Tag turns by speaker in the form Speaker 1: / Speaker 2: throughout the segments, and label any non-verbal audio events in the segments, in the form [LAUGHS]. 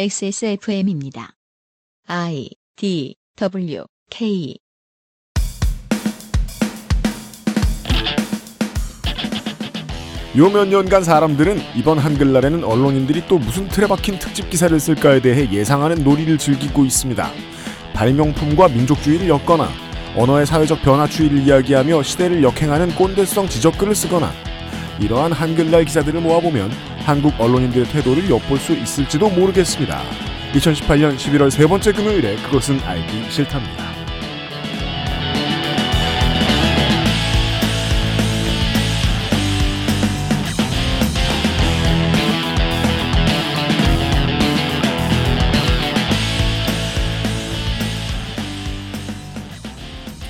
Speaker 1: XSFM입니다. I D W K
Speaker 2: 요 몇 년간 사람들은 이번 한글날에는 언론인들이 또 무슨 틀에 박힌 특집 기사를 쓸까에 대해 예상하는 놀이를 즐기고 있습니다. 발명품과 민족주의를 엮거나 언어의 사회적 변화 추이를 이야기하며 시대를 역행하는 꼰대성 지적글을 쓰거나 이러한 한글날 기사들을 모아보면 한국 언론인들의 태도를 엿볼 수 있을지도 모르겠습니다. 2018년 11월 세 번째 금요일에 그것은 알기 싫답니다.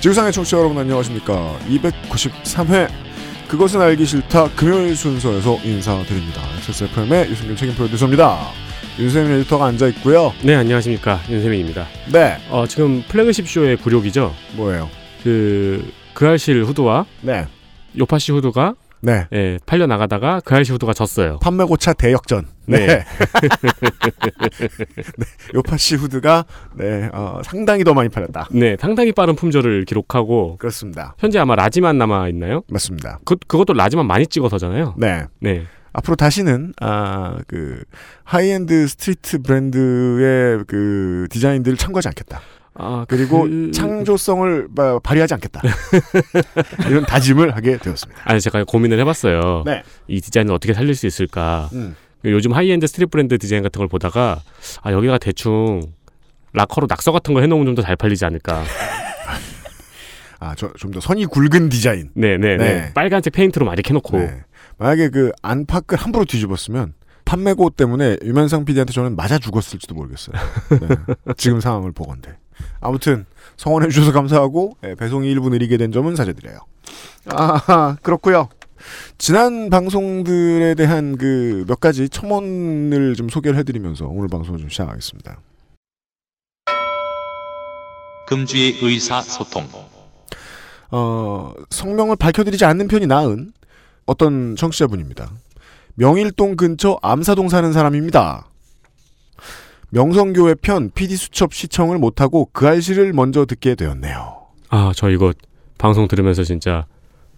Speaker 2: 지구상의 청취자 여러분 안녕하십니까 293회 그것은 알기 싫다 금요일 순서에서 인사드립니다 XSFM의 유승균 책임 프로듀서입니다 윤세민 에디터가 앉아있고요
Speaker 3: 네 안녕하십니까 윤세민입니다.
Speaker 2: 네
Speaker 3: 어, 지금 플래그십 쇼의 굴욕이죠.
Speaker 2: 뭐예요
Speaker 3: 그 그알실 후드와
Speaker 2: 네
Speaker 3: 요파시 후드가
Speaker 2: 네.
Speaker 3: 예, 팔려 나가다가 그알실 후드가 졌어요.
Speaker 2: 판매고차 대역전. 네.
Speaker 3: 네.
Speaker 2: [LAUGHS] 네, 요파시 후드가 네, 어, 상당히 더 많이 팔렸다.
Speaker 3: 네 상당히 빠른 품절을 기록하고
Speaker 2: 그렇습니다.
Speaker 3: 현재 아마 라지만 남아 있나요?
Speaker 2: 맞습니다.
Speaker 3: 그 그것도 라지만 많이 찍어서잖아요.
Speaker 2: 네.
Speaker 3: 네
Speaker 2: 앞으로 다시는 아, 그 하이엔드 스트리트 브랜드의 그 디자인들을 참고하지 않겠다.
Speaker 3: 아,
Speaker 2: 그리고
Speaker 3: 그-
Speaker 2: 창조성을 바- 발휘하지 [LAUGHS] 않겠다. 이런 다짐을 하게 되었습니다.
Speaker 3: 아니 제가 고민을 해봤어요.
Speaker 2: 네.
Speaker 3: 이 디자인을 어떻게 살릴 수 있을까?
Speaker 2: 음.
Speaker 3: 요즘 하이엔드 스트릿 브랜드 디자인 같은 걸 보다가 아 여기가 대충 락커로 낙서 같은 걸 해놓으면 좀 더 잘 팔리지 않을까.
Speaker 2: 아, 좀 더 선이 굵은 디자인.
Speaker 3: 네네네.
Speaker 2: 네.
Speaker 3: 빨간색 페인트로 많이 해놓고.
Speaker 2: 네. 만약에 그 안팎을 함부로 뒤집었으면 판매고 때문에 유면상 PD한테 저는 맞아 죽었을지도 모르겠어요. [LAUGHS] 네. 지금 상황을 보건대. 아무튼 성원해 주셔서 감사하고 예, 배송이 일부 느리게 된 점은 사죄드려요. 아 그렇고요. 지난 방송들에 대한 그 몇 가지 첨언을 좀 소개를 해드리면서 오늘 방송을 좀 시작하겠습니다.
Speaker 4: 금주의 의사소통.
Speaker 2: 어, 성명을 밝혀드리지 않는 편이 나은 어떤 청취자분입니다. 명일동 근처 암사동 사는 사람입니다. 명성교회 편 PD 수첩 시청을 못하고 그 알씨를 먼저 듣게 되었네요.
Speaker 3: 아, 저 이거 방송 들으면서 진짜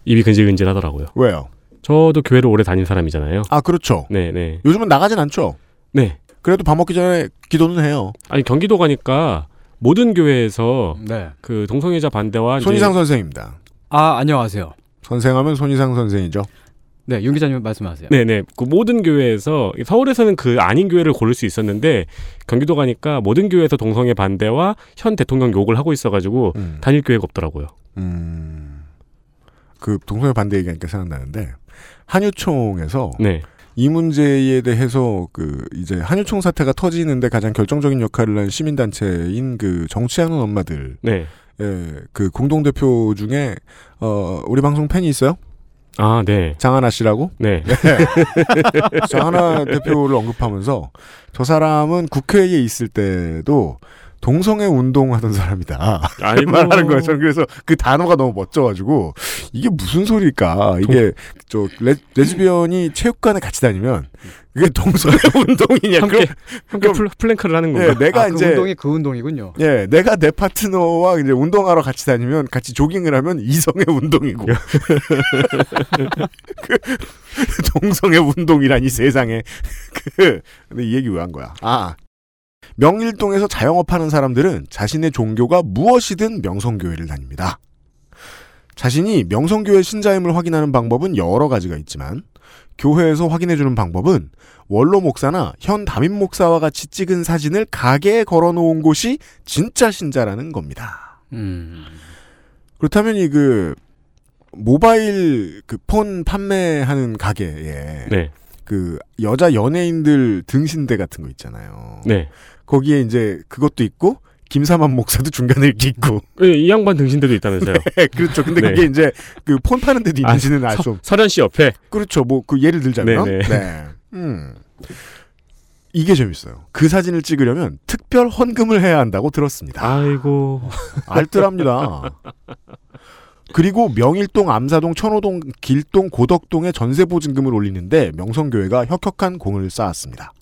Speaker 3: 입이 근질근질 하더라고요.
Speaker 2: 왜요?
Speaker 3: 저도 교회를 오래 다닌 사람이잖아요.
Speaker 2: 아, 그렇죠.
Speaker 3: 네, 네.
Speaker 2: 요즘은 나가진 않죠.
Speaker 3: 네.
Speaker 2: 그래도 밥 먹기 전에 기도는 해요.
Speaker 3: 아니, 경기도 가니까 모든 교회에서
Speaker 5: 네.
Speaker 3: 그 동성애자 반대와 이제-
Speaker 2: 손희상 선생입니다.
Speaker 5: 아 안녕하세요.
Speaker 2: 선생하면 손희상 선생이죠.
Speaker 5: 네, 윤 기자님 말씀하세요.
Speaker 3: 네, 네. 그 모든 교회에서 서울에서는 그 아닌 교회를 고를 수 있었는데 경기도 가니까 모든 교회에서 동성애 반대와 현 대통령 욕을 하고 있어 가지고
Speaker 2: 음.
Speaker 3: 다닐 교회가 없더라고요.
Speaker 2: 음, 그 동성애 반대 얘기하니까 생각나는데 한유총에서
Speaker 3: 네.
Speaker 2: 이 문제에 대해서 그 이제 한유총 사태가 터지는데 가장 결정적인 역할을 한 시민단체인 그 정치하는 엄마들
Speaker 3: 네.
Speaker 2: 예그 공동 대표 중에 어 우리 방송 팬이 있어요
Speaker 3: 아, 네.
Speaker 2: 장하나
Speaker 3: [LAUGHS]
Speaker 2: 씨라고
Speaker 3: 네.
Speaker 2: 장하나 대표를 언급하면서 저 사람은 국회에 있을 때도 동성애 운동하던 사람이다 [LAUGHS]
Speaker 3: 아이고.
Speaker 2: 말하는 거예요. 저는 그래서 그 단어가 너무 멋져가지고 이게 무슨 소리일까? 이게 저 레, 레즈비언이 체육관에 같이 다니면 그게 동성애 [LAUGHS] 운동이냐?
Speaker 3: 함께
Speaker 2: 그럼
Speaker 3: 함께
Speaker 2: 그럼-
Speaker 3: 플- 플랭크를 하는 건가?
Speaker 2: 예, 내가
Speaker 5: 아, 그
Speaker 2: 이제
Speaker 5: 운동이 그 운동이군요.
Speaker 2: 예, 내가 내 파트너와 이제 운동하러 같이 다니면 같이 조깅을 하면 이성의 운동이고
Speaker 5: 예.
Speaker 2: [LAUGHS] 그 동성의 운동이라니 세상에 그 근데 이 얘기 왜 한 거야? 아 명일동에서 자영업하는 사람들은 자신의 종교가 무엇이든 명성교회를 다닙니다. 자신이 명성교회 신자임을 확인하는 방법은 여러 가지가 있지만 교회에서 확인해주는 방법은 원로 목사나 현 담임 목사와 같이 찍은 사진을 가게에 걸어놓은 곳이 진짜 신자라는 겁니다.
Speaker 5: 음.
Speaker 2: 그렇다면 이 그 모바일 그 폰 판매하는 가게에
Speaker 3: 네.
Speaker 2: 그 여자 연예인들 등신대 같은 거 있잖아요.
Speaker 3: 네.
Speaker 2: 거기에 이제 그것도 있고 김사만 목사도 중간에 이렇게 있고 [LAUGHS]
Speaker 3: 예, 이 양반 등신대도 있다면서요.
Speaker 2: 네, 그렇죠. 근데
Speaker 3: 네.
Speaker 2: 그게 이제 그 폰 파는 데도
Speaker 3: 아,
Speaker 2: 있는지는 알 수 없.
Speaker 3: 서련 씨 옆에
Speaker 2: 그렇죠. 뭐 그 예를 들자면
Speaker 3: 네네.
Speaker 2: 네. 음. 이게 재밌어요. 그 사진을 찍으려면 특별 헌금을 해야 한다고 들었습니다.
Speaker 3: 아이고
Speaker 2: 알뜰합니다. 그리고 명일동, 암사동, 천호동, 길동, 고덕동에 전세보증금을 올리는데 명성교회가 혁혁한 공을 쌓았습니다.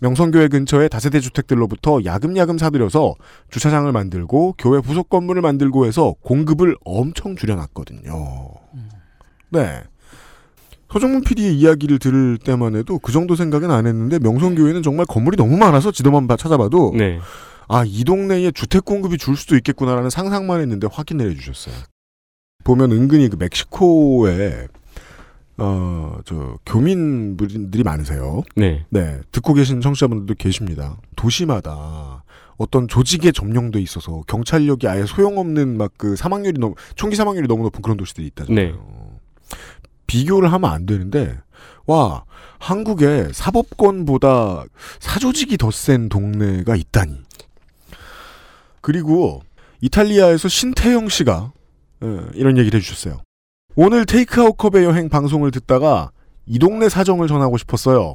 Speaker 2: 명성교회 근처의 다세대 주택들로부터 야금야금 사들여서 주차장을 만들고 교회 부속 건물을 만들고 해서 공급을 엄청 줄여놨거든요. 네. 서정문 PD의 이야기를 들을 때만 해도 그 정도 생각은 안 했는데 명성교회는 정말 건물이 너무 많아서 지도만 봐 찾아봐도
Speaker 3: 네.
Speaker 2: 아, 이 동네에 주택 공급이 줄 수도 있겠구나라는 상상만 했는데 확인을 해주셨어요. 보면 은근히 그 멕시코에, 어, 저, 교민분들이 많으세요.
Speaker 3: 네.
Speaker 2: 네. 듣고 계신 청취자분들도 계십니다. 도시마다 어떤 조직에 점령돼 있어서 경찰력이 아예 소용없는 막 그 사망률이 너무, 총기 사망률이 너무 높은 그런 도시들이 있다잖아요.
Speaker 3: 네.
Speaker 2: 비교를 하면 안 되는데, 와, 한국에 사법권보다 사조직이 더 센 동네가 있다니. 그리고 이탈리아에서 신태영 씨가 예, 이런 얘기를 해주셨어요. 오늘 테이크아웃 컵의 여행 방송을 듣다가 이 동네 사정을 전하고 싶었어요.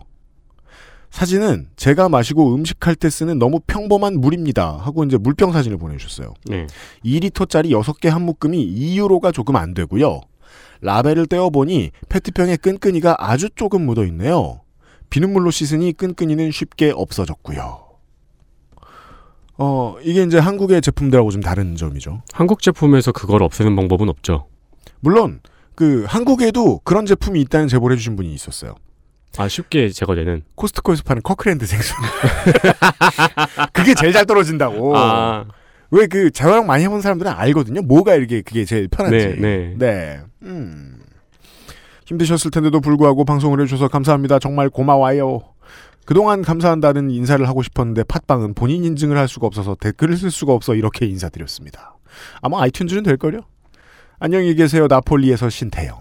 Speaker 2: 사진은 제가 마시고 음식할 때 쓰는 너무 평범한 물입니다. 하고 이제 물병 사진을 보내주셨어요.
Speaker 3: 네.
Speaker 2: 2리터짜리 6개 한 묶음이 2유로가 조금 안 되고요. 라벨을 떼어보니 페트병에 끈끈이가 아주 조금 묻어있네요. 비눗물로 씻으니 끈끈이는 쉽게 없어졌고요. 어, 이게 이제 한국의 제품들하고 좀 다른 점이죠.
Speaker 3: 한국 제품에서 그걸 없애는 방법은 없죠.
Speaker 2: 물론, 그, 한국에도 그런 제품이 있다는 제보를 해주신 분이 있었어요.
Speaker 3: 아, 쉽게 제거되는.
Speaker 2: 코스트코에서 파는 커크랜드 생선. 그게 제일 잘 떨어진다고.
Speaker 3: 아,
Speaker 2: 왜 그 재활용 많이 해본 사람들은 알거든요. 뭐가 이렇게 그게 제일 편한지.
Speaker 3: 네, 네.
Speaker 2: 네. 음. 힘드셨을 텐데도 불구하고 방송을 해주셔서 감사합니다. 정말 고마워요. 그동안 감사한다는 인사를 하고 싶었는데 팟빵은 본인 인증을 할 수가 없어서 댓글을 쓸 수가 없어 이렇게 인사드렸습니다. 아마 아이튠즈는 될걸요? 안녕히 계세요. 나폴리에서 신태영.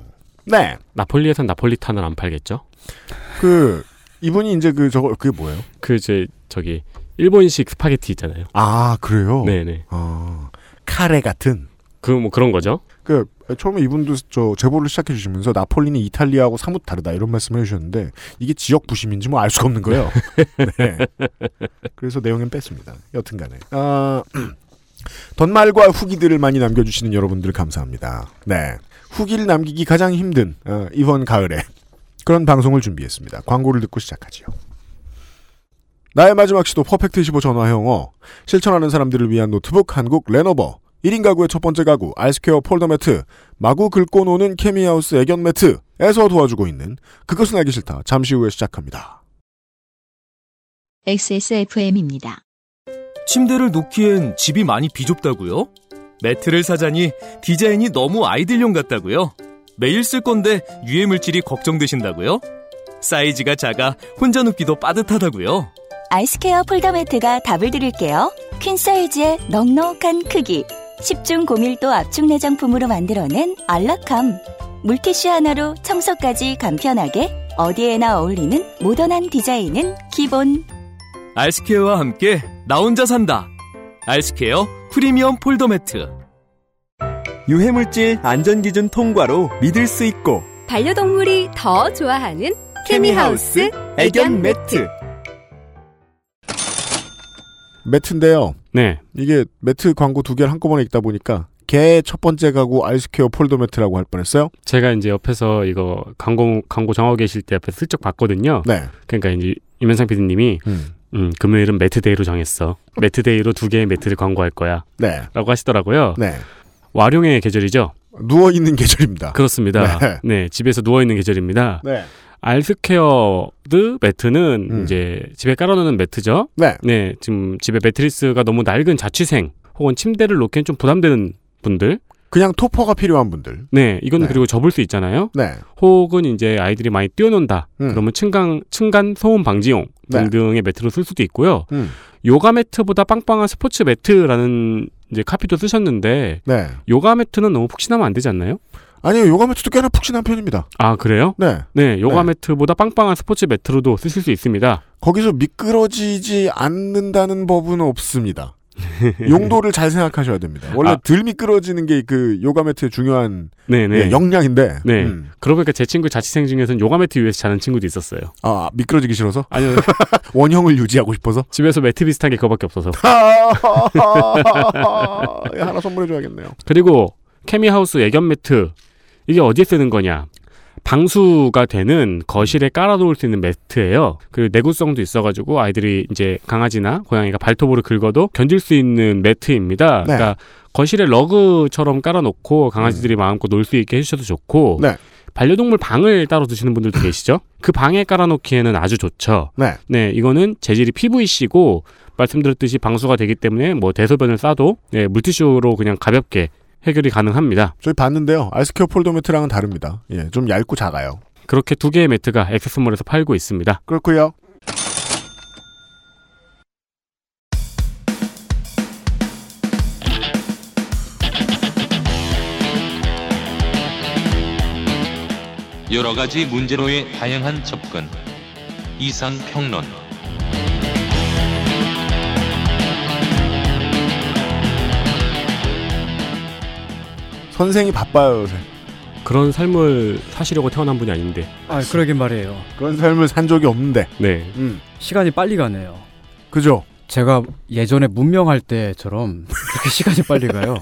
Speaker 2: 네.
Speaker 3: 나폴리에선 나폴리탄을 안 팔겠죠?
Speaker 2: 그, 이분이 이제 그, 저거, 그게 뭐예요?
Speaker 3: 그 이제 저기 일본식 스파게티 있잖아요.
Speaker 2: 아, 그래요?
Speaker 3: 네, 네.
Speaker 2: 아, 카레 같은.
Speaker 3: 그 뭐 그런 거죠?
Speaker 2: 그 처음에 이분도 저 제보를 시작해 주시면서 나폴리는 이탈리아하고 사뭇 다르다 이런 말씀을 해주셨는데 이게 지역 부심인지 뭐 알 수가 없는 거예요. 네. 그래서 내용은 뺐습니다. 여튼간에 아, [CLEARS THROAT] 덧말과 후기들을 많이 남겨주시는 여러분들 감사합니다. 네, 후기를 남기기 가장 힘든 어, 이번 가을에 그런 방송을 준비했습니다. 광고를 듣고 시작하지요. 나의 마지막 시도 퍼펙트 15 전화 영어 실천하는 사람들을 위한 노트북 한국 레노버 1인 가구의 첫 번째 가구 알스퀘어 폴더 매트 마구 긁고 노는 케미하우스 애견 매트에서 도와주고 있는 그것은 알기 싫다 잠시 후에 시작합니다.
Speaker 1: XSFM입니다.
Speaker 6: 침대를 놓기엔 집이 많이 비좁다고요? 매트를 사자니 디자인이 너무 아이들용 같다고요? 매일 쓸 건데 유해 물질이 걱정되신다고요? 사이즈가 작아 혼자 눕기도 빠듯하다고요?
Speaker 7: 아이스케어 폴더 매트가 답을 드릴게요. 퀸 사이즈의 넉넉한 크기. 10중 고밀도 압축 내장품으로 만들어낸 안락함. 물티슈 하나로 청소까지 간편하게 어디에나 어울리는 모던한 디자인은 기본.
Speaker 6: 알스케어와 함께 나 혼자 산다. 알스케어 프리미엄 폴더 매트.
Speaker 8: 유해물질 안전기준 통과로 믿을 수 있고
Speaker 9: 반려동물이 더 좋아하는 케미하우스 애견 매트.
Speaker 2: 매트인데요.
Speaker 3: 네.
Speaker 2: 이게 매트 광고 두 개를 한꺼번에 읽다 보니까 개의 첫 번째 가구 알스퀘어 폴더 매트라고 할 뻔했어요.
Speaker 3: 제가 이제 옆에서 이거 광고 광고 정하고 계실 때 옆에 슬쩍 봤거든요.
Speaker 2: 네.
Speaker 3: 그러니까 이제 이면상 PD님이
Speaker 2: 음.
Speaker 3: 음, 금요일은 매트데이로 정했어. 매트데이로 두 개의 매트를 광고할 거야라고
Speaker 2: 네.
Speaker 3: 하시더라고요.
Speaker 2: 네.
Speaker 3: 와룡의 계절이죠.
Speaker 2: 누워 있는 계절입니다.
Speaker 3: 그렇습니다.
Speaker 2: 네.
Speaker 3: 네, 집에서 누워 있는 계절입니다.
Speaker 2: 네.
Speaker 3: 알스케어드 매트는
Speaker 2: 음.
Speaker 3: 이제 집에 깔아놓는 매트죠.
Speaker 2: 네.
Speaker 3: 네, 지금 집에 매트리스가 너무 낡은 자취생 혹은 침대를 놓기엔 좀 부담되는 분들.
Speaker 2: 그냥 토퍼가 필요한 분들.
Speaker 3: 네, 이건
Speaker 2: 네.
Speaker 3: 그리고 접을 수 있잖아요.
Speaker 2: 네.
Speaker 3: 혹은 이제 아이들이 많이 뛰어논다.
Speaker 2: 음.
Speaker 3: 그러면 층간 층간 소음 방지용
Speaker 2: 네.
Speaker 3: 등등의 매트로 쓸 수도 있고요.
Speaker 2: 음.
Speaker 3: 요가 매트보다 빵빵한 스포츠 매트라는 이제 카피도 쓰셨는데
Speaker 2: 네.
Speaker 3: 요가 매트는 너무 푹신하면 안 되지 않나요?
Speaker 2: 아니요. 요가 매트도 꽤나 푹신한 편입니다.
Speaker 3: 아 그래요?
Speaker 2: 네.
Speaker 3: 네, 요가
Speaker 2: 네.
Speaker 3: 매트보다 빵빵한 스포츠 매트로도 쓰실 수 있습니다.
Speaker 2: 거기서 미끄러지지 않는다는 법은
Speaker 3: [LAUGHS]
Speaker 2: 없습니다. 용도를 잘 생각하셔야 됩니다. 원래
Speaker 3: 아.
Speaker 2: 덜 미끄러지는 게 그 요가 매트의 중요한
Speaker 3: 네, 네.
Speaker 2: 예, 역량인데.
Speaker 3: 네.
Speaker 2: 음.
Speaker 3: 그러고 보니까 제 친구 자취생 중에서는 요가 매트 위에서 자는 친구도 있었어요.
Speaker 2: 아 미끄러지기 싫어서
Speaker 3: 아니요,
Speaker 2: [LAUGHS] 원형을 유지하고
Speaker 3: [LAUGHS]
Speaker 2: 싶어서.
Speaker 3: 집에서 매트 비슷한 게 그거밖에 없어서. 아.
Speaker 2: 예, 하나 선물해줘야겠네요.
Speaker 3: 그리고 케미하우스 애견 매트 이게 어디에 쓰는 거냐? 방수가 되는 거실에 깔아놓을 수 있는 매트예요. 그리고 내구성도 있어가지고 아이들이 이제 강아지나 고양이가 발톱으로 긁어도 견딜 수 있는 매트입니다.
Speaker 2: 네.
Speaker 3: 그러니까 거실에 러그처럼 깔아놓고 강아지들이 마음껏 놀 수 있게 해주셔도 좋고
Speaker 2: 네.
Speaker 3: 반려동물 방을 따로 두시는 분들도 계시죠? 그 방에 깔아놓기에는 아주 좋죠.
Speaker 2: 네.
Speaker 3: 이거는 재질이 PVC고 말씀드렸듯이 방수가 되기 때문에 뭐 대소변을 싸도 네, 물티슈로 그냥 가볍게 해결이 가능합니다.
Speaker 2: 저희 봤는데요. 아이스케어 폴더 매트랑은 다릅니다. 예, 좀 얇고 작아요.
Speaker 3: 그렇게 두 개의 매트가 액세스몰에서 팔고 있습니다.
Speaker 2: 그렇고요.
Speaker 4: 여러 가지 문제로의 다양한 접근. 이상 평론.
Speaker 2: 선생이 바빠요, 요새.
Speaker 3: 그런 삶을 사시려고 태어난 분이 아닌데.
Speaker 5: 아, 그러긴 말이에요.
Speaker 2: 그런 삶을 산 적이 없는데.
Speaker 3: 네.
Speaker 2: 음.
Speaker 5: 시간이 빨리 가네요.
Speaker 2: 그죠?
Speaker 5: 제가 예전에 문명할 때처럼 그렇게 [LAUGHS] 시간이 빨리 가요.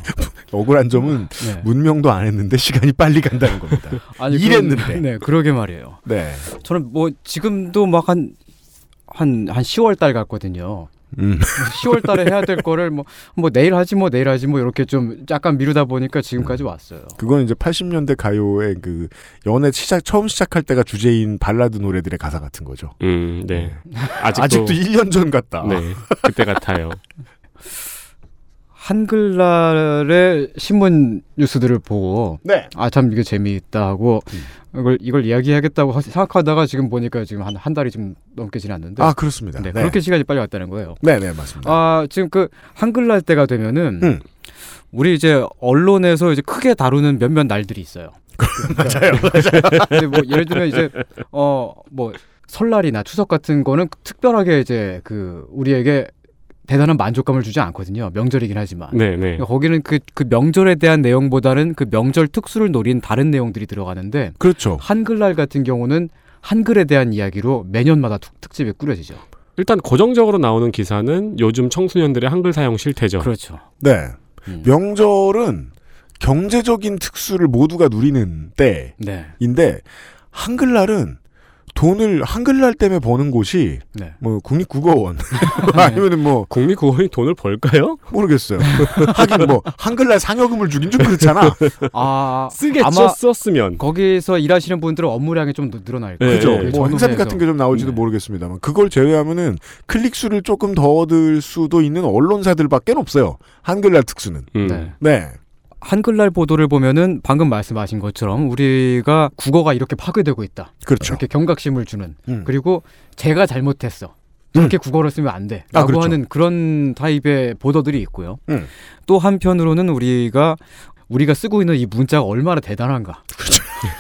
Speaker 2: 억울한 점은
Speaker 5: 네.
Speaker 2: 문명도 안 했는데 [LAUGHS] 시간이 빨리 간다는 겁니다.
Speaker 5: 아니,
Speaker 2: 일했는데.
Speaker 5: 그런, [LAUGHS] 네, 그러게 말이에요.
Speaker 2: 네.
Speaker 5: 저는 뭐 지금도 막 한 한 한 10월 달 같거든요.
Speaker 2: 음.
Speaker 5: 10월 달에 해야 될 거를 뭐 뭐 내일 하지 뭐 내일 하지 뭐 이렇게 좀 약간 미루다 보니까 지금까지 왔어요.
Speaker 2: 그건 이제 80년대 가요의 그 연애 시작 처음 시작할 때가 주제인 발라드 노래들의 가사 같은 거죠.
Speaker 3: 음, 네. [LAUGHS] 아직도,
Speaker 2: 아직도, 일 1년 전 같다.
Speaker 3: 네. 그때 같아요.
Speaker 5: 한글날의 신문 뉴스들을 보고
Speaker 2: 네.
Speaker 5: 아 참 이게 재미있다 하고
Speaker 2: 음.
Speaker 5: 이걸 이걸 이야기하겠다고 하- 생각하다가 지금 보니까 지금 한 한 달이 좀 넘게 지났는데
Speaker 2: 아 그렇습니다.
Speaker 5: 네, 그렇게 시간이 빨리 왔다는 거예요.
Speaker 2: 네, 네, 맞습니다.
Speaker 5: 아 지금 그 한글날 때가 되면은
Speaker 2: 음.
Speaker 5: 우리 이제 언론에서 이제 크게 다루는 몇몇 날들이 있어요.
Speaker 2: [LAUGHS]
Speaker 5: [LAUGHS]
Speaker 2: 맞아요.
Speaker 5: 근데 뭐 예를 들면 이제 어 뭐 설날이나 추석 같은 거는 특별하게 이제 그 우리에게 대단한 만족감을 주지 않거든요. 명절이긴 하지만.
Speaker 3: 네,
Speaker 2: 예.
Speaker 3: 네.
Speaker 5: 거기는 그, 그 명절에 대한 내용보다는 그 명절 특수를 노린 다른 내용들이 들어가는데
Speaker 2: 그렇죠.
Speaker 5: 한글날 같은 경우는 한글에 대한 이야기로 매년마다 특- 특집이 꾸려지죠.
Speaker 2: 어.
Speaker 3: 일단 고정적으로 나오는 기사는 요즘 청소년들의 한글 사용 실태죠.
Speaker 5: 그렇죠.
Speaker 2: 네.
Speaker 5: 음.
Speaker 2: 명절은 경제적인 특수를 모두가 누리는
Speaker 5: 네.
Speaker 2: 때인데 한글날은 돈을 한글날 때문에 버는 곳이
Speaker 5: 네.
Speaker 2: 뭐 국립국어원 [LAUGHS] 아니면은 뭐
Speaker 3: 국립국어원이 돈을 벌까요?
Speaker 2: 모르겠어요. [LAUGHS] 하긴 뭐 한글날 상여금을 주긴 좀 [LAUGHS] 그렇잖아.
Speaker 5: 아
Speaker 3: 쓰겠죠.
Speaker 5: 아마-
Speaker 3: 썼으면.
Speaker 5: 거기서 일하시는 분들은 업무량이 좀 늘- 늘어날 거예요.
Speaker 3: 네,
Speaker 2: 그죠?
Speaker 3: 예, 예.
Speaker 2: 뭐 행사비 같은 게 좀 나올지도
Speaker 5: 네.
Speaker 2: 모르겠습니다만 그걸 제외하면은 클릭 수를 조금 더 얻을 수도 있는 언론사들밖에 없어요. 한글날 특수는.
Speaker 3: 음.
Speaker 5: 네.
Speaker 2: 네.
Speaker 5: 한글날 보도를 보면은 방금 말씀하신 것처럼 우리가 국어가 이렇게 파괴되고 있다.
Speaker 2: 그렇죠.
Speaker 5: 이렇게 경각심을 주는
Speaker 2: 음.
Speaker 5: 그리고 제가 잘못했어. 저렇게 국어를 쓰면 안 돼.
Speaker 2: 아,
Speaker 5: 라고
Speaker 2: 그렇죠.
Speaker 5: 하는 그런 타입의 보도들이 있고요.
Speaker 2: 음.
Speaker 5: 또 한편으로는 우리가 우리가 쓰고 있는 이 문자가 얼마나 대단한가.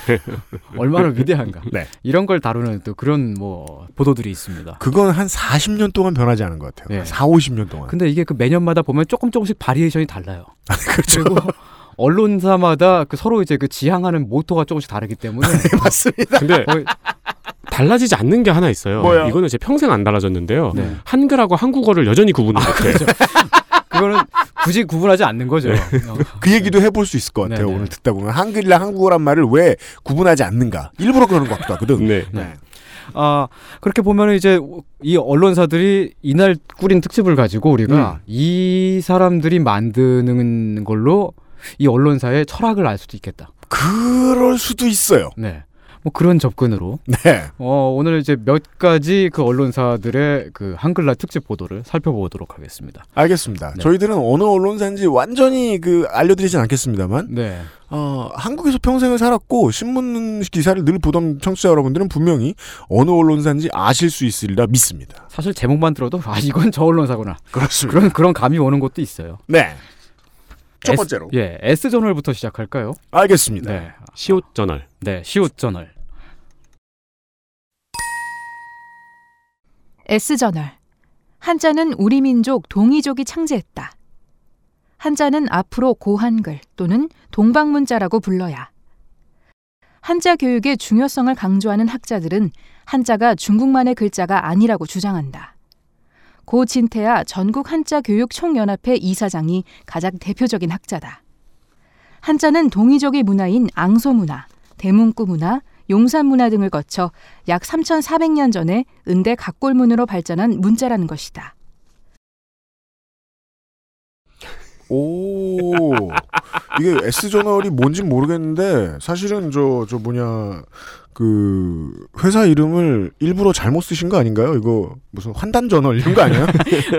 Speaker 5: [LAUGHS] 얼마나 위대한가.
Speaker 2: 그렇죠. 네.
Speaker 5: 이런 걸 다루는 또 그런 뭐 보도들이 있습니다.
Speaker 2: 그건 한 40년 동안 변하지 않은 것 같아요.
Speaker 5: 네.
Speaker 2: 4, 50년 동안.
Speaker 5: 근데 이게 그 매년마다 보면 조금 조금씩 바리에이션이 달라요.
Speaker 2: 그렇죠.
Speaker 5: 그리고 [LAUGHS] 언론사마다 그 서로 이제 그 지향하는 모토가 조금씩 다르기
Speaker 2: [LAUGHS]
Speaker 5: 때문에
Speaker 2: 네, 맞습니다.
Speaker 3: 근데 [LAUGHS]
Speaker 5: 거의-
Speaker 3: 달라지지 않는 게 하나 있어요.
Speaker 2: 뭐요?
Speaker 3: 이거는 제 평생 안 달라졌는데요.
Speaker 5: 네.
Speaker 3: 한글하고 한국어를 여전히 구분을 못해요.
Speaker 5: 그거는 굳이 구분하지 않는 거죠. 어.
Speaker 2: 그 얘기도 해볼 수 있을 것 같아요.
Speaker 5: 네, 네.
Speaker 2: 오늘 듣다 보면 한글이랑 한국어란 말을 왜 구분하지 않는가. 일부러 그러는 것 같기도 하거든.
Speaker 3: 네.
Speaker 5: 네. 아 그렇게 보면 이제 이 언론사들이 이날 꾸린 특집을 가지고
Speaker 2: 음.
Speaker 5: 우리가 이 사람들이 만드는 걸로 이 언론사의 철학을 알 수도 있겠다.
Speaker 2: 그럴 수도 있어요.
Speaker 5: 네. 뭐 그런 접근으로
Speaker 2: 네.
Speaker 5: 어, 오늘 이제 몇 가지 그 언론사들의 그 한글날 특집 보도를 살펴보도록 하겠습니다.
Speaker 2: 알겠습니다.
Speaker 5: 네.
Speaker 2: 저희들은 어느 언론사인지 완전히 그 알려드리진 않겠습니다만
Speaker 5: 네.
Speaker 2: 어, 한국에서 평생을 살았고 신문 기사를 늘 보던 청취자 여러분들은 분명히 어느 언론사인지 아실 수 있으리라 믿습니다.
Speaker 5: 사실 제목만 들어도 아 이건 저 언론사구나
Speaker 2: 그렇습니다.
Speaker 5: 그런 그런 감이 오는 것도 있어요.
Speaker 2: 네. 첫
Speaker 5: S-
Speaker 2: 번째로
Speaker 5: 예, S 저널부터 시작할까요?
Speaker 2: 알겠습니다.
Speaker 5: 네,
Speaker 3: 시옷 저널.
Speaker 5: 네, 시옷 저널.
Speaker 10: S저널. 한자는 우리 민족 동이족이 창제했다. 한자는 앞으로 고한글 또는 동방문자라고 불러야. 한자 교육의 중요성을 강조하는 학자들은 한자가 중국만의 글자가 아니라고 주장한다. 고 진태야 전국 한자 교육 총연합회 이사장이 가장 대표적인 학자다. 한자는 동이족의 문화인 앙소 문화, 대문구 문화, 용산문화 등을 거쳐 약 3,400년 전에 은대 각골문으로 발전한 문자라는 것이다.
Speaker 2: 오 이게 S 저널이 뭔지 모르겠는데 사실은 저 저 뭐냐 그 회사 이름을 일부러 잘못 쓰신 거 아닌가요? 이거 무슨 환단 저널 이런 거 [LAUGHS] 아니에요?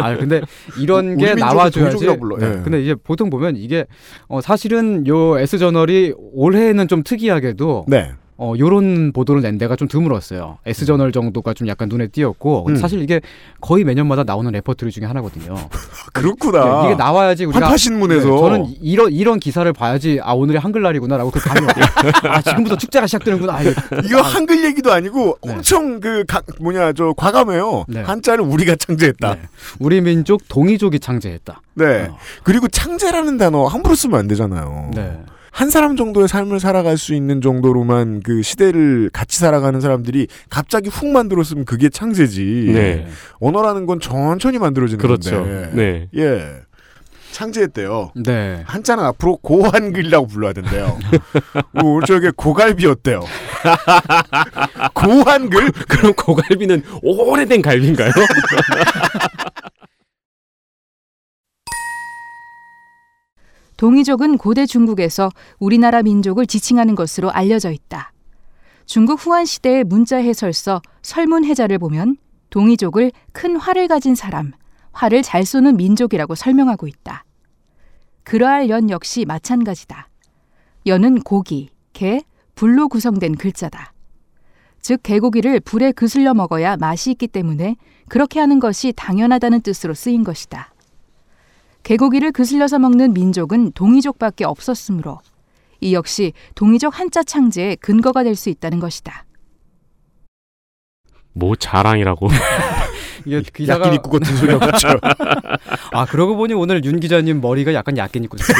Speaker 5: 아 근데 이런
Speaker 2: 네. 우리
Speaker 5: 게
Speaker 2: 민족이
Speaker 5: 나와줘야지. 네.
Speaker 2: 동족이라 불러. 예.
Speaker 5: 근데 이제 보통 보면 이게 어, 사실은 요 S 저널이 올해는 좀 특이하게도
Speaker 2: 네.
Speaker 5: 어, 요런 보도를 낸 데가 좀 드물었어요. S저널 정도가 좀 약간 눈에 띄었고,
Speaker 2: 음.
Speaker 5: 사실 이게 거의 매년마다 나오는 레퍼토리 중에 하나거든요.
Speaker 2: 아. 그렇구나.
Speaker 5: 네, 이게 나와야지 우리가.
Speaker 2: 환타신문에서.
Speaker 5: 네, 저는 이- 이런, 이런 기사를 봐야지, 아, 오늘이 한글날이구나라고 그 감이 와요.
Speaker 2: [LAUGHS]
Speaker 5: 아, 지금부터 축제가 시작되는구나. 아, 이거,
Speaker 2: 이거
Speaker 5: 아,
Speaker 2: 한글 얘기도 아니고
Speaker 5: 네.
Speaker 2: 엄청 그 각 뭐냐 저 과감해요.
Speaker 5: 네.
Speaker 2: 한자를 우리가 창제했다. 네.
Speaker 5: 우리 민족 동이족이 창제했다. 어.
Speaker 2: 그리고 창제라는 단어 함부로 쓰면 안 되잖아요.
Speaker 5: 네.
Speaker 2: 한 사람 정도의 삶을 살아갈 수 있는 정도로만 그 시대를 같이 살아가는 사람들이 갑자기 훅 만들어 쓰면 그게 창제지.
Speaker 3: 네.
Speaker 2: 언어라는 건 천천히 만들어지는
Speaker 3: 그렇죠.
Speaker 2: 건데.
Speaker 3: 네.
Speaker 2: 예. 창제했대요.
Speaker 5: 네.
Speaker 2: 한자는 앞으로 고한글이라고 불러야 된대요. 오늘 저게
Speaker 5: [LAUGHS]
Speaker 2: 고갈비였대요. 고한글?
Speaker 3: 그럼 고갈비는 오래된 [LAUGHS] 갈비인가요?
Speaker 10: 동이족은 고대 중국에서 우리나라 민족을 지칭하는 것으로 알려져 있다. 중국 후한 시대의 문자 해설서 설문해자를 보면 동이족을 큰 활을 가진 사람, 활을 잘 쏘는 민족이라고 설명하고 있다. 그러할 연 역시 마찬가지다. 연은 고기, 개, 불로 구성된 글자다. 즉 개고기를 불에 그슬려 먹어야 맛이 있기 때문에 그렇게 하는 것이 당연하다는 뜻으로 쓰인 것이다. 개고기를 그슬려서 먹는 민족은 동이족밖에 없었으므로 이 역시 동이족 한자 창제의 근거가 될 수 있다는 것이다.
Speaker 3: 뭐 자랑이라고.
Speaker 5: 이게
Speaker 2: 약긴
Speaker 5: 기사가.
Speaker 2: 입고 같은 소리가 붙죠.
Speaker 5: 아, 그러고 보니 오늘 윤 기자님 머리가 약간 얕게 입고
Speaker 2: [LAUGHS]
Speaker 5: 있어요.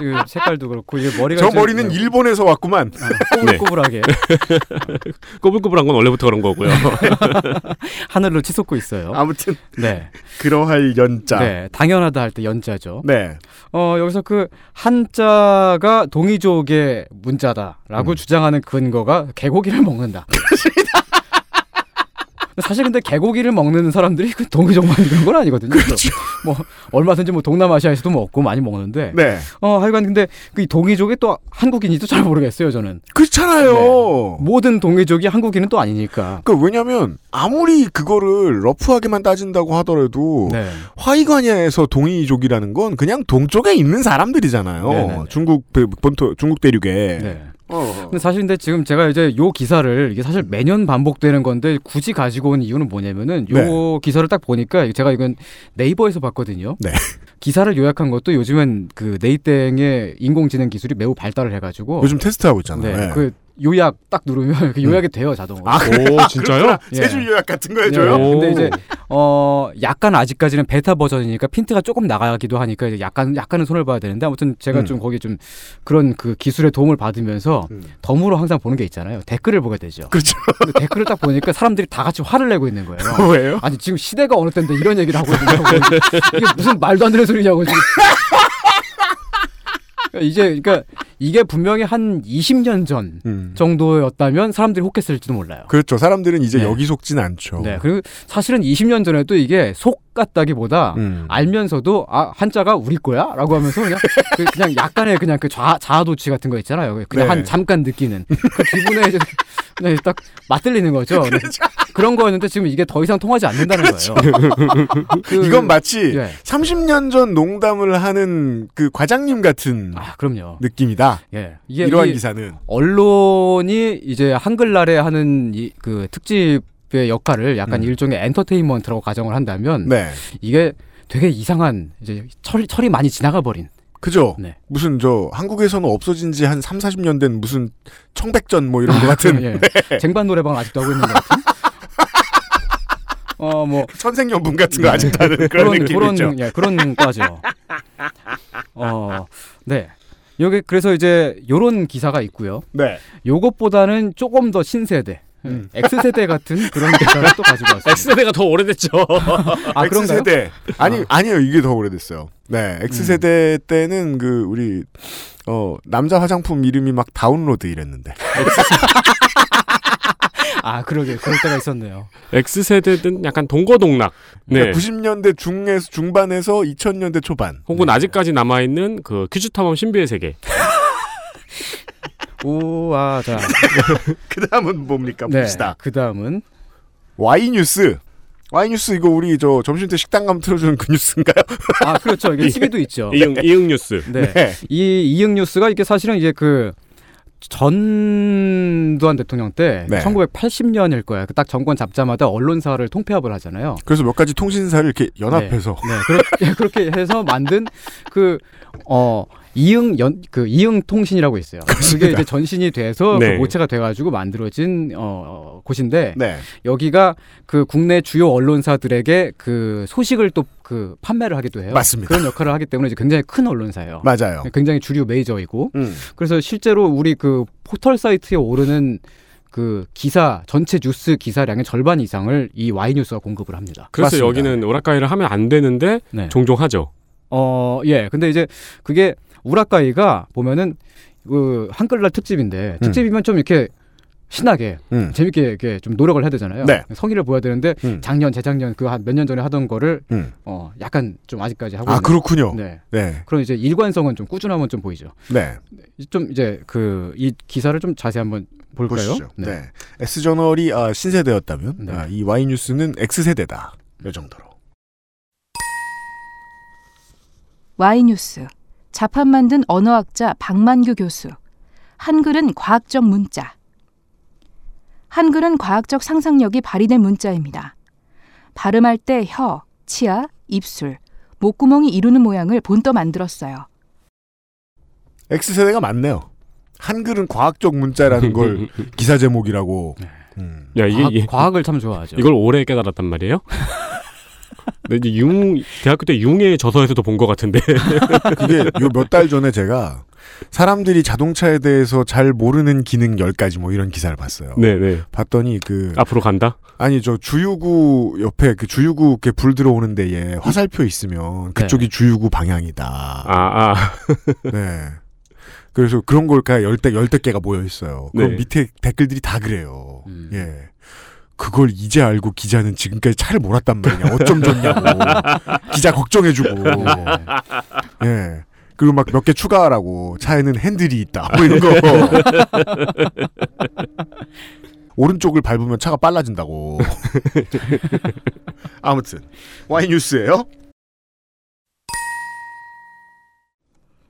Speaker 5: 그 색깔도 그렇고, 이게 머리가.
Speaker 2: 저
Speaker 5: 좀-
Speaker 2: 머리는 네.
Speaker 5: 네,
Speaker 2: 일본에서 왔구만.
Speaker 5: 꼬불꼬불하게
Speaker 3: [LAUGHS] 꼬불꼬불한 건 원래부터 그런 거고요.
Speaker 5: [LAUGHS] 하늘로 치솟고 있어요.
Speaker 2: 아무튼
Speaker 5: 네.
Speaker 2: 그러할 연자. 네.
Speaker 5: 네, 당연하다 할 때 연자죠. 어, 여기서 그 한자가 동이족의 문자다라고
Speaker 2: 음.
Speaker 5: 주장하는 근거가
Speaker 2: [LAUGHS]
Speaker 5: 개고기를 먹는다. 사실 근데 개고기를 먹는 사람들이 그 동이족만 [LAUGHS] 그런 건 아니거든요.
Speaker 2: 그렇죠.
Speaker 5: 뭐 얼마든지 뭐 동남아시아에서도 먹고 많이 먹는데.
Speaker 2: 네.
Speaker 5: 어, 하여간 근데 그 동이족이 또 한국인인지도 잘 모르겠어요, 저는.
Speaker 2: 그렇잖아요. 어.
Speaker 5: 모든 동이족이 한국인은 또 아니니까.
Speaker 2: 그 왜냐면 아무리 그거를 러프하게만 따진다고 하더라도
Speaker 5: 네.
Speaker 2: 화이관야에서 동이족이라는 건 그냥 동쪽에 있는 사람들이잖아요.
Speaker 5: 네네네.
Speaker 2: 중국 배- 본토 중국 대륙에.
Speaker 5: 네.
Speaker 2: 어.
Speaker 5: 근데 사실 근데 지금 제가 이제 요 기사를 이게 사실 매년 반복되는 건데 굳이 가지고 온 이유는 뭐냐면은 요
Speaker 2: 네.
Speaker 5: 기사를 딱 보니까 제가 이건 네이버에서 봤거든요.
Speaker 2: 네.
Speaker 5: 기사를 요약한 것도 요즘엔 그 네이땡의 인공지능 기술이 매우 발달을 해가지고
Speaker 2: 요즘 테스트하고 있잖아요.
Speaker 5: 뭐 네,
Speaker 2: 예.
Speaker 5: 그 요약 딱 누르면 이렇게 요약이 돼요 자동으로.
Speaker 2: 아,
Speaker 3: 네. 오, 진짜요?
Speaker 2: 그렇구나. 세줄 요약 같은 거 해줘요?
Speaker 5: 예. 네, 근데
Speaker 3: 오.
Speaker 5: 이제 어 약간 아직까지는 베타 버전이니까 핀트가 조금 나가기도 하니까 이제 약간 약간은 손을 봐야 되는데 아무튼 제가
Speaker 2: 음.
Speaker 5: 좀 거기 좀 그런 그 기술의 도움을 받으면서
Speaker 2: 음.
Speaker 5: 덤으로 항상 보는 게 있잖아요. 댓글을 보게 되죠.
Speaker 2: 그렇죠.
Speaker 5: 근데 댓글을 딱 보니까 사람들이 다 같이 화를 내고 있는 거예요.
Speaker 2: 왜요?
Speaker 5: 아니 지금 시대가 어느 때인데 이런 얘기를 하고 있냐고 이게 무슨 말도 안 되는 소리냐고 지금 그러니까 이제 그러니까 이게 분명히 한 20년 전
Speaker 2: 음.
Speaker 5: 정도였다면 사람들이 혹했을지도 몰라요.
Speaker 2: 그렇죠. 사람들은 이제
Speaker 5: 네.
Speaker 2: 여기 속진 않죠.
Speaker 5: 네, 그리고 사실은 20년 전에도 이게 속 같다기보다
Speaker 2: 음.
Speaker 5: 알면서도 아 한자가 우리 거야라고 하면서 그냥 그, 냥 약간의 그냥 그 좌, 자아도취 같은 거 있잖아요. 그냥
Speaker 2: 네.
Speaker 5: 한 잠깐 느끼는 그 기분에 이제 [LAUGHS] 그냥 딱 맞들리는 거죠. 네.
Speaker 2: 그렇죠.
Speaker 5: 그런 거였는데 지금 이게 더 이상 통하지 않는다는 거예요. 그-
Speaker 2: 이건 마치
Speaker 5: 예.
Speaker 2: 30년 전 농담을 하는 그 과장님 같은
Speaker 5: 아 그럼요.
Speaker 2: 느낌이다.
Speaker 5: 예, 이게
Speaker 2: 이러한
Speaker 5: 이
Speaker 2: 기사는.
Speaker 5: 언론이 이제 한글날에 하는 이 그 특집의 역할을 약간
Speaker 2: 음.
Speaker 5: 일종의 엔터테인먼트라고 가정을 한다면
Speaker 2: 네.
Speaker 5: 이게 되게 이상한 이제 철이 철이 많이 지나가 버린
Speaker 2: 그죠?
Speaker 5: 네.
Speaker 2: 무슨 저 한국에서는 없어진 지 한 3, 40년 된 무슨 청백전 뭐 이런 거 같은
Speaker 5: 예. 쟁반 노래방 아직도 하고 있는 것 같은. 어 뭐
Speaker 2: 천생연분 같은 거 아직도 하는 그런
Speaker 5: 그런
Speaker 2: 느낌이죠.
Speaker 5: 예, 그런 과죠. 어 네. 여기 그래서 이제 요런 기사가 있고요.
Speaker 2: 네.
Speaker 5: 요것보다는 조금 더 신세대. 음,
Speaker 2: 음.
Speaker 5: X세대 같은 그런 대사를 또 가지고 왔어요.
Speaker 3: X세대가 더 오래됐죠.
Speaker 5: 아, 그런가요? 음.
Speaker 2: X세대. 아니, 아니요. 이게 더 오래됐어요. 네. X세대 때는 그, 우리, 어, 남자 화장품 이름이 막 다운로드 이랬는데.
Speaker 5: 아, 그러게. 그럴 때가 있었네요.
Speaker 3: [LAUGHS] X세대는 약간 동거동락. 네.
Speaker 2: 그러니까 90년대 중에, 중반에서 2000년대 초반.
Speaker 3: 혹은 아직까지 남아있는 그 퀴즈 탐험 신비의 세계.
Speaker 5: 우와, 아, 자.
Speaker 2: [LAUGHS] 그 다음은 뭡니까?
Speaker 5: 네.
Speaker 2: 봅시다.
Speaker 5: 그 다음은.
Speaker 2: Y뉴스. Y뉴스 이거 우리 저 점심 때 식당 가면 틀어주는 그 뉴스인가요?
Speaker 5: 아, 그렇죠.
Speaker 2: 예.
Speaker 5: 이게 TV도 있죠.
Speaker 3: 이응, 이응뉴스.
Speaker 5: 네.
Speaker 2: 네.
Speaker 5: 이 이응 뉴스가 이게 사실은 이제 그 전두환 대통령 때
Speaker 2: 네.
Speaker 5: 1980년일 거야. 그 딱 정권 잡자마자 언론사를 통폐합을 하잖아요.
Speaker 2: [LAUGHS] 그래서 몇 가지 통신사를 이렇게 연합해서.
Speaker 5: 네, 그렇게, [LAUGHS] 그렇게 해서 만든 그, 어, 이응 연, 그 이응 통신이라고 있어요. 그게 이제 전신이 돼서
Speaker 3: 네.
Speaker 5: 그 모체가 돼가지고 만들어진, 어, 곳인데,
Speaker 2: 네.
Speaker 5: 여기가 그 국내 주요 언론사들에게 그 소식을 또 그 판매를 하기도 해요.
Speaker 2: 맞습니다.
Speaker 5: 그런 역할을 하기 때문에 이제 굉장히 큰 언론사예요.
Speaker 2: 맞아요.
Speaker 5: 굉장히 주류 메이저이고
Speaker 2: 음.
Speaker 5: 그래서 실제로 우리 그 포털 사이트에 오르는 그 기사 전체 뉴스 기사량의 절반 이상을 이 Y 뉴스가 공급을 합니다.
Speaker 3: 그래서
Speaker 2: 맞습니다.
Speaker 3: 여기는 오락가이를 하면 안 되는데
Speaker 5: 네.
Speaker 3: 종종 하죠.
Speaker 5: 어, 예. 근데 이제 그게 우라카이가 보면은 그 한글날 특집인데 특집이면 좀 이렇게 신나게
Speaker 2: 음.
Speaker 5: 재밌게 이렇게 좀 노력을 해야 되잖아요.
Speaker 2: 네.
Speaker 5: 성의를 보여야 되는데
Speaker 2: 음.
Speaker 5: 작년 재작년 그 한 몇 년 전에 하던 거를
Speaker 2: 음.
Speaker 5: 어 약간 좀 아직까지 하고
Speaker 2: 아,
Speaker 5: 있는-
Speaker 2: 그렇군요. 네.
Speaker 5: 네.
Speaker 2: 네.
Speaker 5: 그런 이제 일관성은 좀 꾸준함은 좀 보이죠. 좀 이제 그 이 기사를 좀 자세히 한번 볼까요?
Speaker 2: 보시죠. 네. S저널이 아, 신세대였다면
Speaker 5: 네.
Speaker 2: 아, 이 Y뉴스는 X세대다. 이 정도로.
Speaker 10: Y뉴스. 자판 만든 언어학자 박만규 교수. 한글은 과학적 문자. 한글은 과학적 상상력이 발휘된 문자입니다. 발음할 때 혀, 치아, 입술, 목구멍이 이루는 모양을 본떠 만들었어요.
Speaker 2: X세대가 맞네요. 한글은 과학적 문자라는 [LAUGHS] 걸 기사 제목이라고. 음.
Speaker 3: 야, 이게,
Speaker 5: 과학,
Speaker 3: 이-
Speaker 5: 을참 좋아하죠.
Speaker 3: 이걸 오래 깨달았단 말이에요? 근데 이제 융, 대학교 때 융의 저서에서도 본 것 같은데. [LAUGHS]
Speaker 2: 그게 요 몇 달 전에 제가 사람들이 자동차에 대해서 잘 모르는 기능 10가지 뭐 이런 기사를 봤어요.
Speaker 3: 네네. 아.
Speaker 2: 봤더니 그
Speaker 3: 앞으로 간다?
Speaker 2: 아니 저 주유구 옆에 그 주유구 이렇게 불 들어오는 데에 화살표 있으면 그쪽이 주유구 방향이다.
Speaker 3: 네. 아, 아.
Speaker 2: 네. 그래서 그런 걸까 열대 열대 개가 모여 있어요. 그럼
Speaker 3: 네.
Speaker 2: 밑에 댓글들이 다 그래요.
Speaker 5: 음.
Speaker 2: 예. 그걸 이제 알고 기자는 지금까지 차를 몰았단 말이냐. 어쩜
Speaker 3: [LAUGHS]
Speaker 2: 좋냐고. 기자 걱정해주고. 예. 그리고 막 몇 개 추가하라고. 차에는 핸들이 있다. 뭐 이런 [LAUGHS] 거. 오른쪽을 밟으면 차가 빨라진다고. [LAUGHS] 아무튼. 와이뉴스예요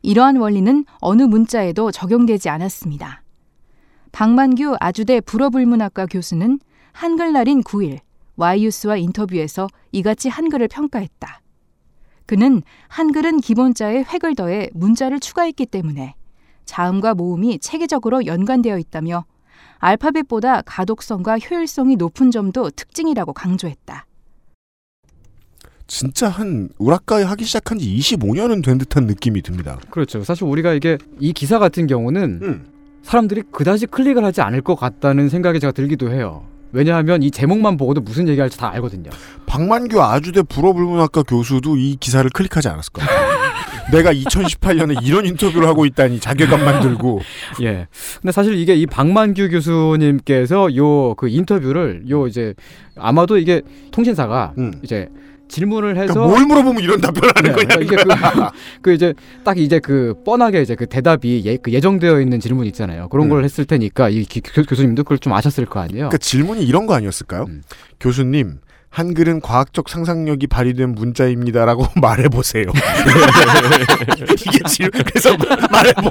Speaker 10: 이러한 원리는 어느 문자에도 적용되지 않았습니다. 박만규 아주대 불어불문학과 교수는 한글날인 9일 와이유스와 인터뷰에서 이같이 한글을 평가했다. 그는 한글은 기본자에 획을 더해 문자를 추가했기 때문에 자음과 모음이 체계적으로 연관되어 있다며 알파벳보다 가독성과 효율성이 높은 점도 특징이라고 강조했다.
Speaker 2: 진짜 한, 우라카이 하기 시작한 지 25년은 된 듯한 느낌이 듭니다.
Speaker 5: 그렇죠. 사실 우리가 이게 이 기사 같은 경우는
Speaker 2: 음.
Speaker 5: 사람들이 그다지 클릭을 하지 않을 것 같다는 생각이 제가 들기도 해요. 왜냐하면 이 제목만 보고도 무슨 얘기할지 다 알거든요.
Speaker 2: 박만규 아주대 불어불문학과 교수도 이 기사를 클릭하지 않았을 [LAUGHS] 거예요. 내가 2018년에 이런 인터뷰를 하고 있다니 자괴감만 들고
Speaker 5: 예. 근데 사실 이게 이 박만규 교수님께서 요 그 인터뷰를 요 이제 아마도 이게 통신사가
Speaker 2: 음.
Speaker 5: 이제 질문을 해서
Speaker 2: 그러니까 뭘 물어보면 이런 답변을 하는
Speaker 5: 네,
Speaker 2: 거냐
Speaker 5: 그러니까 이게 그, [LAUGHS] 그 이제 딱 이제 그 뻔하게 이제 그 대답이 예, 그 예정되어 있는 질문 있잖아요. 그런 걸 했을 테니까 이 기- 교, 교수님도 그걸 좀 아셨을 거 아니에요.
Speaker 2: 그러니까 질문이 이런 거 아니었을까요?
Speaker 5: 어. 음.
Speaker 2: 교수님 한글은 과학적 상상력이 발휘된 문자입니다라고 [LAUGHS] 말해보세요. 이게 질문 그래서 말해보고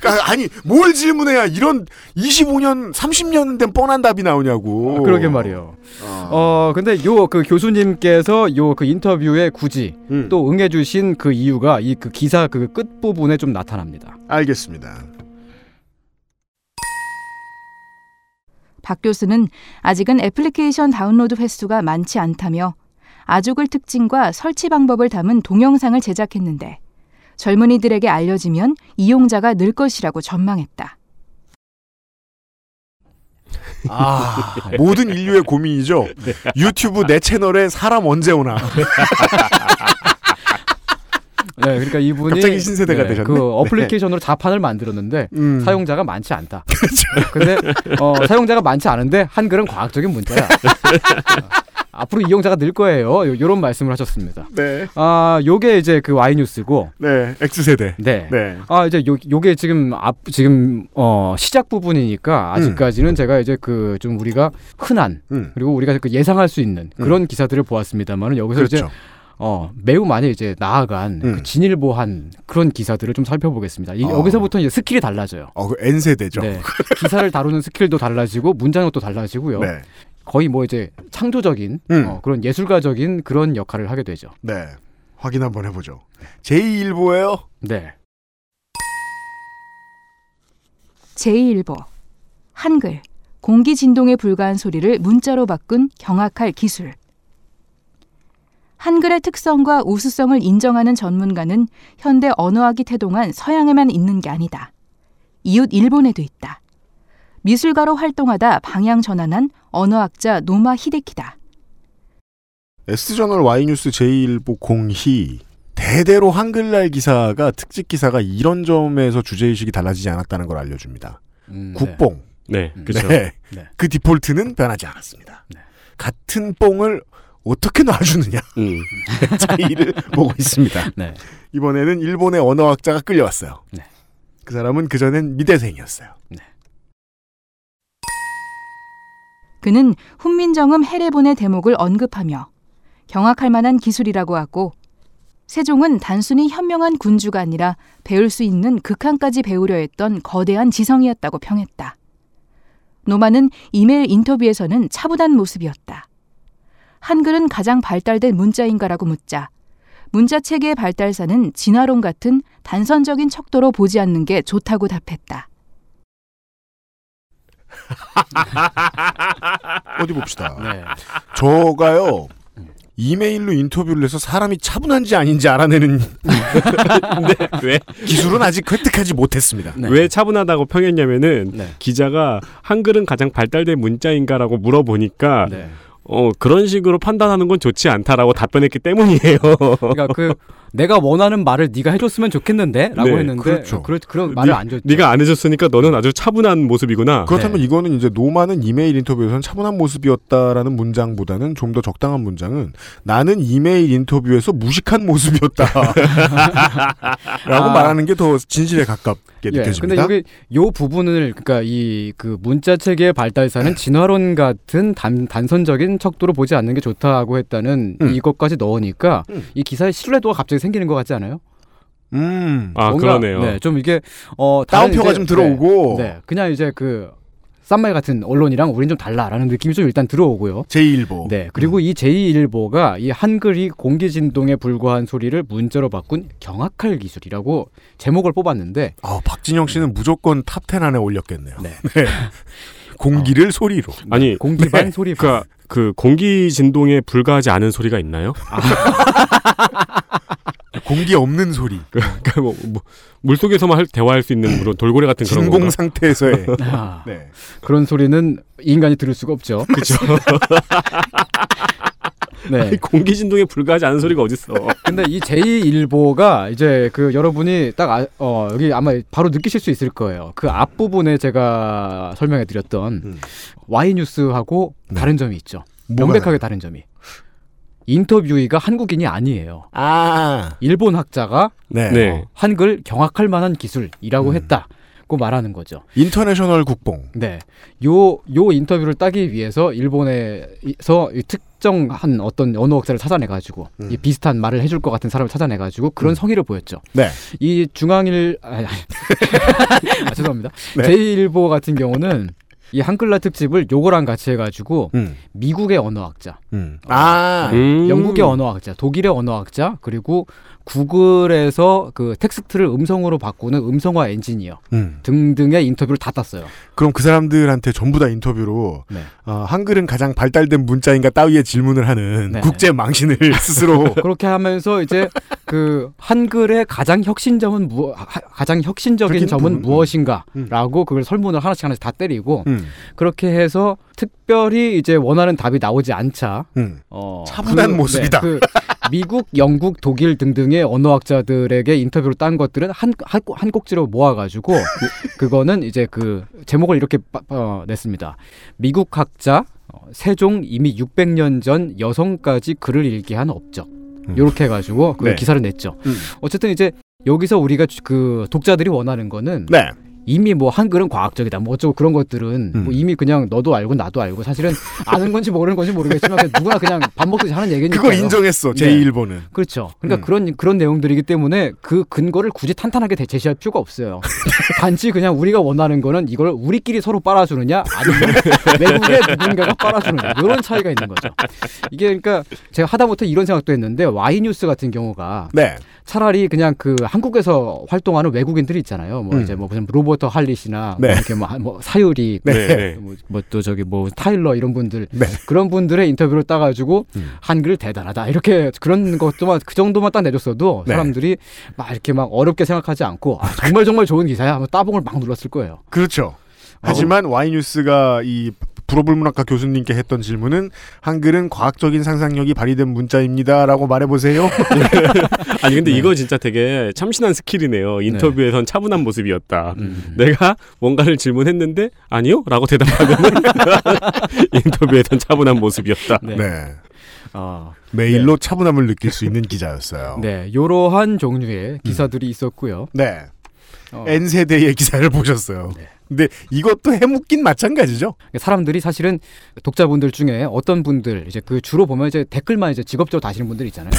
Speaker 2: 그러니까 아니 뭘 질문해야 이런 25년 30년 된 뻔한 답이 나오냐고
Speaker 5: 아,
Speaker 2: 아.
Speaker 5: 그러게 말이에요. 어, 근데 요 그 교수님께서 요 그 인터뷰에 굳이
Speaker 2: 음.
Speaker 5: 또 응해주신 그 이유가 이 그 기사 그 끝부분에 좀 나타납니다.
Speaker 2: 알겠습니다.
Speaker 10: 박 교수는 아직은 애플리케이션 다운로드 횟수가 많지 않다며 아족을 특징과 설치 방법을 담은 동영상을 제작했는데 젊은이들에게 알려지면 이용자가 늘 것이라고 전망했다.
Speaker 2: 아, 모든 인류의 고민이죠. 유튜브 내 채널에 사람 언제 오나.
Speaker 5: [LAUGHS] 네, 그러니까 이분이
Speaker 2: 갑자기 신세대가
Speaker 5: 네,
Speaker 2: 되셨네.
Speaker 5: 그 어플리케이션으로 자판을 만들었는데
Speaker 2: 음. 그렇죠.
Speaker 5: 사용자가
Speaker 2: [LAUGHS]
Speaker 5: 많지 않다. 근데 어, 사용자가 많지 않은데 한글은
Speaker 2: [LAUGHS]
Speaker 5: 과학적인 문제야. 어, 앞으로 이용자가 늘 거예요. 요, 런 말씀을 하셨습니다.
Speaker 2: 네.
Speaker 5: 아, 요게 이제 그 Y 뉴스고.
Speaker 2: 네, X세대.
Speaker 5: 네.
Speaker 2: 네.
Speaker 5: 아, 이제 요, 요게 지금 앞 지금 어, 시작 부분이니까 아직까지는 제가 이제 그 좀 우리가 흔한
Speaker 2: 음.
Speaker 5: 그리고 우리가 그 예상할 수 있는 그런 기사들을 보았습니다만은 여기서 이제
Speaker 2: 그렇죠.
Speaker 5: 어, 매우 많이 이제 나아간
Speaker 2: 음.
Speaker 5: 그 진일보한 그런 기사들을 좀 살펴보겠습니다. 이-
Speaker 2: 어.
Speaker 5: 여기서부터 이제 스킬이 달라져요.
Speaker 2: 어, 그 N세대죠. [LAUGHS]
Speaker 5: 네. 기사를 다루는 스킬도 달라지고 문장력도 달라지고요.
Speaker 2: 네.
Speaker 5: 거의 뭐 이제 창조적인
Speaker 2: 음.
Speaker 5: 어, 그런 예술가적인 그런 역할을 하게 되죠.
Speaker 2: 네. 확인 한번 해보죠. 제2일보예요
Speaker 5: 네.
Speaker 10: 제1보 한글 공기 진동에 불과한 소리를 문자로 바꾼 경악할 기술 한글의 특성과 우수성을 인정하는 전문가는 현대 언어학이 태동한 서양에만 있는 게 아니다. 이웃 일본에도 있다. 미술가로 활동하다 방향 전환한 언어학자 노마 히데키다.
Speaker 2: S저널 Y뉴스 제2일보 공희. 대대로 한글날 기사가, 특집 기사가 이런 점에서 주제의식이 달라지지 않았다는 걸 알려줍니다.
Speaker 5: 음, 네.
Speaker 2: 국뽕.
Speaker 3: 네, 그렇죠.
Speaker 2: 네.
Speaker 5: 네.
Speaker 2: 그 디폴트는 변하지 않았습니다. 같은 뽕을 어떻게
Speaker 5: [LAUGHS]
Speaker 2: 놔주느냐
Speaker 3: 음.
Speaker 2: 차이를 보고 있습니다.
Speaker 5: 네.
Speaker 2: 이번에는 일본의 언어학자가 끌려왔어요.
Speaker 5: 네.
Speaker 2: 그 사람은 그전엔 미대생이었어요.
Speaker 10: 그는 훈민정음 해례본의 대목을 언급하며 경악할 만한 기술이라고 하고 세종은 단순히 현명한 군주가 아니라 배울 수 있는 극한까지 배우려 했던 거대한 지성이었다고 평했다. 노마는 이메일 인터뷰에서는 차분한 모습이었다. 한글은 가장 발달된 문자인가라고 묻자 문자 체계의 발달사는 진화론 같은 단선적인 척도로 보지 않는 게 좋다고 답했다.
Speaker 2: 어디 봅시다. [LAUGHS]
Speaker 5: 네.
Speaker 2: 저가요 이메일로 인터뷰를 해서 사람이 차분한지 아닌지 알아내는 [LAUGHS] 네,
Speaker 3: 왜?
Speaker 2: 기술은 아직 획득하지 못했습니다.
Speaker 5: 네.
Speaker 3: 왜 차분하다고 평했냐면은
Speaker 5: 네.
Speaker 3: 기자가 한글은 가장 발달된 문자인가라고 물어보니까
Speaker 5: 네.
Speaker 3: 어 그런 식으로 판단하는 건 좋지 않다라고 답변했기 때문이에요.
Speaker 5: [LAUGHS] 그러니까 그 내가 원하는 말을 네가 해줬으면 좋겠는데라고
Speaker 3: 네,
Speaker 5: 했는데
Speaker 2: 그렇죠.
Speaker 5: 그런 그런 말을
Speaker 3: 네,
Speaker 5: 안 줬죠.
Speaker 3: 네가 안 해줬으니까 너는 아주 차분한 모습이구나.
Speaker 2: 그렇다면 이거는 이제 노마는 이메일 인터뷰에서는 차분한 모습이었다라는 문장보다는 좀 더 적당한 문장은 나는 이메일 인터뷰에서 무식한 모습이었다. [LAUGHS] 라고
Speaker 5: 아.
Speaker 2: 말하는 게 더 진실에 가깝게
Speaker 5: 예, 근데
Speaker 2: 느껴집니다.
Speaker 5: 여기 요 부분을 그러니까 이 그 문자 체계의 발달사는
Speaker 2: [LAUGHS]
Speaker 5: 진화론 같은 단, 단선적인 척도로 보지 않는 게 좋다고 했다는
Speaker 2: 음.
Speaker 5: 이것까지 넣으니까 이 기사의 신뢰도가 갑자기 생기는 것 같지 않아요?
Speaker 2: 음.
Speaker 3: 아
Speaker 5: 뭔가,
Speaker 3: 그러네요.
Speaker 5: 네, 좀 이게 어 다른
Speaker 2: 다운표가
Speaker 5: 이제-
Speaker 2: 좀 들어오고
Speaker 5: 네, 네, 그냥 이제 그 쌈말 같은 언론이랑 우린 좀 달라라는 느낌이 좀 일단 들어오고요.
Speaker 3: 뭐.
Speaker 2: 제1보.
Speaker 5: 네,
Speaker 3: 음.
Speaker 5: 그리고 이 제2일보가 이 한글이 공기 진동에 불과한 소리를 문자로 바꾼 경악할 기술이라고 제목을 뽑았는데
Speaker 2: 아, 박진영 씨는 무조건 탑10 안에 [LAUGHS] 올렸겠네요.
Speaker 5: 네.
Speaker 2: 공기를 소리로.
Speaker 3: 아니
Speaker 5: 공기 반 소리 반.
Speaker 3: 그러니까 그 공기 진동에 불과하지 않은 소리가 있나요?
Speaker 2: 공기 없는 소리.
Speaker 3: 그러니까 뭐, 물 속에서만 대화할 수 있는 물론 돌고래 같은 그런
Speaker 2: 진공
Speaker 3: 거.
Speaker 5: [LAUGHS]
Speaker 2: 상태에서의.
Speaker 5: 아,
Speaker 2: 네.
Speaker 5: 그런 소리는 인간이 들을 수가 없죠. 그렇죠. [LAUGHS] 네.
Speaker 3: 공기 진동에 불과하지 않은 소리가 어딨어?
Speaker 5: 근데 이 제2일보가 이제 그 여러분이 딱 아, 어, 여기 아마 바로 느끼실 수 있을 거예요. 그 앞부분에 제가 설명해 드렸던
Speaker 2: 음.
Speaker 5: Y뉴스하고 다른 점이 있죠.
Speaker 2: 뭐가
Speaker 5: 명백하게 다른 점이. 인터뷰이가 한국인이 아니에요.
Speaker 2: 아.
Speaker 5: 일본 학자가
Speaker 2: 네.
Speaker 3: 네.
Speaker 5: 한글 경악할 만한 기술이라고 했다고 말하는 거죠.
Speaker 2: 인터내셔널 국뽕.
Speaker 5: 네. 요, 요 인터뷰를 따기 위해서 일본에서 이 특정한 어떤 언어학자를 찾아내가지고 이 비슷한 말을 해줄 것 같은 사람을 찾아내가지고 그런 성의를 보였죠.
Speaker 2: 네.
Speaker 5: 이 중앙일, 아, 아니. [LAUGHS] 아, 죄송합니다.
Speaker 2: 네.
Speaker 5: 제1일보 같은 경우는 이 한글날 특집을 요거랑 같이 해가지고
Speaker 2: 음.
Speaker 5: 미국의 언어학자,
Speaker 2: 음. 아.
Speaker 3: 음.
Speaker 5: 영국의 언어학자, 독일의 언어학자, 그리고 구글에서 그 텍스트를 음성으로 바꾸는 음성화 엔지니어
Speaker 2: 음.
Speaker 5: 등등의 인터뷰를 다 땄어요.
Speaker 2: 그럼 그 사람들한테 전부 다 인터뷰로
Speaker 5: 네.
Speaker 2: 어, 한글은 가장 발달된 문자인가 따위의 질문을 [LAUGHS] 하는
Speaker 5: 네. [LAUGHS]
Speaker 2: 국제 망신을 스스로
Speaker 5: 그렇게 하면서 이제 그 한글의 가장 혁신점은 무 하- 가장 혁신적인
Speaker 2: 그렇긴
Speaker 5: 점은
Speaker 2: 부분, 음.
Speaker 5: 무엇인가라고 그걸 설문을 하나씩 하나씩 다 때리고
Speaker 2: 음.
Speaker 5: 그렇게 해서 특별히 이제 원하는 답이 나오지 않자
Speaker 2: 음.
Speaker 5: 어,
Speaker 2: 차분한 모습이다. [LAUGHS]
Speaker 5: 그 미국, 영국, 독일 등등의 언어학자들에게 인터뷰로 딴 것들은 한, 한, 꼭- 한 꼭지로 모아가지고 그거는 이제 그 제목을 이렇게 빠- 어, 냈습니다. 미국 학자 어, 세종 이미 600년 전 여성까지 글을 읽게 한 업적. 요렇게 해가지고 그
Speaker 2: 네.
Speaker 5: 기사를 냈죠.
Speaker 2: 음.
Speaker 5: 어쨌든 이제 여기서 우리가 주- 그 독자들이 원하는 거는
Speaker 2: 네.
Speaker 5: 이미 뭐 한글은 과학적이다 뭐 어쩌고 그런 것들은
Speaker 2: 음.
Speaker 5: 뭐 이미 그냥 너도 알고 나도 알고 사실은 아는 건지 모르는 건지 모르겠지만 그냥 누구나 그냥 밥 먹듯이 하는 얘기니까
Speaker 2: 그걸 인정했어. 제
Speaker 5: 네.
Speaker 2: 1번은.
Speaker 5: 그렇죠. 그러니까
Speaker 2: 음.
Speaker 5: 그런 그런 내용들이기 때문에 그 근거를 굳이 탄탄하게 대- 제시할 필요가 없어요. 단지 그냥 우리가 원하는 거는 이걸 우리끼리 서로 빨아주느냐
Speaker 2: [LAUGHS]
Speaker 5: 아니면 외국의 누군가가 빨아주느냐 이런 차이가 있는 거죠. 이게 그러니까 제가 하다못해 이런 생각도 했는데 와이 뉴스 같은 경우가
Speaker 2: 네.
Speaker 5: 차라리 그냥 그 한국에서 활동하는 외국인들이 있잖아요. 뭐
Speaker 2: 음.
Speaker 5: 이제 뭐 무슨 로버트 할릿이나
Speaker 2: 네.
Speaker 5: 뭐 이렇게 뭐, 하- 뭐 사유리
Speaker 2: 네.
Speaker 5: 뭐 또 저기 뭐 타일러 이런 분들
Speaker 2: 네.
Speaker 5: 그런 분들의 인터뷰를 따가지고
Speaker 2: 음.
Speaker 5: 한글 대단하다 이렇게 그런 것도만 그 정도만 딱 내줬어도
Speaker 2: 네.
Speaker 5: 사람들이 막 이렇게 막 어렵게 생각하지 않고 아, 정말 정말 좋은 기사야 하면 따봉을 막 눌렀을 거예요.
Speaker 2: 그렇죠. 하지만 와이뉴스가 이 불어불문학과 교수님께 했던 질문은 한글은 과학적인 상상력이 발휘된 문자입니다라고 말해보세요.
Speaker 3: 아니 근데 이거 진짜 되게 참신한 스킬이네요. 인터뷰에선 차분한 모습이었다.
Speaker 2: 음,
Speaker 3: 내가 뭔가를 질문했는데 아니요라고 대답하면 [LAUGHS] 인터뷰에선 차분한 모습이었다.
Speaker 5: [LAUGHS]
Speaker 2: [LAUGHS]
Speaker 5: 네.
Speaker 2: 네.
Speaker 5: 아,
Speaker 2: 메일로 차분함을 느낄 수 있는 기자였어요. 네.
Speaker 5: 네, 요러한 종류의 기사들이 있었고요. 어, 네.
Speaker 2: N세대의 기사를 보셨어요. 근데 이것도 해묵긴 마찬가지죠.
Speaker 5: 그러니까 사람들이 사실은 독자분들 중에 어떤 분들 이제 그 주로 보면 이제 댓글만 이제 직업적으로 다시는 분들 있잖아요.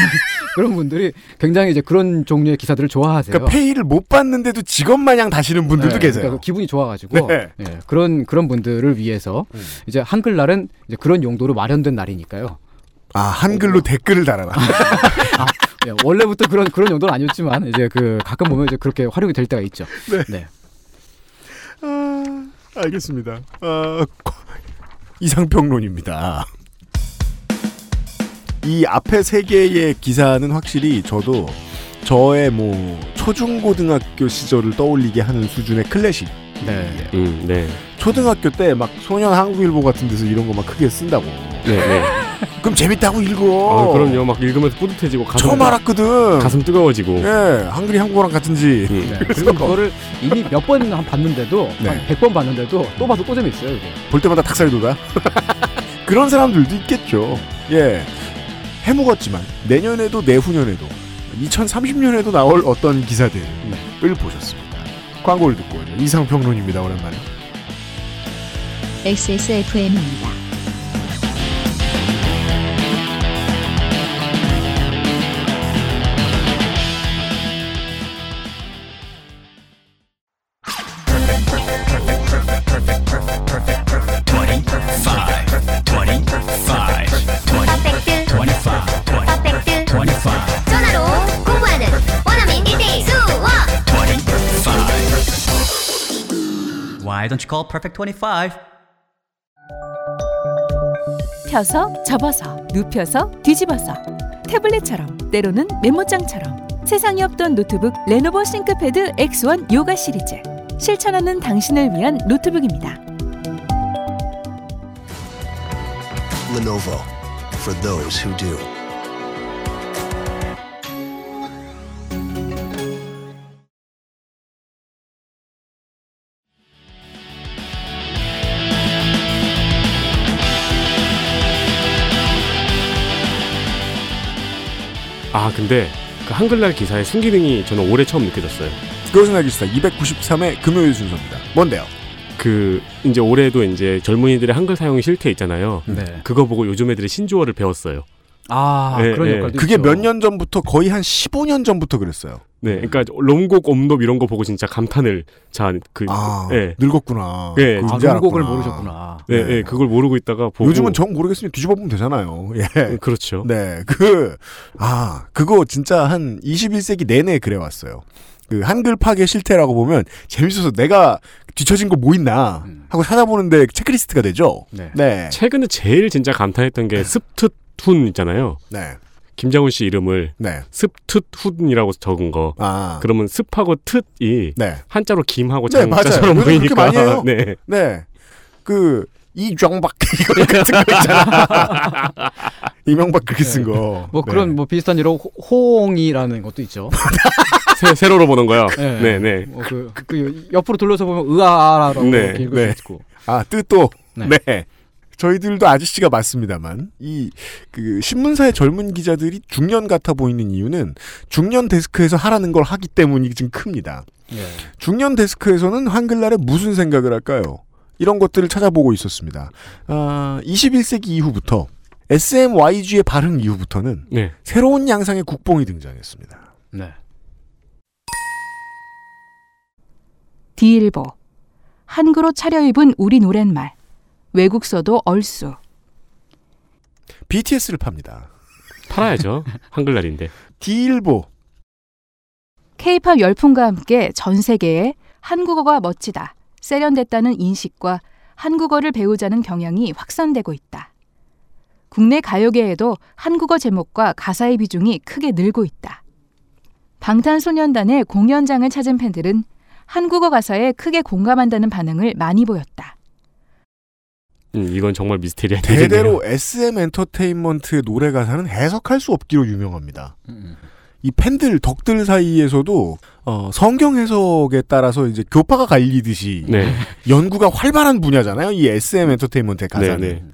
Speaker 5: [LAUGHS] 그런 분들이 굉장히 이제 그런 종류의 기사들을 좋아하세요.
Speaker 2: 그러니까 페이를 못 받는데도 직업 마냥 다시는 분들도
Speaker 5: 네,
Speaker 2: 계세요.
Speaker 5: 그러니까 기분이 좋아가지고
Speaker 2: 네. 음.
Speaker 5: 예, 그런 그런 분들을 위해서 이제 한글날은 이제 그런 용도로 마련된 날이니까요.
Speaker 2: 아
Speaker 5: 어.
Speaker 2: 한글로 댓글을 달아라.
Speaker 5: 예, 원래부터 그런 그런 용도는 아니었지만 이제 그 가끔 보면 이제 그렇게 활용이 될 때가 있죠.
Speaker 2: 네.
Speaker 5: 네.
Speaker 2: 아, 알겠습니다. 어, 이상평론입니다. 이 앞에 세 개의 기사는 확실히 저도 저의 뭐 초중고등학교 시절을 떠올리게 하는 수준의 클래식.
Speaker 5: 네.
Speaker 3: 음, 네.
Speaker 2: 초등학교 때 막 소년 한국일보 같은 데서 이런 거 막 크게 쓴다고.
Speaker 3: 네, 네.
Speaker 2: 그럼 재밌다고 읽어.
Speaker 3: 어, 그럼요. 막 읽으면서 뿌듯해지고 가슴
Speaker 2: 처음 알았거든.
Speaker 3: 가슴 뜨거워지고.
Speaker 2: 예, 한글이 한국어랑 같은지.
Speaker 3: 음.
Speaker 5: 네. 그리고 이거를 이미 몇 번 봤는데도
Speaker 2: 뭐 네.
Speaker 5: 한 100번 봤는데도 또 봐도 또 재밌어요. 이게.
Speaker 2: 볼 때마다 닭살이 돋아. [LAUGHS] 그런 사람들도 있겠죠. 예. 해묵었지만 내년에도 내후년에도 2030년에도 나올 어떤 기사들을 보셨습니다. 광고를 듣고 오죠. 이상평론입니다. 오랜만에.
Speaker 1: XSFM입니다.
Speaker 11: 퍼펙트 25 25 전화로 공부하는 원어민 1대1 수업
Speaker 12: Why don't you call Perfect 25?
Speaker 13: 펴서 접어서 눕혀서 뒤집어서 태블릿처럼 때로는 메모장처럼 세상에 없던 노트북 레노버 싱크패드 X1 요가 시리즈 실천하는 당신을 위한 노트북입니다.
Speaker 14: Lenovo for those who do.
Speaker 3: 아, 근데 그 한글날 기사의 순기능이 저는 올해 처음 느껴졌어요.
Speaker 2: 그것은 알기 싫다. 293회 금요일 순서입니다. 뭔데요?
Speaker 3: 그 이제 올해도 이제 젊은이들의 한글 사용 실태 있잖아요.
Speaker 5: 네.
Speaker 3: 그거 보고 요즘 애들이 신조어를 배웠어요.
Speaker 5: 아
Speaker 3: 예,
Speaker 5: 그런
Speaker 3: 예.
Speaker 5: 역할도
Speaker 2: 네, 그게
Speaker 5: 있죠.
Speaker 2: 몇 년 전부터 거의 한 15년 전부터 그랬어요.
Speaker 3: 네, 그러니까 롬곡, 옴롭 이런 거 보고 진짜 감탄을 자그
Speaker 2: 아,
Speaker 3: 예.
Speaker 2: 늙었구나.
Speaker 3: 예.
Speaker 2: 그거
Speaker 5: 아,
Speaker 2: 이제
Speaker 5: 그런 곡을
Speaker 2: 알았구나.
Speaker 5: 모르셨구나.
Speaker 3: 네, 예, 그걸 모르고 있다가 보고
Speaker 2: 요즘은 정 모르겠으면 뒤집어 보면 되잖아요. 예.
Speaker 3: 음, 그렇죠.
Speaker 2: 네, 그, 아, 그거 진짜 한 21세기 내내 그래왔어요. 그 한글 파괴 실태라고 보면 재밌어서 내가 뒤처진 거 뭐 있나 하고 찾아보는데 체크리스트가 되죠.
Speaker 5: 음. 네.
Speaker 2: 네.
Speaker 3: 최근에 제일 진짜 감탄했던 게 습투툰 있잖아요.
Speaker 2: 네.
Speaker 3: 김장훈 씨 이름을 습특훈이라고 적은 거.
Speaker 2: 아.
Speaker 3: 그러면 습하고 특이 한자로 김하고
Speaker 2: 네, 맞아요.
Speaker 3: 장자처럼
Speaker 2: 요즘 그렇게
Speaker 3: 보이니까.
Speaker 2: 많이 해요.
Speaker 3: [LAUGHS] 네.
Speaker 2: 네. 그 이정박 [LAUGHS] 이거 같은 거
Speaker 5: [LAUGHS]
Speaker 2: 있잖아. 이명박 그렇게 쓴 거. 네.
Speaker 5: 뭐 그런 뭐 비슷한 이런 호- 호옹이라는 것도 있죠.
Speaker 3: 세, 로로 보는 거요.
Speaker 5: 네.
Speaker 3: 네, 네.
Speaker 5: 뭐 그, 그- 그 옆으로 돌려서 보면 으아라고
Speaker 2: 네,
Speaker 5: 읽을
Speaker 2: 네.
Speaker 5: 수 있고.
Speaker 2: 아, 뜻도.
Speaker 5: 네.
Speaker 2: 네. 저희들도 아저씨가 맞습니다만 이 그 신문사의 젊은 기자들이 중년 같아 보이는 이유는 중년 데스크에서 하라는 걸 하기 때문이 좀 큽니다.
Speaker 5: 예.
Speaker 2: 중년 데스크에서는 한글날에 무슨 생각을 할까요? 이런 것들을 찾아보고 있었습니다. 아, 21세기 이후부터 SMYG의 발흥 이후부터는
Speaker 3: 네.
Speaker 2: 새로운 양상의 국뽕이 등장했습니다.
Speaker 5: 네.
Speaker 10: 디일보 한글로 차려입은 우리 노랫말 외국서도 얼쑤
Speaker 2: BTS를 팝니다.
Speaker 3: 팔아야죠. 한글날인데.
Speaker 2: 디일보.
Speaker 10: 케이팝 열풍과 함께 전 세계에 한국어가 멋지다 세련됐다는 인식과 한국어를 배우자는 경향이 확산되고 있다 국내 가요계에도 한국어 제목과 가사의 비중이 크게 늘고 있다 방탄소년단의 공연장을 찾은 팬들은 한국어 가사에 크게 공감한다는 반응을 많이 보였다.
Speaker 3: 음, 이건 정말 미스테리한 얘기네요.
Speaker 2: 대대로 SM 엔터테인먼트의 노래 가사는 해석할 수 없기로 유명합니다. 이 팬들 덕들 사이에서도 어, 성경 해석에 따라서 이제 교파가 갈리듯이
Speaker 3: 네.
Speaker 2: 연구가 활발한 분야잖아요. 이 SM 엔터테인먼트의 가사는
Speaker 3: 네, 네.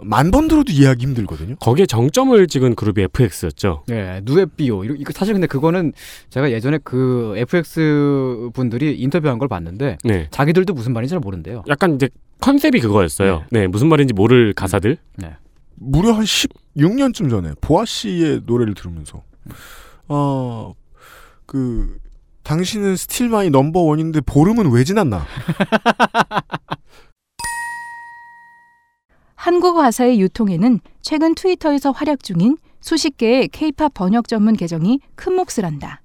Speaker 2: 만 번 들어도 이해하기 힘들거든요.
Speaker 3: 거기에 정점을 찍은 그룹이 FX였죠.
Speaker 5: 네, 누에비오. 이거 이거 사실 근데 그거는 제가 예전에 그 FX 분들이 인터뷰한 걸 봤는데
Speaker 3: 네.
Speaker 5: 자기들도 무슨 말인지 잘 모른대요.
Speaker 3: 약간 이제 컨셉이 그거였어요. 네. 무슨 말인지 모를 가사들.
Speaker 2: 무려 한 16년쯤 전에 보아 씨의 노래를 들으면서 어, 어그 당신은 스틸마이 넘버 원인데 보름은 왜 지났나?
Speaker 10: 한국 화사의 유통에는 최근 트위터에서 활약 중인 수십 개의 케이팝 번역 전문 계정이 큰 몫을 한다.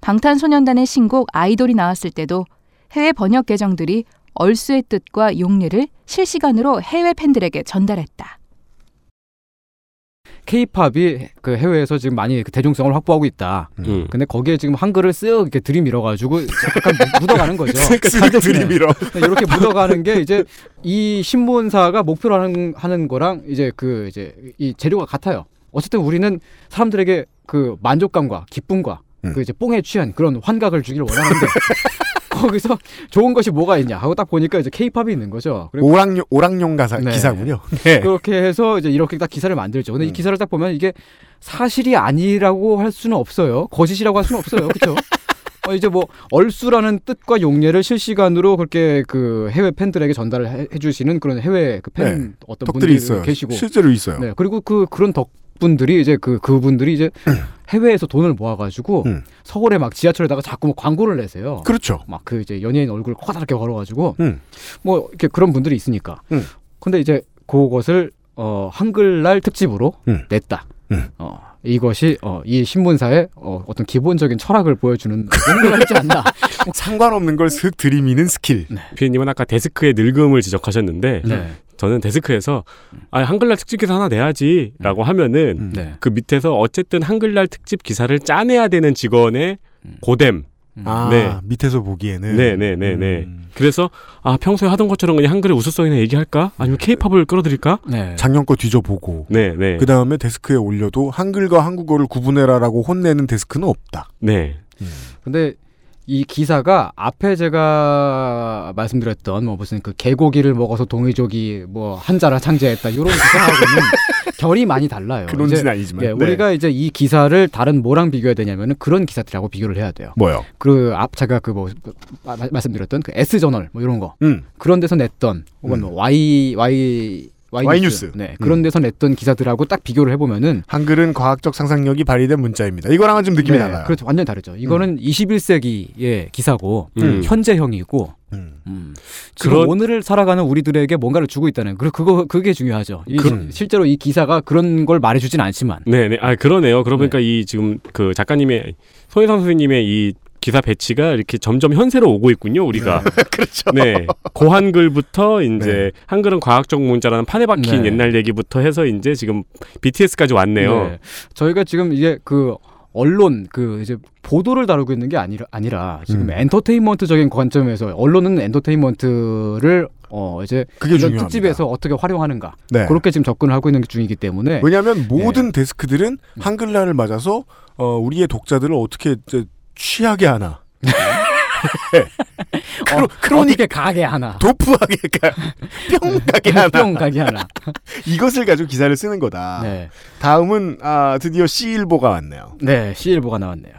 Speaker 10: 방탄소년단의 신곡 아이돌이 나왔을 때도 해외 번역 계정들이 얼수의 뜻과 용례를 실시간으로 해외 팬들에게 전달했다.
Speaker 5: 케이팝이 그 해외에서 지금 많이 그 대중성을 확보하고 있다.
Speaker 2: 음.
Speaker 3: 음.
Speaker 5: 근데 거기에 지금 한글을 쓱 이렇게 들이밀어 가지고 약간 묻- 그러니까 묻어가는 거죠.
Speaker 2: [LAUGHS] 쓱 들이밀어.
Speaker 5: 네, 이렇게 묻어가는 게 이제 이 신문사가 목표로 하는, 하는 거랑 이제 그 이제 이 재료가 같아요. 어쨌든 우리는 사람들에게 그 만족감과 기쁨과 그 이제 뽕에 취한 그런 환각을 주길 원하는데 거기서 좋은 것이 뭐가 있냐 하고 딱 보니까 이제 케이팝이 있는 거죠. 그리고
Speaker 2: 오락용 오락용 가사
Speaker 5: 네.
Speaker 2: 기사군요. 네. 음.
Speaker 5: 그렇게 해서 이제 이렇게 딱 기사를 만들죠. 근데 이 기사를 딱 보면 이게 사실이 아니라고 할 수는 없어요. 거짓이라고 할 수는
Speaker 2: [LAUGHS]
Speaker 5: 없어요. 그렇죠? 어, 이제 뭐 얼수라는 뜻과 용례를 실시간으로 그렇게 그 해외 팬들에게 전달을 해, 해주시는 그런 해외 그 팬
Speaker 2: 네.
Speaker 5: 어떤
Speaker 2: 덕들이
Speaker 5: 분들이
Speaker 2: 있어요.
Speaker 5: 계시고
Speaker 2: 실제로 있어요.
Speaker 5: 네. 그리고 그 그런 덕분들이 이제 그 그분들이
Speaker 2: [CLEARS THROAT]
Speaker 5: 이제 해외에서 돈을 모아가지고
Speaker 2: 음.
Speaker 5: 서울에 막 지하철에다가 자꾸 뭐 광고를 내세요.
Speaker 2: 그렇죠.
Speaker 5: 막 그 이제 연예인 얼굴 커다랗게 걸어가지고
Speaker 2: 음.
Speaker 5: 뭐 이렇게 그런 분들이 있으니까. 근데 이제 그것을 어 한글날 특집으로
Speaker 2: 음.
Speaker 5: 냈다. 어 이것이 어이 신문사의 어 어떤 기본적인 철학을 보여주는 [LAUGHS] 그런지 않나.
Speaker 2: 상관없는 걸 슥 들이미는 스킬.
Speaker 3: 피디님은 아까 데스크의 늙음을 지적하셨는데
Speaker 5: 네.
Speaker 3: 저는 데스크에서 아 한글날 특집 기사 하나
Speaker 2: 음.
Speaker 3: 내야지라고 하면은
Speaker 5: 네.
Speaker 3: 그 밑에서 어쨌든 한글날 특집 기사를 짜내야 되는 직원의 고됨.
Speaker 2: 아
Speaker 3: 네.
Speaker 2: 밑에서 보기에는
Speaker 3: 네네네네.
Speaker 2: 음.
Speaker 3: 그래서 아 평소에 하던 것처럼 그냥 한글의 우수성이나 얘기할까? 아니면 케이팝을 끌어들일까?
Speaker 5: 네.
Speaker 2: 작년 거 뒤져보고
Speaker 3: 네네.
Speaker 2: 그 다음에 데스크에 올려도 한글과 한국어를 구분해라라고 혼내는 데스크는 없다.
Speaker 3: 네.
Speaker 5: 근데 이 기사가 앞에 제가 말씀드렸던 뭐 무슨 그 개고기를 먹어서 동의족이 뭐 한자라 창제했다 이런
Speaker 2: [LAUGHS]
Speaker 5: 기사하고는 결이 많이 달라요.
Speaker 2: 그런지는
Speaker 5: 이제,
Speaker 2: 아니지만,
Speaker 5: 예,
Speaker 2: 네.
Speaker 5: 우리가 이제 이 기사를 다른 뭐랑 비교해야 되냐면은 그런 기사들하고 비교를 해야 돼요.
Speaker 2: 뭐요?
Speaker 5: 그 앞 제가 그 뭐 말씀드렸던 그 S 저널 뭐 이런 거
Speaker 2: 음.
Speaker 5: 그런 데서 냈던 혹은 뭐 Y Y
Speaker 2: Y
Speaker 5: Y
Speaker 2: 뉴스. 음.
Speaker 5: 네 그런 데서 냈던 기사들하고 딱 비교를 해보면은
Speaker 2: 한글은 과학적 상상력이 발휘된 문자입니다. 이거랑은 좀 느낌이
Speaker 5: 네,
Speaker 2: 달라요.
Speaker 5: 그렇죠. 완전 히 다르죠. 이거는 21세기의 기사고
Speaker 2: 음.
Speaker 5: 현재형이고 음. 지금
Speaker 3: 그런-
Speaker 5: 오늘을 살아가는 우리들에게 뭔가를 주고 있다는 그 그거 그게 중요하죠. 이,
Speaker 3: 그-
Speaker 5: 실제로 이 기사가 그런 걸 말해주진 않지만
Speaker 3: 네. 네네. 아 그러네요. 그러니까 이 지금 그 작가님의 손혜상 선생님의 이 기사 배치가 이렇게 점점 현세로 오고 있군요, [LAUGHS] 우리가.
Speaker 2: 그렇죠.
Speaker 3: 네. 고한글부터 이제 한글은 과학적 문자라는 판에 박힌
Speaker 5: 네.
Speaker 3: 옛날 얘기부터 해서 이제 지금 BTS까지 왔네요.
Speaker 5: 네. 저희가 지금 이제 그 언론 그 이제 보도를 다루고 있는 게 아니라 아니라 지금
Speaker 3: 음.
Speaker 5: 엔터테인먼트적인 관점에서 언론은 엔터테인먼트를 어 이제
Speaker 2: 그게
Speaker 5: 이런
Speaker 2: 중요합니다.
Speaker 5: 특집에서 어떻게 활용하는가
Speaker 2: 네.
Speaker 5: 그렇게 예. 지금 접근을 하고 있는 중이기 때문에
Speaker 2: 왜냐하면 모든 데스크들은 한글날을 맞아서 어, 우리의 독자들을 어떻게 이제 취하게 하나.
Speaker 5: 어, 어떻게 가게 하나
Speaker 2: 도프하게 가,
Speaker 5: [LAUGHS]
Speaker 2: 뿅 가게 하나.
Speaker 5: 뿅 가게
Speaker 2: [LAUGHS]
Speaker 5: 하나.
Speaker 2: 이것을 가지고 기사를 쓰는 거다. 다음은 아, 드디어 C일보가 왔네요.
Speaker 5: 네 C일보가 나왔네요.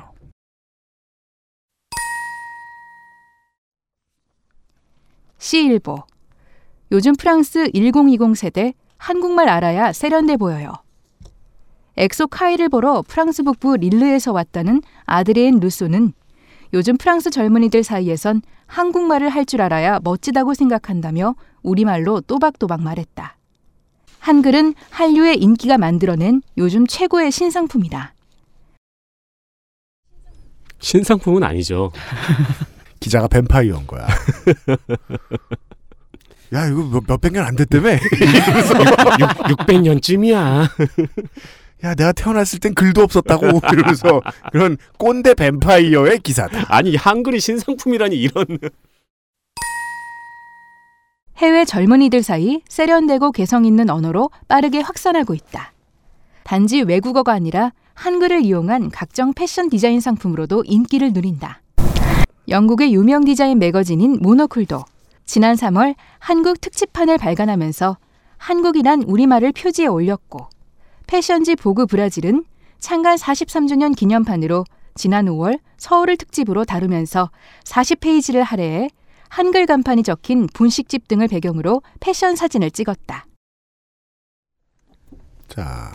Speaker 10: C일보. 요즘 프랑스 1020 세대 한국말 알아야 세련돼 보여요. 엑소 카이를 보러 프랑스 북부 릴르에서 왔다는 아드레엔 루소는 요즘 프랑스 젊은이들 사이에선 한국말을 할 줄 알아야 멋지다고 생각한다며 우리말로 또박또박 말했다. 한글은 한류의 인기가 만들어낸 요즘 최고의 신상품이다.
Speaker 3: 신상품은 아니죠.
Speaker 2: 기자가 뱀파이어인
Speaker 5: [LAUGHS]
Speaker 2: 거야. 야 이거 몇- 몇백 년 안 됐다며.
Speaker 3: 육- 600년쯤이야.
Speaker 2: 야 내가 태어났을 땐 글도 없었다고 [LAUGHS] 이러면서 그런 꼰대 뱀파이어의 기사다.
Speaker 3: [LAUGHS] 아니 한글이 신상품이라니 이런.
Speaker 10: 해외 젊은이들 사이 세련되고 개성 있는 언어로 빠르게 확산하고 있다. 단지 외국어가 아니라 한글을 이용한 각종 패션 디자인 상품으로도 인기를 누린다. 영국의 유명 디자인 매거진인 모너클도 지난 3월 한국 특집판을 발간하면서 한국이란 우리말을 표지에 올렸고 패션지 보그 브라질은 창간 43주년 기념판으로 지난 5월 서울을 특집으로 다루면서 40페이지를 할애해 한글 간판이 적힌 분식집 등을 배경으로 패션 사진을 찍었다.
Speaker 2: 자,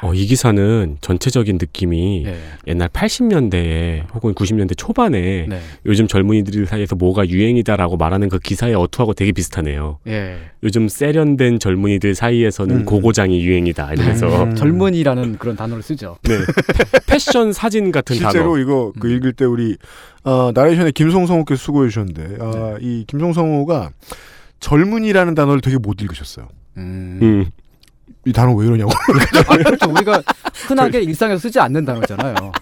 Speaker 3: 어, 이 기사는 전체적인
Speaker 2: 예.
Speaker 3: 느낌이 옛날 80년대에 혹은 90년대
Speaker 2: 예.
Speaker 3: 초반에
Speaker 5: 네.
Speaker 3: 요즘 젊은이들 사이에서 뭐가 유행이다라고 말하는 그 기사의 어투하고 되게 비슷하네요.
Speaker 5: 예.
Speaker 3: 요즘 세련된 젊은이들 사이에서는
Speaker 5: 음.
Speaker 3: 고고장이 유행이다 이러면서
Speaker 2: 음.
Speaker 5: 젊은이라는 그런 단어를 쓰죠.
Speaker 3: [LAUGHS] 네. 패션 사진 같은
Speaker 2: 실제로
Speaker 3: 단어.
Speaker 2: 이거
Speaker 5: 음.
Speaker 2: 그 읽을 때 우리 어, 나레이션에 김송성호께서 수고해 주셨는데
Speaker 5: 네.
Speaker 2: 어, 이 김송성호가 젊은이라는 단어를 되게 못 읽으셨어요.
Speaker 3: 음.
Speaker 2: 이 단어 왜 이러냐고. [LAUGHS]
Speaker 5: 그렇죠. 우리가 흔하게 일상에서 쓰지 않는 단어잖아요.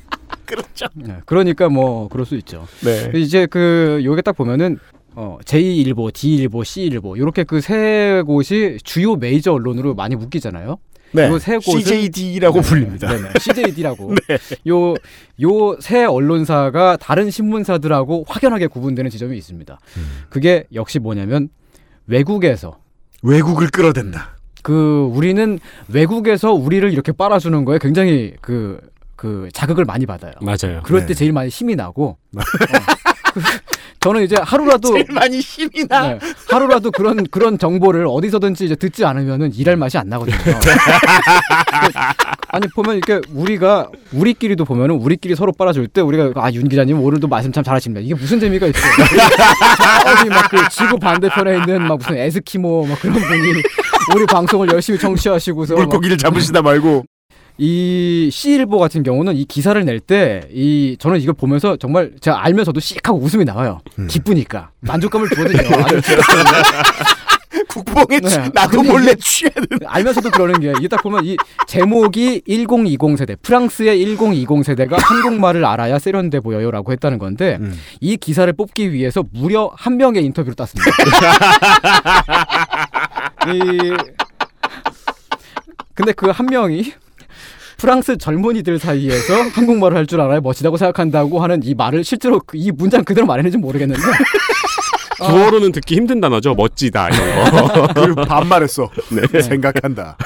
Speaker 2: 그렇죠.
Speaker 5: 네, 그러니까 뭐 그럴 수 있죠.
Speaker 2: 네.
Speaker 5: 이제 그 요게 딱 보면은 어, J1보, D1보, C1보 이렇게 그 세 곳이 주요 메이저 언론으로 많이 묶이잖아요.
Speaker 2: 네.
Speaker 5: 요세 곳은 네.
Speaker 2: CJD라고 불립니다. [LAUGHS] 네.
Speaker 5: CJD라고. 요 요 세 언론사가 다른 신문사들하고 확연하게 구분되는 지점이 있습니다.
Speaker 2: 음.
Speaker 5: 그게 역시 뭐냐면 외국에서
Speaker 2: 외국을 끌어댄다.
Speaker 5: 그 우리는 외국에서 우리를 이렇게 빨아주는 거에 굉장히 그 그 자극을 많이 받아요.
Speaker 2: 음.
Speaker 3: 맞아요.
Speaker 5: 그럴
Speaker 2: 네.
Speaker 5: 때 제일 많이 힘이 나고 어. [LAUGHS] 그- 저는 이제 하루라도
Speaker 2: [LAUGHS] 제일 많이 힘이 나.
Speaker 5: 네, 하루라도 그런 그런 정보를 어디서든지 이제 듣지 않으면은 일할 맛이 안 나거든요. 아니 보면 이렇게 우리가 우리끼리도 보면은 우리끼리 서로 빨아줄 때 우리가 아 윤 기자님 오늘도 말씀 참 잘하십니다. 이게 무슨 재미가 있어? [LAUGHS] 어디 막그 지구 반대편에 있는 막 무슨 에스키모 막 그런 분이 우리 방송을 열심히 청취하시고서 막
Speaker 2: 물고기를 잡으시다 말고
Speaker 5: 이 C일보 같은 경우는 이 기사를 낼 때 이 저는 이걸 보면서 정말 제가 알면서도 씩하고 웃음이 나와요. 기쁘니까 만족감을 주거든요. 아주
Speaker 2: [LAUGHS] 국뽕에
Speaker 5: 취-
Speaker 2: 나도 몰래 취해.
Speaker 5: 아, 알면서도 그러는 게 이게 딱 보면 이 제목이 1020 세대 프랑스의 1020
Speaker 2: [LAUGHS]
Speaker 5: 세대가 한국말을 알아야 세련돼 보여요라고 했다는 건데
Speaker 2: 음.
Speaker 5: 이 기사를 뽑기 위해서 무려 한 명의 인터뷰를
Speaker 2: [LAUGHS]
Speaker 5: 땄습니다. 이 근데 그 한 명이 프랑스 젊은이들 사이에서 한국말을 할 줄 알아야 멋지다고 생각한다고 하는 이 말을 실제로 그- 이 문장 그대로 말했는지 모르겠는데
Speaker 3: 구어로는 듣기 힘든 단어죠.
Speaker 2: [LAUGHS]
Speaker 3: 멋지다 이런 거.
Speaker 2: 그리고 반말했어. [LAUGHS] 생각한다.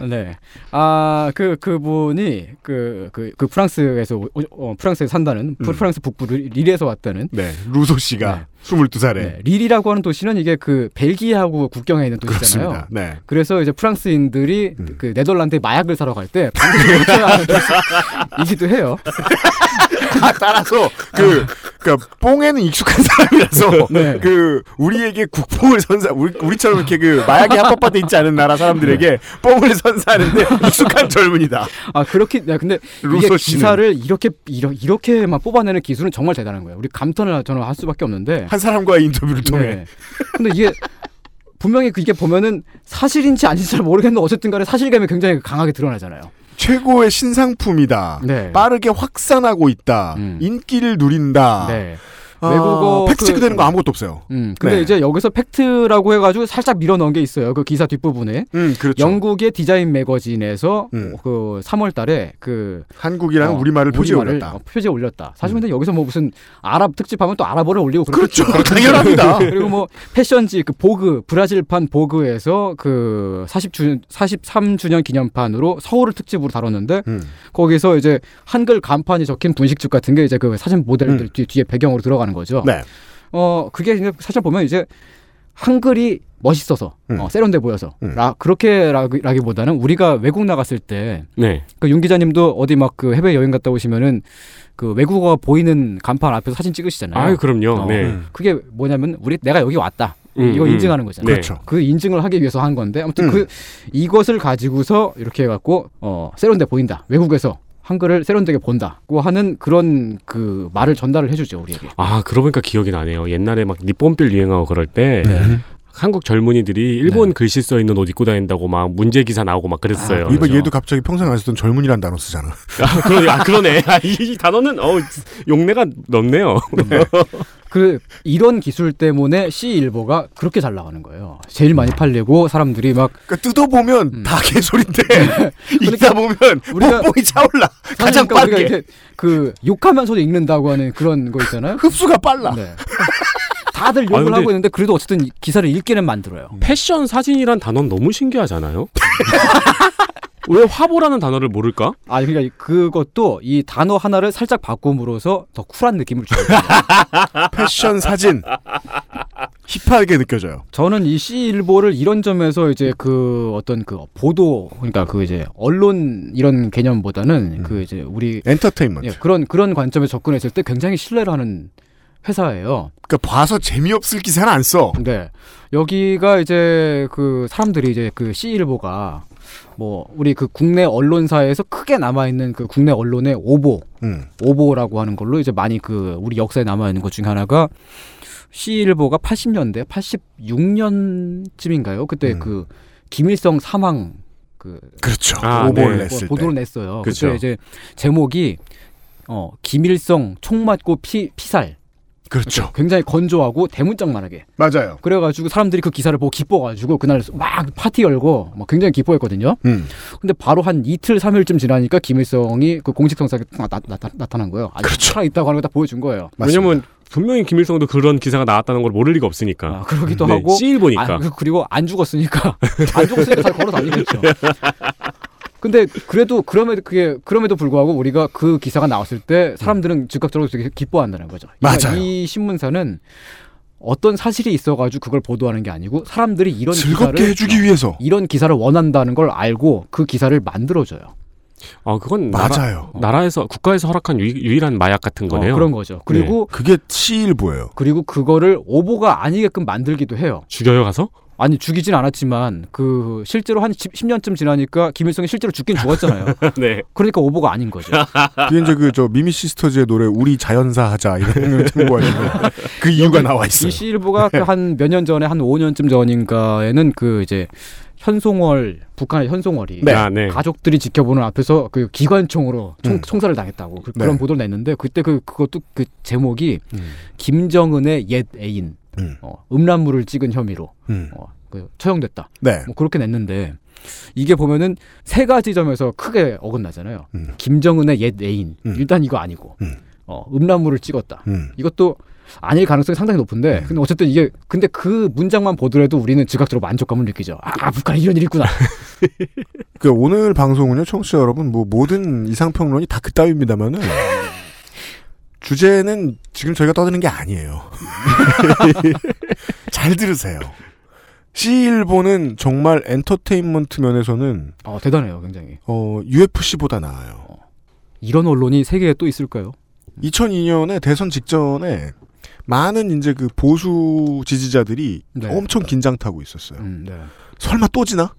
Speaker 5: 네. 아, 그, 그분이, 그, 그, 그 프랑스에서, 오- 어, 프랑스에 산다는,
Speaker 2: 음.
Speaker 5: 프- 프랑스 북부 릴- 릴에서 왔다는. 네,
Speaker 2: 네. 루소 씨가 22살에.
Speaker 5: 릴이라고 하는 도시는 이게 그 벨기에하고 국경에 있는 도시잖아요.
Speaker 2: 그렇습니다. 음. 네. [LAUGHS]
Speaker 5: 그래서 이제 프랑스인들이 그 네덜란드에 마약을 사러 갈 때 반드시 거쳐야 하는 도시이기도 해요.
Speaker 2: 아, 따라서 그 그러니까 뽕에는 익숙한 사람이라서 [LAUGHS] 그 우리에게 국뽕을 선사 우리, 우리처럼 이렇게 그 마약이 합법화돼 있지 않은 나라 사람들에게 뽕을 선사하는데 [LAUGHS] 익숙한 젊은이다.
Speaker 5: 아 그렇게 야, 근데 이게
Speaker 2: 루소 씨는.
Speaker 5: 기사를 이렇게 이러, 이렇게만 뽑아내는 기술은 정말 대단한 거예요. 우리 감탄을 저는 할 수밖에 없는데
Speaker 2: 한 사람과의 인터뷰를 통해.
Speaker 5: 근데 이게 분명히 그게 보면은 사실인지 아닌지 잘 모르겠는데 어쨌든간에 사실감이 굉장히 강하게 드러나잖아요.
Speaker 2: 최고의 신상품이다. 빠르게 확산하고 있다. 인기를 누린다. 아,
Speaker 5: 외국어
Speaker 2: 팩트체크
Speaker 5: 그-
Speaker 2: 되는 거 아무것도 없어요.
Speaker 5: 네. 음, 근데
Speaker 2: 네.
Speaker 5: 이제 여기서 팩트라고 해가지고 살짝 밀어넣은 게 있어요. 그 기사 뒷부분에.
Speaker 2: 음, 그렇죠.
Speaker 5: 영국의 디자인 매거진에서 그 3월 달에 그.
Speaker 2: 한국이랑 우리말을 음. 표지에
Speaker 5: 우리말을,
Speaker 2: 올렸다. 음.
Speaker 5: 어, 표지에 올렸다. 사실 근데 여기서 뭐 무슨 아랍 특집하면 또 아랍어를 올리고
Speaker 2: [LAUGHS]
Speaker 5: 그렇죠.
Speaker 2: 당연합니다.
Speaker 5: 그리고 뭐 패션지 그 보그, 브라질판 보그에서 그 40주년, 43주년 기념판으로 서울을 특집으로 다뤘는데
Speaker 2: 음.
Speaker 5: 거기서 이제 한글 간판이 적힌 분식집 같은 게 이제 그 사진 모델들 뒤, 뒤에 배경으로 들어가는 거죠.
Speaker 2: 네.
Speaker 5: 어 그게 이제 사실 보면 이제 한글이 멋있어서 어, 세련돼 보여서 라, 그렇게 라기, 라기보다는 우리가 외국 나갔을 때
Speaker 3: 네.
Speaker 5: 그 윤 기자님도 어디 막 그 해외 여행 갔다 오시면은 그 외국어가 보이는 간판 앞에서 사진 찍으시잖아요.
Speaker 3: 아유, 그럼요. 네.
Speaker 2: 음.
Speaker 5: 그게 뭐냐면 우리 내가 여기 왔다.
Speaker 3: 음,
Speaker 5: 이거
Speaker 3: 음.
Speaker 5: 인증하는 거잖아요.
Speaker 3: 네. 그렇죠.
Speaker 5: 그 인증을 하기 위해서 한 건데 아무튼 그
Speaker 2: 음.
Speaker 5: 이것을 가지고서 이렇게 해갖고 어, 세련돼 보인다. 외국에서 한글을 세련되게 본다고 하는 그런 그 말을 전달을 해주죠 우리에게.
Speaker 3: 아, 그러고 보니까 기억이 나네요. 옛날에 막 니뽐빌 유행하고 그럴 때 한국 젊은이들이 일본 글씨 써 있는 옷 입고 다닌다고 막 문제 기사 나오고 막 네. 그랬어요.
Speaker 2: 아, 이봐 얘도 갑자기 평생 안 쓰던 젊은이란 단어 쓰잖아.
Speaker 3: 아, 그러네. 아, 그러네. [LAUGHS] 아, 이, 이 단어는 어 용례가 넓네요.
Speaker 5: 그 이런 기술 때문에 C 일보가 그렇게 잘 나가는 거예요. 제일 많이 팔리고 사람들이 막
Speaker 2: 그러니까 뜯어 보면 다 개소리인데 읽다 보면 뽕뽕이 차올라 가장 빠르게.
Speaker 5: 그 욕하면서도 읽는다고 하는 그런 거 있잖아요.
Speaker 2: [LAUGHS] 흡수가 빨라.
Speaker 5: 네. 다들
Speaker 3: 아니,
Speaker 5: 욕을
Speaker 3: 근데- 음.
Speaker 5: 하고 있는데 그래도 어쨌든 이 기사를 읽기는 만들어요.
Speaker 3: 패션 사진이란 단어는 너무 신기하잖아요. [LAUGHS] 왜 화보라는 단어를 모를까?
Speaker 5: 아 그러니까 그것도 이 단어 하나를 살짝 바꿈으로써 더 쿨한 느낌을 주는 거예요.
Speaker 2: 패션 사진 힙하게 느껴져요.
Speaker 5: 저는 이 C 일보를 이런 점에서 이제 그 어떤 그 보도 그러니까 그 이제 언론 이런 개념보다는 그 이제 우리 예,
Speaker 2: 엔터테인먼트
Speaker 5: 그런 그런 관점에 접근했을 때 굉장히 신뢰를 하는 회사예요.
Speaker 2: 그러니까 봐서 재미없을 기사는 안 써.
Speaker 5: 네. 여기가 이제 그 사람들이 이제 그 C일보가 뭐 우리 그 국내 언론사에서 크게 남아 있는 그 국내 언론의 오보,
Speaker 2: 음.
Speaker 5: 오보라고 하는 걸로 이제 많이 그 우리 역사에 남아 있는 것 중에 하나가 C일보가 80년대, 86년쯤인가요? 그때
Speaker 2: 음.
Speaker 5: 그 김일성 사망 그
Speaker 2: 그렇죠. 오보를 냈을
Speaker 5: 뭐 보도를
Speaker 2: 때.
Speaker 5: 냈어요. 그
Speaker 2: 그쵸.
Speaker 5: 때 이제 제목이 어 김일성 총 맞고 피 피살.
Speaker 2: 그렇죠.
Speaker 5: 굉장히 건조하고 대문짝만하게.
Speaker 2: 맞아요.
Speaker 5: 그래가지고 사람들이 그 기사를 보고 기뻐가지고 그날 막 파티 열고 막 굉장히 기뻐했거든요.
Speaker 2: 음,
Speaker 5: 근데 바로 한 이틀 삼일쯤 지나니까 김일성이 그 공식 성사에 나, 나, 나, 나타난 거예요. 아직 살아 있다고 하는 걸 다 보여준 거예요.
Speaker 3: 왜냐면 분명히 김일성도 그런 기사가 나왔다는 걸 모를 리가 없으니까.
Speaker 5: 아, 그러기도
Speaker 3: 네,
Speaker 5: 하고
Speaker 3: C일 보니까.
Speaker 5: 아, 그- 그리고 안 죽었으니까 [LAUGHS] 안 죽었으니까 잘 걸어 다니겠죠. 근데 그래도 그럼에도 그게 그럼에도 불구하고 우리가 그 기사가 나왔을 때 사람들은 즉각적으로 되게 기뻐한다는 거죠. 그러니까
Speaker 2: 맞아요.
Speaker 5: 이 신문사는 어떤 사실이 있어가지고 그걸 보도하는 게 아니고 사람들이 이런
Speaker 2: 즐겁게
Speaker 5: 기사를
Speaker 2: 해주기 위해서
Speaker 5: 이런 기사를 원한다는 걸 알고 그 기사를 만들어줘요.
Speaker 3: 아, 그건
Speaker 2: 맞아요.
Speaker 3: 나라, 에서 국가에서 허락한 유, 일한 마약 같은 거네요.
Speaker 5: 어, 그런 거죠. 그리고
Speaker 2: 그게 치일보예요.
Speaker 5: 그리고 그거를 오보가 아니게끔 만들기도 해요.
Speaker 3: 죽여요 가서?
Speaker 5: 아니 죽이진 않았지만 그 실제로 한 10, 년쯤 지나니까 김일성이 실제로 죽긴
Speaker 2: [LAUGHS]
Speaker 5: 죽었잖아요.
Speaker 3: 네.
Speaker 5: 그러니까 오보가 아닌 거죠.
Speaker 2: 그게 이제 그 저 미미 시스터즈의 노래 우리 자연사 하자 이런 걸 참고하시면 그 이유가 나와 있어요.
Speaker 5: 이씨 일보가
Speaker 2: 네.
Speaker 5: 그 한 몇 년 전에 한 5년쯤 전인가에는 그 이제 현송월 북한의 현송월이
Speaker 2: 네. 아, 네.
Speaker 5: 가족들이 지켜보는 앞에서 그 기관총으로 총, 총살을 당했다고 그,
Speaker 2: 음. 네. 음.
Speaker 5: 런 보도를 냈는데 그때 그 그것도 그 제목이 김정은의 옛 애인 어, 음란물을 찍은 혐의로
Speaker 2: 음.
Speaker 5: 어, 그 처형됐다.
Speaker 2: 네.
Speaker 5: 뭐 그렇게 냈는데 이게 보면은 세 가지 점에서 크게 어긋나잖아요. 김정은의 옛 애인 일단 이거 아니고 어, 음란물을 찍었다.
Speaker 2: 음.
Speaker 5: 이것도 아닐 가능성이 상당히 높은데 근데 어쨌든 이게 근데 그 문장만 보더라도 우리는 즉각적으로 만족감을 느끼죠. 아 북한에 이런 일이 있구나.
Speaker 2: 그 오늘 방송은요, 청취자 여러분, 뭐 모든 이상평론이 다 그따위입니다만은 주제는 지금 저희가 떠드는 게 아니에요. [LAUGHS] 잘 들으세요. C 일본은 정말 엔터테인먼트 면에서는
Speaker 5: 어, 대단해요, 굉장히.
Speaker 2: 어, UFC보다 나아요.
Speaker 5: 이런 언론이 세계에 또 있을까요?
Speaker 2: 2002년에 대선 직전에 많은 이제 그 보수 지지자들이 엄청 긴장 타고
Speaker 5: 음.
Speaker 2: 있었어요.
Speaker 5: 네.
Speaker 2: 설마 또 지나?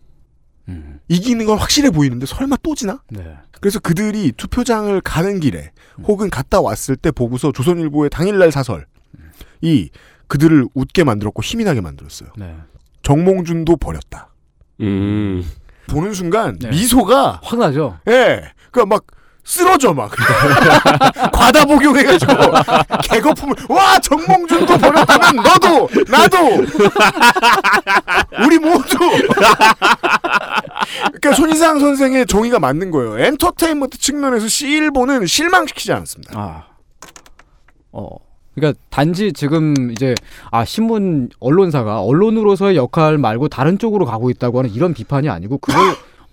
Speaker 2: 이기는 건 확실해 보이는데 설마 또 지나?
Speaker 5: 네.
Speaker 2: 그래서 그들이 투표장을 가는 길에 혹은 갔다 왔을 때 보고서 조선일보의 당일날 사설이 그들을 웃게 만들었고 힘이 나게 만들었어요. 정몽준도 버렸다.
Speaker 3: 음.
Speaker 2: 보는 순간 미소가
Speaker 5: 확 나죠.
Speaker 2: 예, 그러니까 막 쓰러져 막 [LAUGHS] 과다 복용해가지고 [LAUGHS] 개거품을 와 정몽준도 버렸다면 너도 나도 우리 모두 [LAUGHS] 그러니까 손희상 선생의 정의가 맞는 거예요. 엔터테인먼트 측면에서 C1보는 실망시키지 않았습니다.
Speaker 5: 어. 그러니까 단지 지금 이제 아 신문 언론사가 언론으로서의 역할 말고 다른 쪽으로 가고 있다고 하는 이런 비판이 아니고 그걸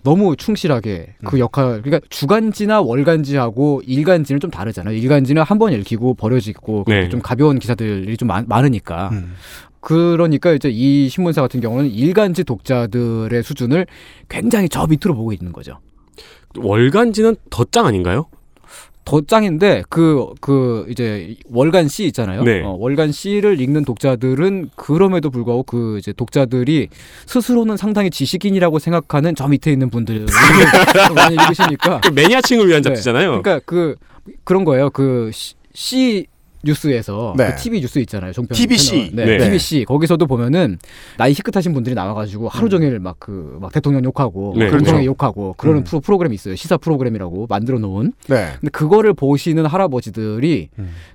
Speaker 5: 너무 충실하게 그 역할 그러니까 주간지나 월간지하고 일간지는 좀 다르잖아요. 일간지는 한 번 읽히고 버려지고 그렇게
Speaker 15: 네.
Speaker 5: 좀 가벼운 기사들이 좀 많, 으니까 그러니까 이제 이 신문사 같은 경우는 일간지 독자들의 수준을 굉장히 저 밑으로 보고 있는 거죠.
Speaker 3: 월간지는 더 짱 아닌가요?
Speaker 5: 더 짱인데 그 그 이제 월간 C 있잖아요.
Speaker 3: 네.
Speaker 5: 어, 월간 C를 읽는 독자들은 그럼에도 불구하고 그 이제 독자들이 스스로는 상당히 지식인이라고 생각하는 저 밑에 있는 분들 [LAUGHS] 많이 읽으시니까
Speaker 3: 그 매니아층을 위한 잡지잖아요.
Speaker 5: 그러니까 그 그런 거예요. 그 C, C 뉴스에서
Speaker 3: 네.
Speaker 5: 그 TV 뉴스 있잖아요. 종편
Speaker 2: TBC.
Speaker 5: 채널. 네,
Speaker 2: 네.
Speaker 5: TBC 거기서도 보면은 나이 희끗하신 분들이 나와가지고 하루 종일 막 그 막 대통령 욕하고
Speaker 2: 네,
Speaker 5: 대통령
Speaker 2: 음. 그렇죠.
Speaker 5: 욕하고 그러는 프로, 프로그램이 있어요. 시사 프로그램이라고 만들어 놓은.
Speaker 2: 네.
Speaker 5: 근데 그거를 보시는 할아버지들이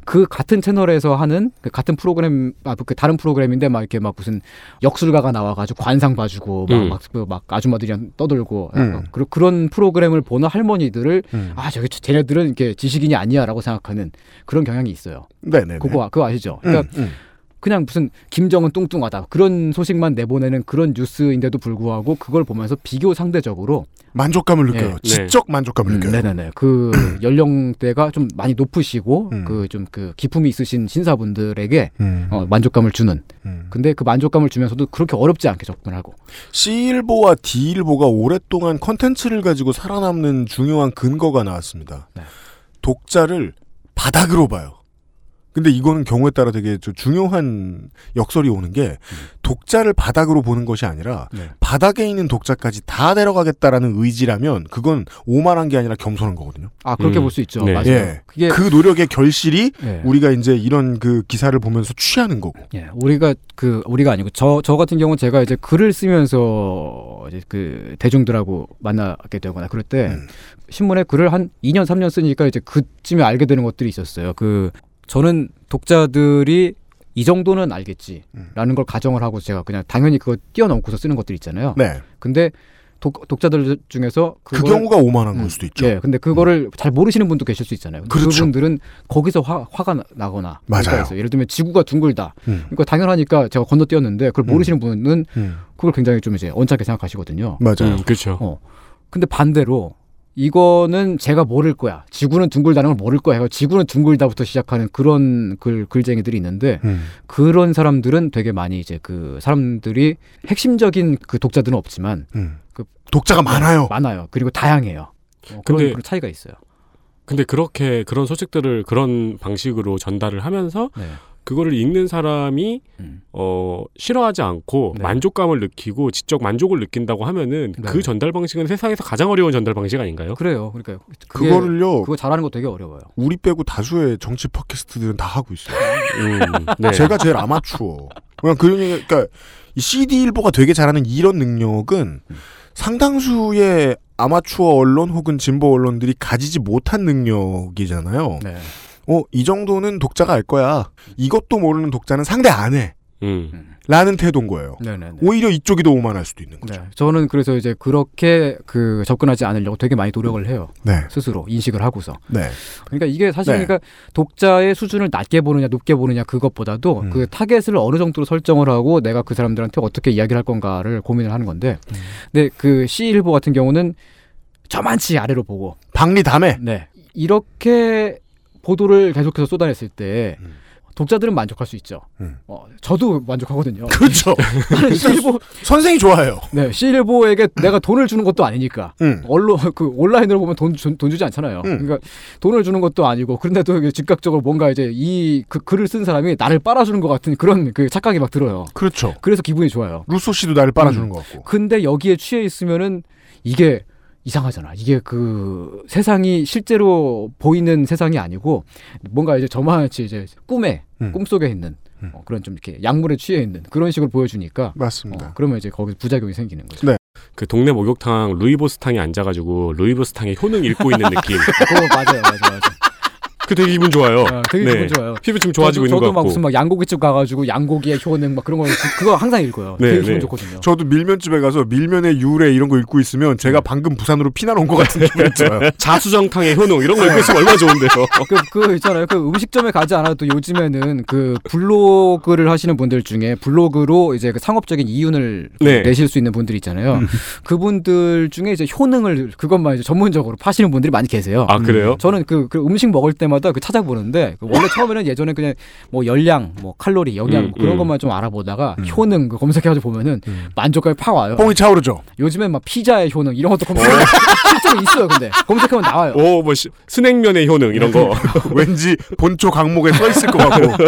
Speaker 5: 그 같은 채널에서 하는 그 같은 프로그램 아, 그 다른 프로그램인데 막 이렇게 막 무슨 역술가가 나와가지고 관상 봐주고 막,
Speaker 15: 음.
Speaker 5: 막, 그 막 아줌마들이랑 떠들고
Speaker 15: 음.
Speaker 5: 어, 그러- 그런 프로그램을 보는 할머니들을
Speaker 2: 음.
Speaker 5: 아 저기 저- 쟤네들은 이렇게 지식인이 아니야라고 생각하는 그런 경향이 있어요.
Speaker 2: 네네. 음.
Speaker 5: 그거 아- 그거 아시죠? 그러니까 그냥 무슨 김정은 뚱뚱하다 그런 소식만 내보내는 그런 뉴스인데도 불구하고 그걸 보면서 비교 상대적으로
Speaker 2: 만족감을 느껴요. 지적 만족감을 느껴요.
Speaker 5: 네. 네네네. 그
Speaker 2: [CLEARS THROAT]
Speaker 5: 연령대가 좀 많이 높으시고 그 좀 그 기품이 있으신 신사분들에게
Speaker 2: 음.
Speaker 5: 어, 만족감을 주는. 근데 그 만족감을 주면서도 그렇게 어렵지 않게 접근하고.
Speaker 2: C1보와 D1보가 오랫동안 컨텐츠를 가지고 살아남는 중요한 근거가 나왔습니다. 독자를 바닥으로 봐요. 근데 이거는 경우에 따라 되게 저 중요한 역설이 오는 게 독자를 바닥으로 보는 것이 아니라 바닥에 있는 독자까지 다 내려가겠다라는 의지라면 그건 오만한 게 아니라 겸손한 거거든요.
Speaker 5: 아, 그렇게 볼 수 있죠. 맞아요.
Speaker 2: 예.
Speaker 5: 그게-
Speaker 2: 그 노력의 결실이
Speaker 5: 네.
Speaker 2: 우리가 이제 이런 그 기사를 보면서 취하는 거고.
Speaker 5: 예, 우리가 그 우리가 아니고 저 저 같은 경우 는 제가 이제 글을 쓰면서 이제 그 대중들하고 만나게 되거나 그럴 때
Speaker 2: 음.
Speaker 5: 신문에 글을 한 2년 3년 쓰니까 이제 그쯤에 알게 되는 것들이 있었어요. 그 저는 독자들이 이 정도는
Speaker 2: 음.
Speaker 5: 알겠지라는 걸 가정을 하고 제가 그냥 당연히 그거 뛰어넘고서 쓰는 것들 있잖아요.
Speaker 2: 네.
Speaker 5: 근데 독, 독자들 중에서
Speaker 2: 그
Speaker 5: 그걸-
Speaker 2: 경우가 오만한 걸 수도 있죠.
Speaker 5: 예, 근데 그거를 잘 모르시는 분도 계실 수 있잖아요. 근데
Speaker 2: 그렇죠.
Speaker 5: 그분들은 거기서 화, 화가 나- 나거나
Speaker 2: 맞아요.
Speaker 5: 그래서 예를 들면 지구가 둥글다.
Speaker 2: 음.
Speaker 5: 이거 그러니까 당연하니까 제가 건너뛰었는데 그걸 모르시는 분은
Speaker 2: 음.
Speaker 5: 그걸 굉장히 좀 이제 언짢게 생각하시거든요.
Speaker 2: 맞아요. 음,
Speaker 3: 그렇죠.
Speaker 5: 근데 반대로 이거는 제가 모를 거야. 지구는 둥글다는 걸 모를 거야. 해서 지구는 둥글다부터 시작하는 그런 글 글쟁이들이 있는데
Speaker 2: 음.
Speaker 5: 그런 사람들은 되게 많이 이제 그 사람들이 핵심적인 그 독자들은 없지만 그
Speaker 2: 독자가 많아요.
Speaker 5: 많아요. 그리고 다양해요. 어, 그런,
Speaker 3: 근데-
Speaker 5: 그런 차이가 있어요.
Speaker 3: 근데 그렇게 그런 소식들을 그런 방식으로 전달을 하면서
Speaker 5: 네. 음.
Speaker 3: 그거를 읽는 사람이 어 싫어하지 않고
Speaker 5: 네.
Speaker 3: 만족감을 느끼고 지적 만족을 느낀다고 하면은 그 전달 방식은 세상에서 가장 어려운 전달 방식 아닌가요?
Speaker 5: 그래요. 그러니까요.
Speaker 2: 그게- 그거를요.
Speaker 5: 그거 잘하는 거 되게 어려워요.
Speaker 2: 우리 빼고 다수의 정치 팟캐스트들은 다 하고 있어요.
Speaker 5: [LAUGHS]
Speaker 3: 음, 네.
Speaker 2: 제가 제일 아마추어. 그냥 그런 얘기, 그러니까 이 CD 일보가 되게 잘하는 이런 능력은 상당수의 아마추어 언론 혹은 진보 언론들이 가지지 못한 능력이잖아요.
Speaker 5: 네.
Speaker 2: 어, 이 정도는 독자가 알 거야. 이것도 모르는 독자는 상대 안 해.
Speaker 3: 음.
Speaker 2: 라는 태도인 거예요.
Speaker 5: 네네네.
Speaker 2: 오히려 이쪽이 더 오만할 수도 있는
Speaker 5: 거죠. 저는 그래서 이제 그렇게 그 접근하지 않으려고 되게 많이 노력을 해요.
Speaker 2: 네.
Speaker 5: 스스로 인식을 하고서.
Speaker 2: 네.
Speaker 5: 그러니까 이게 사실
Speaker 2: 네.
Speaker 5: 그러니까 독자의 수준을 낮게 보느냐 높게 보느냐 그것보다도
Speaker 2: 음.
Speaker 5: 그 타겟을 어느 정도로 설정을 하고 내가 그 사람들한테 어떻게 이야기를 할 건가를 고민을 하는 건데.
Speaker 2: 음.
Speaker 5: 근데 그 C1보 같은 경우는 저만치 아래로 보고
Speaker 2: 박리 담에
Speaker 5: 네. 이렇게 보도를 계속해서 쏟아냈을 때 독자들은 만족할 수 있죠.
Speaker 2: 음.
Speaker 5: 어, 저도 만족하거든요. [LAUGHS]
Speaker 2: 그렇죠.
Speaker 5: 나는 C1
Speaker 2: [LAUGHS] 선생이 좋아요.
Speaker 5: 네, C1보에게 내가 돈을 주는 것도 아니니까.
Speaker 2: 음.
Speaker 5: 언론 [LAUGHS] 그 온라인으로 보면 돈, 돈, 돈 주지 않잖아요. 그러니까 돈을 주는 것도 아니고 그런데도 이게 즉각적으로 뭔가 이제 이 그 글을 쓴 사람이 나를 빨아주는 것 같은 그런 그 착각이 막 들어요.
Speaker 2: 그렇죠. 음.
Speaker 5: 그래서 기분이 좋아요.
Speaker 2: 루소 씨도 나를 빨아주는 것 같고.
Speaker 5: 근데 여기에 취해 있으면은 이게 이상하잖아. 이게 그 세상이 실제로 보이는 세상이 아니고 뭔가 이제 저만치 이제 꿈에 꿈속에 있는 어, 그런 좀 이렇게 약물에 취해 있는 그런 식으로 보여주니까 어,
Speaker 2: 맞습니다.
Speaker 5: 그러면 이제 거기 부작용이 생기는 거죠.
Speaker 2: 네.
Speaker 3: 그 동네 목욕탕 루이보스탕에 앉아가지고 루이보스탕의 효능 읽고 있는
Speaker 5: [LAUGHS]
Speaker 3: 느낌.
Speaker 5: 어, 맞아요, 맞아요, 맞아요.
Speaker 3: 그 되게 기분 좋아요. 네.
Speaker 5: 아, 되게 기분 좋아요.
Speaker 3: 피부층 좋아지고
Speaker 5: 저도,
Speaker 3: 있는
Speaker 5: 저도
Speaker 3: 것
Speaker 5: 막
Speaker 3: 같고.
Speaker 5: 무슨 막 양고기집 가가지고 양고기의 효능 막 그런 거 그- 그거 항상 읽어요.
Speaker 3: 네,
Speaker 5: 되게 기분 좋거든요.
Speaker 2: 저도 밀면집에 가서 밀면의 유래 이런 거 읽고 있으면 제가 방금 부산으로 피난 온 것 같은 기분이 들어요.
Speaker 3: 자수정탕의 효능 이런 거 읽고 있으면 얼마나
Speaker 5: [LAUGHS]
Speaker 3: 좋은데요.
Speaker 5: 그, 그 있잖아요. 그 음식점에 가지 않아도 요즘에는 그 블로그를 하시는 분들 중에 블로그로 이제 그 상업적인 이윤을 그
Speaker 3: 네.
Speaker 5: 내실 수 있는 분들
Speaker 3: [LAUGHS]
Speaker 5: 있잖아요. 그분들 중에 이제 효능을 그것만 이제 전문적으로 파시는 분들이 많이 계세요.
Speaker 3: 아, 그래요?
Speaker 5: 저는 그, 그 음식 먹을 때마다 그 찾아보는데 그 원래 처음에는 예전에 그냥 뭐 열량, 뭐 칼로리, 영양
Speaker 3: 음,
Speaker 5: 뭐 그런
Speaker 3: 음.
Speaker 5: 것만 좀 알아보다가 효능 그 검색해가지고 보면은 만족감이 팍 와요.
Speaker 2: 뽕이 차오르죠.
Speaker 5: 요즘엔 막 피자의 효능 이런 것도 검색 [LAUGHS] 실제로 있어요. 근데 검색하면 나와요.
Speaker 3: 오, 뭐 시- 스낵면의 효능 이런
Speaker 5: [LAUGHS]
Speaker 3: 거.
Speaker 2: 왠지 본초 강목에 써 있을 것 같고.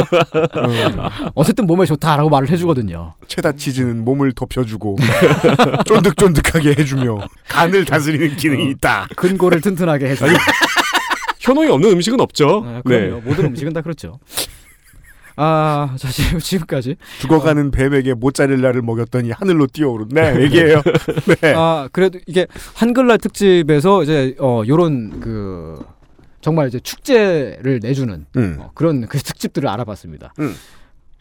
Speaker 5: 어쨌든 몸에 좋다라고 말을 해주거든요.
Speaker 2: 체다 치즈는 몸을 덮여주고 쫀득쫀득하게 해주며 간을 다스리는 기능이 있다.
Speaker 5: 근골을 튼튼하게 해줘.
Speaker 3: 효능이 없는 음식은 없죠.
Speaker 5: 아,
Speaker 3: 네.
Speaker 5: 그럼요. 모든 음식은 다 그렇죠. 아, 자 지금- 지금까지
Speaker 2: 죽어가는 뱀에게 모짜렐라를 먹였더니 하늘로 뛰어오른 네 얘기예요. 네.
Speaker 5: 아, 그래도 이게 한글날 특집에서 이제 어 요런 그 정말 이제 축제를 내주는
Speaker 2: 음.
Speaker 5: 어, 그런 그 특집들을 알아봤습니다.
Speaker 2: 음.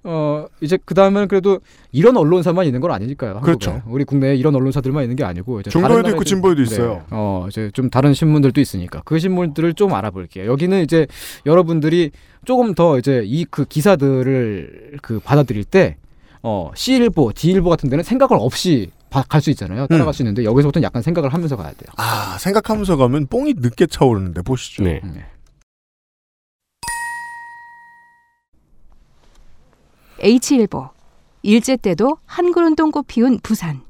Speaker 5: 어 이제 그 다음에는 그래도 이런 언론사만 있는 건 아니니까요. 한국에.
Speaker 2: 그렇죠.
Speaker 5: 우리 국내에 이런 언론사들만 있는 게 아니고 이제 다른
Speaker 2: 중도에도 있고
Speaker 5: 나라에도-
Speaker 2: 진보에도
Speaker 5: 네.
Speaker 2: 있어요.
Speaker 5: 어 이제 좀 다른 신문들도 있으니까 그 신문들을 좀 알아볼게요. 여기는 이제 여러분들이 조금 더 이제 이 그 기사들을 그 받아들일 때 어, C일보, D일보 같은 데는 생각을 없이 갈 수 있잖아요. 따라갈
Speaker 2: 음.
Speaker 5: 수 있는데 여기서부터는 약간 생각을 하면서 가야 돼요.
Speaker 2: 아 생각하면서 가면 뽕이 늦게 차오르는데 보시죠.
Speaker 3: 네.
Speaker 5: 음.
Speaker 10: H일보 일제 때도 한글운동 꽃피운 부산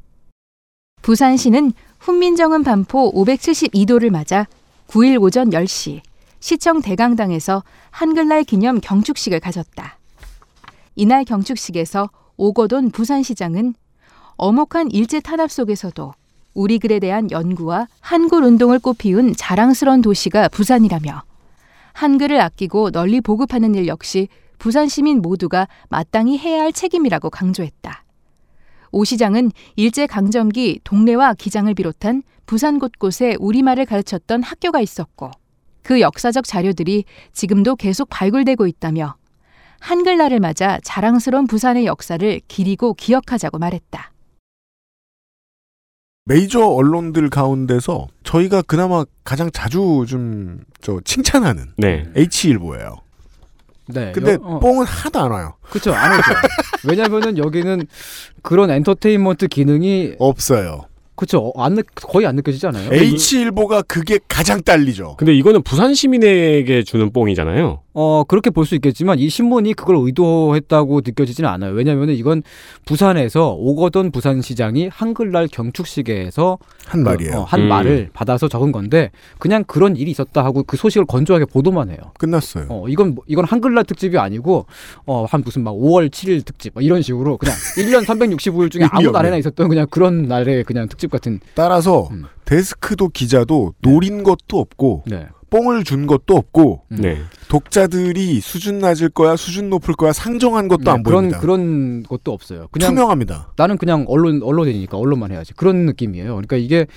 Speaker 10: 부산시는 훈민정음 반포 572도를 맞아 9일 오전 10시 시청 대강당에서 한글날 기념 경축식을 가졌다. 이날 경축식에서 오거돈 부산시장은 어목한 일제 탄압 속에서도 우리 글에 대한 연구와 한글 운동을 꽃피운 자랑스러운 도시가 부산이라며 한글을 아끼고 널리 보급하는 일 역시 부산 시민 모두가 마땅히 해야 할 책임이라고 강조했다. 오 시장은 일제 강점기 동네와 기장을 비롯한 부산 곳곳에 우리말을 가르쳤던 학교가 있었고 그 역사적 자료들이 지금도 계속 발굴되고 있다며 한글날을 맞아 자랑스러운 부산의 역사를 기리고 기억하자고 말했다.
Speaker 2: 메이저 언론들 가운데서 저희가 그나마 가장 자주 좀 저 칭찬하는
Speaker 3: 네.
Speaker 2: H일보예요.
Speaker 5: 네.
Speaker 2: 근데
Speaker 5: 여- 어.
Speaker 2: 뽕은 하나도 안 와요.
Speaker 5: 그렇죠. 안 오죠. 왜냐면은 여기는 그런 엔터테인먼트 기능이
Speaker 2: 없어요.
Speaker 5: 그렇죠. 어, 안 느- 거의 안 느껴지잖아요.
Speaker 2: H일보가 그게 가장 딸리죠.
Speaker 3: 근데 이거는 부산 시민에게 주는 뽕이잖아요.
Speaker 5: 어 그렇게 볼 수 있겠지만 이 신문이 그걸 의도했다고 느껴지지는 않아요. 왜냐면은 이건 부산에서 오거돈 부산시장이 한글날 경축식에서
Speaker 2: 한 말이에요.
Speaker 5: 어, 한
Speaker 2: 음.
Speaker 5: 말을 받아서 적은 건데 그냥 그런 일이 있었다 하고 그 소식을 건조하게 보도만 해요.
Speaker 2: 끝났어요.
Speaker 5: 어 이건 뭐- 이건 한글날 특집이 아니고 어 한 무슨 막 5월 7일 특집 막 이런 식으로 그냥 1년 365일 중에
Speaker 2: 의미
Speaker 5: 아무
Speaker 2: 없네.
Speaker 5: 날에나 있었던 그냥 그런 날의 그냥 특집 같은
Speaker 2: 따라서
Speaker 5: 음.
Speaker 2: 데스크도 기자도 노린 것도 없고
Speaker 5: 네.
Speaker 2: 뽕을 준 것도 없고
Speaker 5: 음.
Speaker 3: 네.
Speaker 2: 독자들이 수준 낮을 거야 수준 높을 거야 상정한 것도 안
Speaker 5: 네, 그런
Speaker 2: 보입니다.
Speaker 5: 그런 것도 없어요. 그냥
Speaker 2: 투명합니다.
Speaker 5: 나는 그냥 언론 언론이니까 언론만 해야지 그런 느낌이에요. 그러니까 이게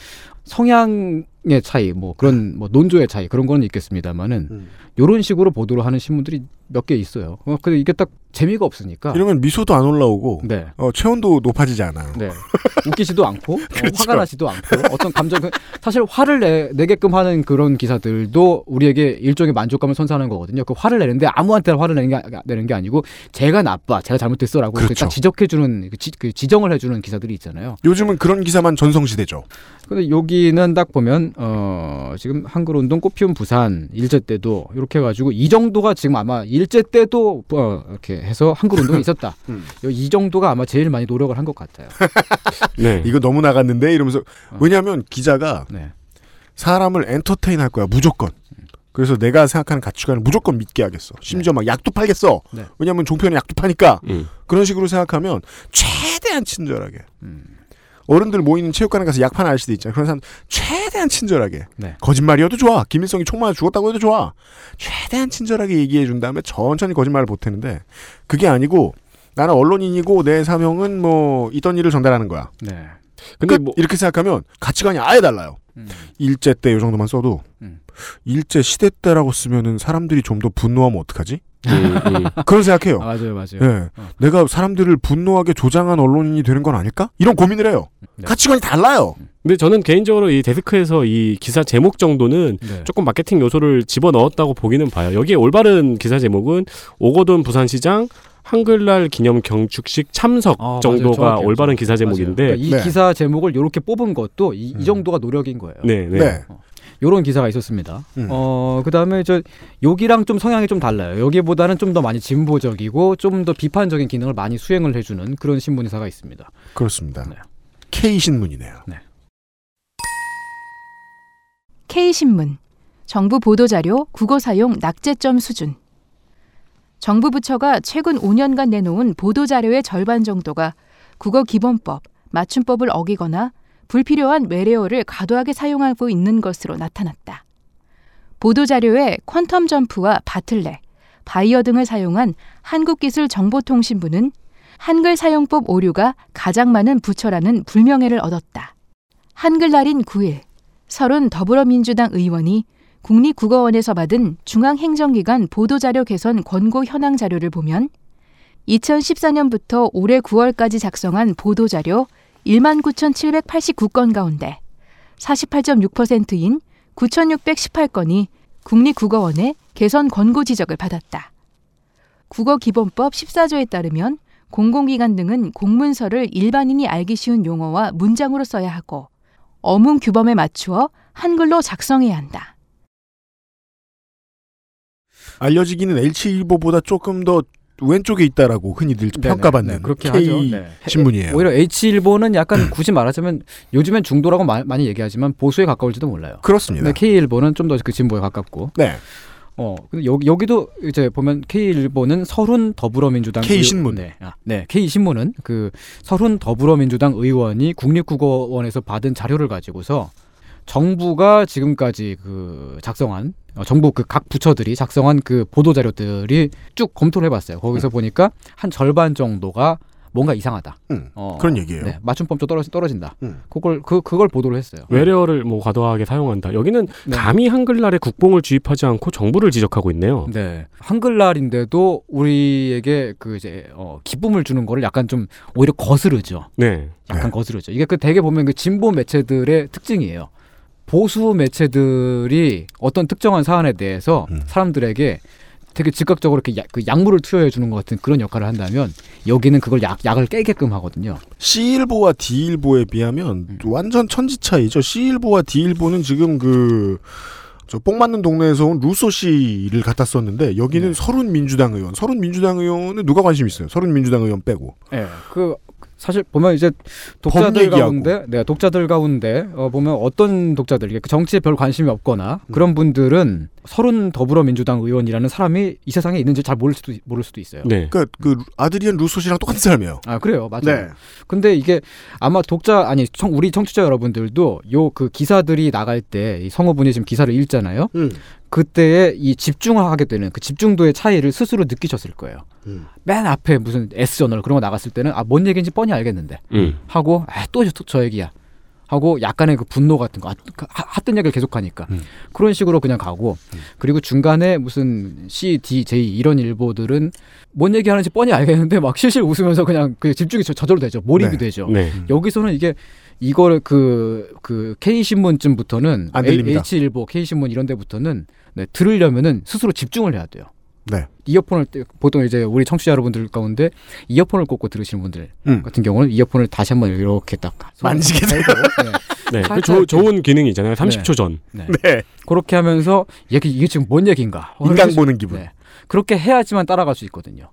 Speaker 5: 성향의 차이, 뭐 그런 뭐 논조의 차이 그런 거는 있겠습니다만은
Speaker 2: 음.
Speaker 5: 이런 식으로 보도를 하는 신문들이 몇 개 있어요. 어, 근데 이게 딱 재미가 없으니까
Speaker 2: 이러면 미소도 안 올라오고
Speaker 5: 네.
Speaker 2: 어, 체온도 높아지지 않아요.
Speaker 5: 네. [LAUGHS] 웃기지도 않고 어,
Speaker 2: 그렇죠.
Speaker 5: 화가 나지도 않고 어떤 감정 사실 화를 내, 내게끔 하는 그런 기사들도 우리에게 일종의 만족감을 선사하는 거거든요. 그 화를 내는데 아무한테나 화를 내는 게, 아- 내는 게 아니고 제가 나빠, 제가 잘못됐어라고 이렇게
Speaker 2: 그렇죠.
Speaker 5: 딱 지적해주는 그 지, 그 지정을 해주는 기사들이 있잖아요.
Speaker 2: 요즘은 그런 기사만 전성시대죠.
Speaker 5: 근데 여기는 딱 보면 어, 지금 한글 운동 꽃피운 부산 일제 때도 이렇게 해가지고 이 정도가 지금 아마 일제 때도 어, 이렇게 해서 한글 운동이 있었다.
Speaker 2: [LAUGHS] 음.
Speaker 5: 이 정도가 아마 제일 많이 노력을 한 것 같아요.
Speaker 3: 네.
Speaker 2: 이거 너무 나갔는데 이러면서
Speaker 5: 어.
Speaker 2: 왜냐하면 기자가
Speaker 5: 네.
Speaker 2: 사람을 엔터테인 할 거야 무조건. 그래서 내가 생각하는 가치관을 무조건 믿게 하겠어. 심지어 막 약도 팔겠어.
Speaker 5: 네. 음.
Speaker 2: 왜냐하면 종편에 약도 파니까 그런 식으로 생각하면 최대한 친절하게.
Speaker 5: 음.
Speaker 2: 어른들 모이는 체육관에 가서 약 파는 아저씨도 있잖아요. 그런 사람 최대한 친절하게.
Speaker 5: 네.
Speaker 2: 거짓말이어도 좋아. 김일성이 총 맞아 죽었다고 해도 좋아. 최대한 친절하게 얘기해 준 다음에 천천히 거짓말을 보태는데 그게 아니고 나는 언론인이고 내 사명은 뭐 있던 일을 전달하는 거야.
Speaker 5: 네.
Speaker 2: 근데
Speaker 3: 뭐,
Speaker 2: 뭐 이렇게 생각하면 가치관이 아예 달라요.
Speaker 5: 음.
Speaker 2: 일제 때 이 정도만 써도 일제 시대 때라고 쓰면은 사람들이 좀 더 분노하면 어떡하지? [LAUGHS] 그런 생각해요.
Speaker 5: 예, 아, 맞아요, 맞아요.
Speaker 2: 예. 내가 사람들을 분노하게 조장한 언론인이 되는 건 아닐까? 이런 고민을 해요.
Speaker 5: 네.
Speaker 2: 가치관이 달라요.
Speaker 3: 근데 저는 개인적으로 이 데스크에서 이 기사 제목 정도는
Speaker 5: 네.
Speaker 3: 조금 마케팅 요소를 집어 넣었다고 보기는 봐요. 여기에 올바른 기사 제목은 오거돈 부산시장 한글날 기념 경축식 참석
Speaker 5: 아, 맞아요.
Speaker 3: 정도가
Speaker 5: 정확해요.
Speaker 3: 올바른 기사
Speaker 5: 그러니까
Speaker 3: 제목인데 네. 음.
Speaker 5: 이 기사 제목을 이렇게 뽑은 것도 이, 이 정도가 노력인 거예요.
Speaker 3: 네, 네. 네.
Speaker 5: 이런 기사가 있었습니다.
Speaker 2: 음.
Speaker 5: 어, 그 다음에 저, 여기랑 좀 성향이 좀 달라요. 여기보다는 좀 더 많이 진보적이고 좀 더 비판적인 기능을 많이 수행을 해주는 그런 신문사가 있습니다.
Speaker 2: 그렇습니다.
Speaker 5: 네.
Speaker 2: K 신문이네요.
Speaker 10: K신문 정부 보도자료 국어 사용 낙제점 수준 정부 부처가 최근 5년간 내놓은 보도자료의 절반 정도가 국어 기본법, 맞춤법을 어기거나 불필요한 외래어를 과도하게 사용하고 있는 것으로 나타났다. 보도자료에 퀀텀 점프와 바틀렉, 바이어 등을 사용한 한국기술정보통신부는 한글 사용법 오류가 가장 많은 부처라는 불명예를 얻었다. 한글날인 9일, 서른 더불어민주당 의원이 국립국어원에서 받은 중앙행정기관 보도자료 개선 권고 현황 자료를 보면 2014년부터 올해 9월까지 작성한 보도자료 19,789건 가운데 48.6%인 9,618건이 국립국어원의 개선 권고 지적을 받았다. 국어기본법 14조에 따르면 공공기관 등은 공문서를 일반인이 알기 쉬운 용어와 문장으로 써야 하고 어문 규범에 맞추어 한글로 작성해야 한다.
Speaker 2: 알려지기는 H일보보다 조금 더 왼쪽에 있다라고 흔히들 평가받는
Speaker 5: 네, 그렇게
Speaker 2: K
Speaker 5: 하죠. 네.
Speaker 2: 신문이에요. 음.
Speaker 5: 오히려 H일보는 약간 굳이 말하자면 요즘엔 중도라고 마- 많이 얘기하지만 보수에 가까울지도 몰라요.
Speaker 2: 그렇습니다.
Speaker 5: 근데 네, K일보는 좀 더 그 진보에 가깝고.
Speaker 2: 네.
Speaker 5: 어, 근데 여기, 여기도 이제 보면 K일보는 서른 더불어민주당
Speaker 2: K신문.
Speaker 5: 의- 네. 아, 네. K신문은 그 서른 더불어민주당 의원이 국립국어원에서 받은 자료를 가지고서 정부가 지금까지 그 작성한 어, 정부 그 각 부처들이 작성한 그 보도 자료들이 쭉 검토를 해봤어요. 거기서 보니까 한 절반 정도가 뭔가 이상하다.
Speaker 2: 음,
Speaker 5: 어,
Speaker 2: 그런 얘기예요.
Speaker 5: 네, 맞춤법 좀 떨어진 떨어진다.
Speaker 2: 음.
Speaker 5: 그걸 그 그걸 보도를 했어요.
Speaker 3: 외래어를 뭐 과도하게 사용한다. 여기는
Speaker 5: 네.
Speaker 3: 감히 한글날에 국뽕을 주입하지 않고 정부를 지적하고 있네요.
Speaker 5: 네. 한글날인데도 우리에게 그 이제 어, 기쁨을 주는 거를 약간 좀 오히려 거스르죠.
Speaker 3: 네.
Speaker 5: 약간 거스르죠. 이게 그 되게 보면 그 진보 매체들의 특징이에요. 보수 매체들이 어떤 특정한 사안에 대해서 사람들에게 되게 즉각적으로 이렇게 야- 그 약물을 투여해 주는 것 같은 그런 역할을 한다면 여기는 그걸 약, 약을 깨게끔 하거든요.
Speaker 2: C일보와 D일보에 비하면
Speaker 5: 음.
Speaker 2: 완전 천지 차이죠. C일보와 D일보는 지금 그, 저, 뽕 맞는 동네에서 온 루소 씨를 갖다 썼는데,
Speaker 5: 네.
Speaker 2: 여기는 서른 민주당 의원. 서른 민주당 의원은 누가 관심 있어요? 서른 민주당 의원 빼고.
Speaker 5: 예. 그 사실 보면 이제
Speaker 2: 법
Speaker 5: 독자들
Speaker 2: 얘기하고.
Speaker 5: 가운데 네, 독자들 가운데 어, 보면 어떤 독자들 이게 그 정치에 별 관심이 없거나
Speaker 2: 음.
Speaker 5: 그런 분들은 서른 더불어민주당 의원이라는 사람이 이 세상에 있는지 잘 모를 수도 모를 수도 있어요.
Speaker 3: 네.
Speaker 2: 그러니까 그 아드리안 루소 씨랑 똑같은 사람이에요.
Speaker 5: 아 그래요 맞아요
Speaker 2: 네.
Speaker 5: 근데 이게 아마 독자 아니 청- 우리 청취자 여러분들도 요 그 기사들이 나갈 때이 성우분이 지금 기사를 읽잖아요 그때에 이 집중하게 되는 그 집중도의 차이를 스스로 느끼셨을 거예요
Speaker 2: 음.
Speaker 5: 맨 앞에 무슨 S저널 그런 거 나갔을 때는 아 뭔 얘기인지 뻔히 알겠는데
Speaker 3: 음.
Speaker 5: 하고 아또저 저 얘기야 하고 약간의 그 분노 같은 거 아, 그 하- 하던 얘기를 계속하니까
Speaker 2: 음.
Speaker 5: 그런 식으로 그냥 가고 그리고 중간에 무슨 C, D, J 이런 일보들은 뭔 얘기하는지 뻔히 알겠는데 막 실실 웃으면서 그냥 그 집중이 저- 저절로 되죠 몰입이
Speaker 2: 네.
Speaker 5: 되죠
Speaker 3: 네.
Speaker 5: 여기서는 이게 이거를 그, 그 K신문쯤부터는
Speaker 2: 안 들립니다.
Speaker 5: H일보, K신문 이런 데부터는 네, 들으려면은 스스로 집중을 해야 돼요.
Speaker 2: 네.
Speaker 5: 이어폰을 떼- 보통 이제 우리 청취자 여러분들 가운데 이어폰을 꽂고 들으시는 분들
Speaker 2: 음.
Speaker 5: 같은 경우는 이어폰을 다시 한번 이렇게 딱
Speaker 2: 만지게
Speaker 5: 되고
Speaker 3: 네, 그
Speaker 5: 살짝
Speaker 3: 조-
Speaker 5: 이렇게.
Speaker 3: 좋은 기능이잖아요. 30초 전.
Speaker 2: [LAUGHS]
Speaker 5: 네. [LAUGHS] 그렇게 하면서 이게, 이게 지금 뭔 얘기인가? 네.
Speaker 2: 인강 보는 기분.
Speaker 5: 그렇게 해야지만 따라갈 수 있거든요.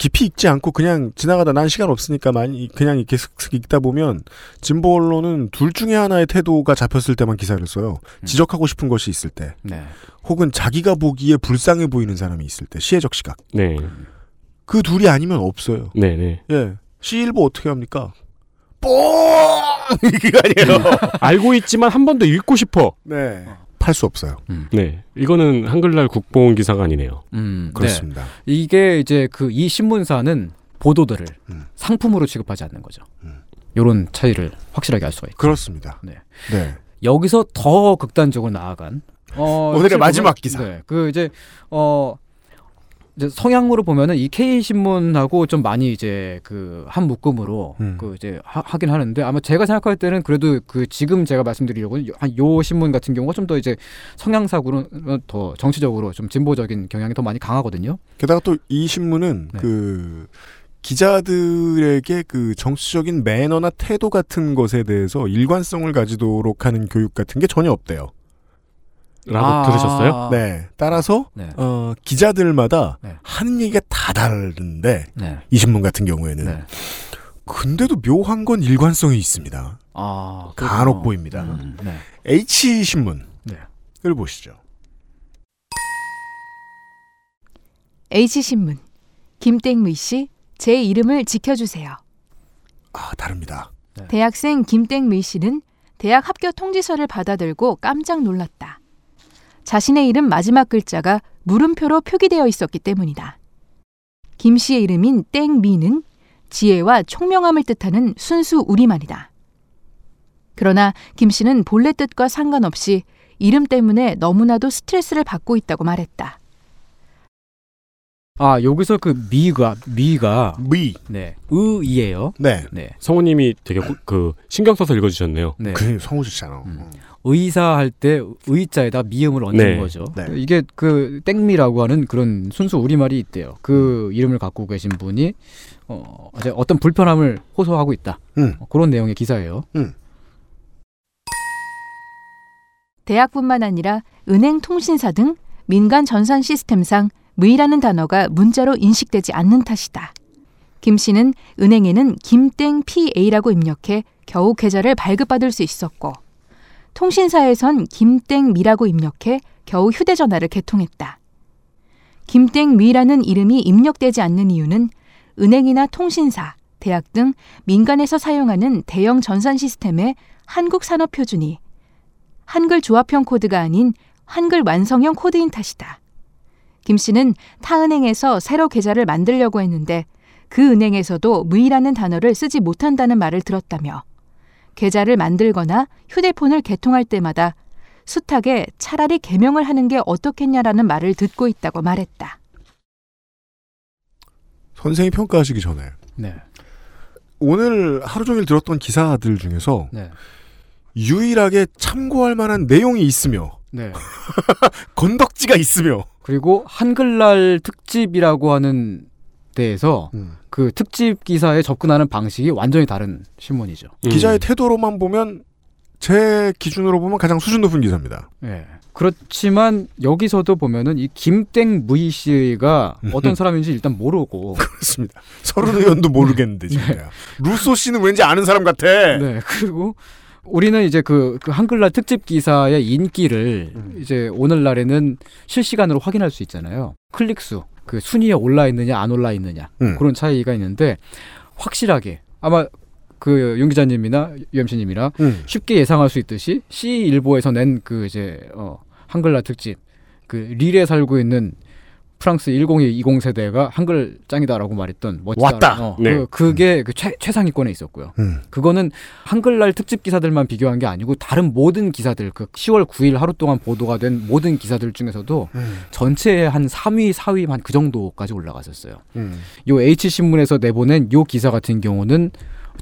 Speaker 2: 깊이 읽지 않고 그냥 지나가다 난 시간 없으니까 많이 그냥 이렇게 슥슥 읽다 보면 진보 언론은 둘 중에 하나의 태도가 잡혔을 때만 기사를 써요.
Speaker 5: 음.
Speaker 2: 지적하고 싶은 것이 있을 때,
Speaker 5: 네.
Speaker 2: 혹은 자기가 보기에 불쌍해 보이는 사람이 있을 때 시혜적 시각.
Speaker 3: 네.
Speaker 2: 그 둘이 아니면 없어요.
Speaker 3: 네, 네.
Speaker 2: 예, 시일보 어떻게 합니까? 뽕 [LAUGHS] 이게 아니에요.
Speaker 3: 알고 있지만 한 번 더 읽고 싶어.
Speaker 2: 네. 팔 수 없어요.
Speaker 3: 네. 이거는 한글날 국보원 기사가 아니네요.
Speaker 5: 음, 네. 이게 이제 그 이 신문사는 보도들을 상품으로 취급하지 않는 거죠. 이런 차이를 확실하게 알 수가 있죠.
Speaker 2: 그렇습니다.
Speaker 5: 네.
Speaker 2: 네.
Speaker 5: 여기서 더 극단적으로 나아간 어,
Speaker 2: 오늘의
Speaker 5: 사실
Speaker 2: 마지막
Speaker 5: 보면-
Speaker 2: 기사.
Speaker 5: 네, 그 이제 어 이제 성향으로 보면은 이 K 신문하고 좀 많이 이제 그 한 묶음으로 그 이제 하, 하긴 하는데 아마 제가 생각할 때는 그래도 그 지금 제가 말씀드리려고 한요 신문 같은 경우가 좀 더 이제 성향사고는 더 정치적으로 좀 진보적인 경향이 더 많이 강하거든요.
Speaker 2: 게다가 또 이 신문은 그 기자들에게 그 정치적인 매너나 태도 같은 것에 대해서 일관성을 가지도록 하는 교육 같은 게 전혀 없대요.
Speaker 3: 라고 아. 들으셨어요?
Speaker 2: 네. 따라서 어, 기자들마다 하는 얘기가 다 다른데
Speaker 5: 네.
Speaker 2: 이 신문 같은 경우에는 근데도 묘한 건 일관성이 있습니다.
Speaker 5: 아,
Speaker 2: 간혹 보입니다.
Speaker 5: 음. 네.
Speaker 2: 네. H 신문을 보시죠.
Speaker 10: H신문 김땡미 씨, 제 이름을 지켜주세요.
Speaker 2: 아, 다릅니다.
Speaker 10: 대학생 김땡미 씨는 대학 합격 통지서를 받아들고 깜짝 놀랐다. 자신의 이름 마지막 글자가 물음표로 표기되어 있었기 때문이다. 김 씨의 이름인 땡미는 지혜와 총명함을 뜻하는 순수 우리말이다. 그러나 김 씨는 본래 뜻과 상관없이 이름 때문에 너무나도 스트레스를 받고 있다고 말했다.
Speaker 5: 아 여기서 그 미가 미가
Speaker 2: 미.
Speaker 5: 네. 의이에요.
Speaker 2: 네.
Speaker 3: 성우님이 되게 구- 그 신경 써서 읽어주셨네요.
Speaker 5: 네. 음.
Speaker 2: 그 성우시잖아.
Speaker 5: 의사 할 때 의자에다 미음을 얹는
Speaker 3: 네.
Speaker 5: 거죠.
Speaker 3: 네.
Speaker 5: 이게 그 땡미라고 하는 그런 순수 우리말이 있대요.
Speaker 2: 음.
Speaker 5: 그 이름을 갖고 계신 분이 어, 이제 어떤 불편함을 호소하고 있다.
Speaker 2: 음.
Speaker 5: 어, 그런 내용의 기사예요.
Speaker 10: 대학뿐만 아니라 은행, 통신사 등 민간 전산 시스템상 무이라는 단어가 문자로 인식되지 않는 탓이다. 김 씨는 은행에는 김땡 PA라고 입력해 겨우 계좌를 발급받을 수 있었고 통신사에선 김땡 미라고 입력해 겨우 휴대전화를 개통했다. 김땡 미라는 이름이 입력되지 않는 이유는 은행이나 통신사, 대학 등 민간에서 사용하는 대형 전산 시스템의 한국 산업 표준이 한글 조합형 코드가 아닌 한글 완성형 코드인 탓이다. 김 씨는 타 은행에서 새로 계좌를 만들려고 했는데 그 은행에서도 무이라는 단어를 쓰지 못한다는 말을 들었다며 계좌를 만들거나 휴대폰을 개통할 때마다 숱하게 차라리 개명을 하는 게 어떻겠냐라는 말을 듣고 있다고 말했다.
Speaker 2: 선생이 평가하시기 전에
Speaker 5: 네.
Speaker 2: 오늘 하루 종일 들었던 기사들 중에서
Speaker 5: 네.
Speaker 2: 유일하게 참고할 만한 내용이 있으며
Speaker 5: 네.
Speaker 2: 건덕지가 있으며
Speaker 5: 그리고 한글날 특집이라고 하는 데에서 그 특집 기사에 접근하는 방식이 완전히 다른 신문이죠.
Speaker 3: 음.
Speaker 2: 기자의 태도로만 보면 제 기준으로 보면 가장 수준 높은 기사입니다. [LAUGHS]
Speaker 5: 예. 그렇지만 여기서도 보면은 이 김땡 무이 씨가 어떤 사람인지 일단 모르고
Speaker 2: 그렇습니다. 서른 의원도 모르겠는데 지금 내가. 루소 씨는 왠지 아는 사람 같아.
Speaker 5: 네. 그리고 우리는 이제 그, 그 한글날 특집 기사의 인기를 이제 오늘날에는 실시간으로 확인할 수 있잖아요. 클릭 수, 그 순위에 올라 있느냐 안 올라 있느냐
Speaker 15: 음.
Speaker 5: 그런 차이가 있는데 확실하게 아마 그 윤 기자님이나 유엠씨님이나
Speaker 15: 음.
Speaker 5: 쉽게 예상할 수 있듯이 C 일보에서 낸 그 이제 어 한글날 특집 그 릴에 살고 있는 프랑스 1020 20 세대가 한글 짱이다라고 말했던 멋지다.
Speaker 2: 왔다.
Speaker 5: 어,
Speaker 2: 네.
Speaker 5: 그, 그게 그 최, 최상위권에 있었고요.
Speaker 2: 음.
Speaker 5: 그거는 한글날 특집 기사들만 비교한 게 아니고 다른 모든 기사들 그 10월 9일 하루 동안 보도가 된 모든 기사들 중에서도
Speaker 2: 음.
Speaker 5: 전체의 한 3위, 4위 한 그 정도까지 올라갔었어요.
Speaker 2: 음.
Speaker 5: 요 H 신문에서 내보낸 요 기사 같은 경우는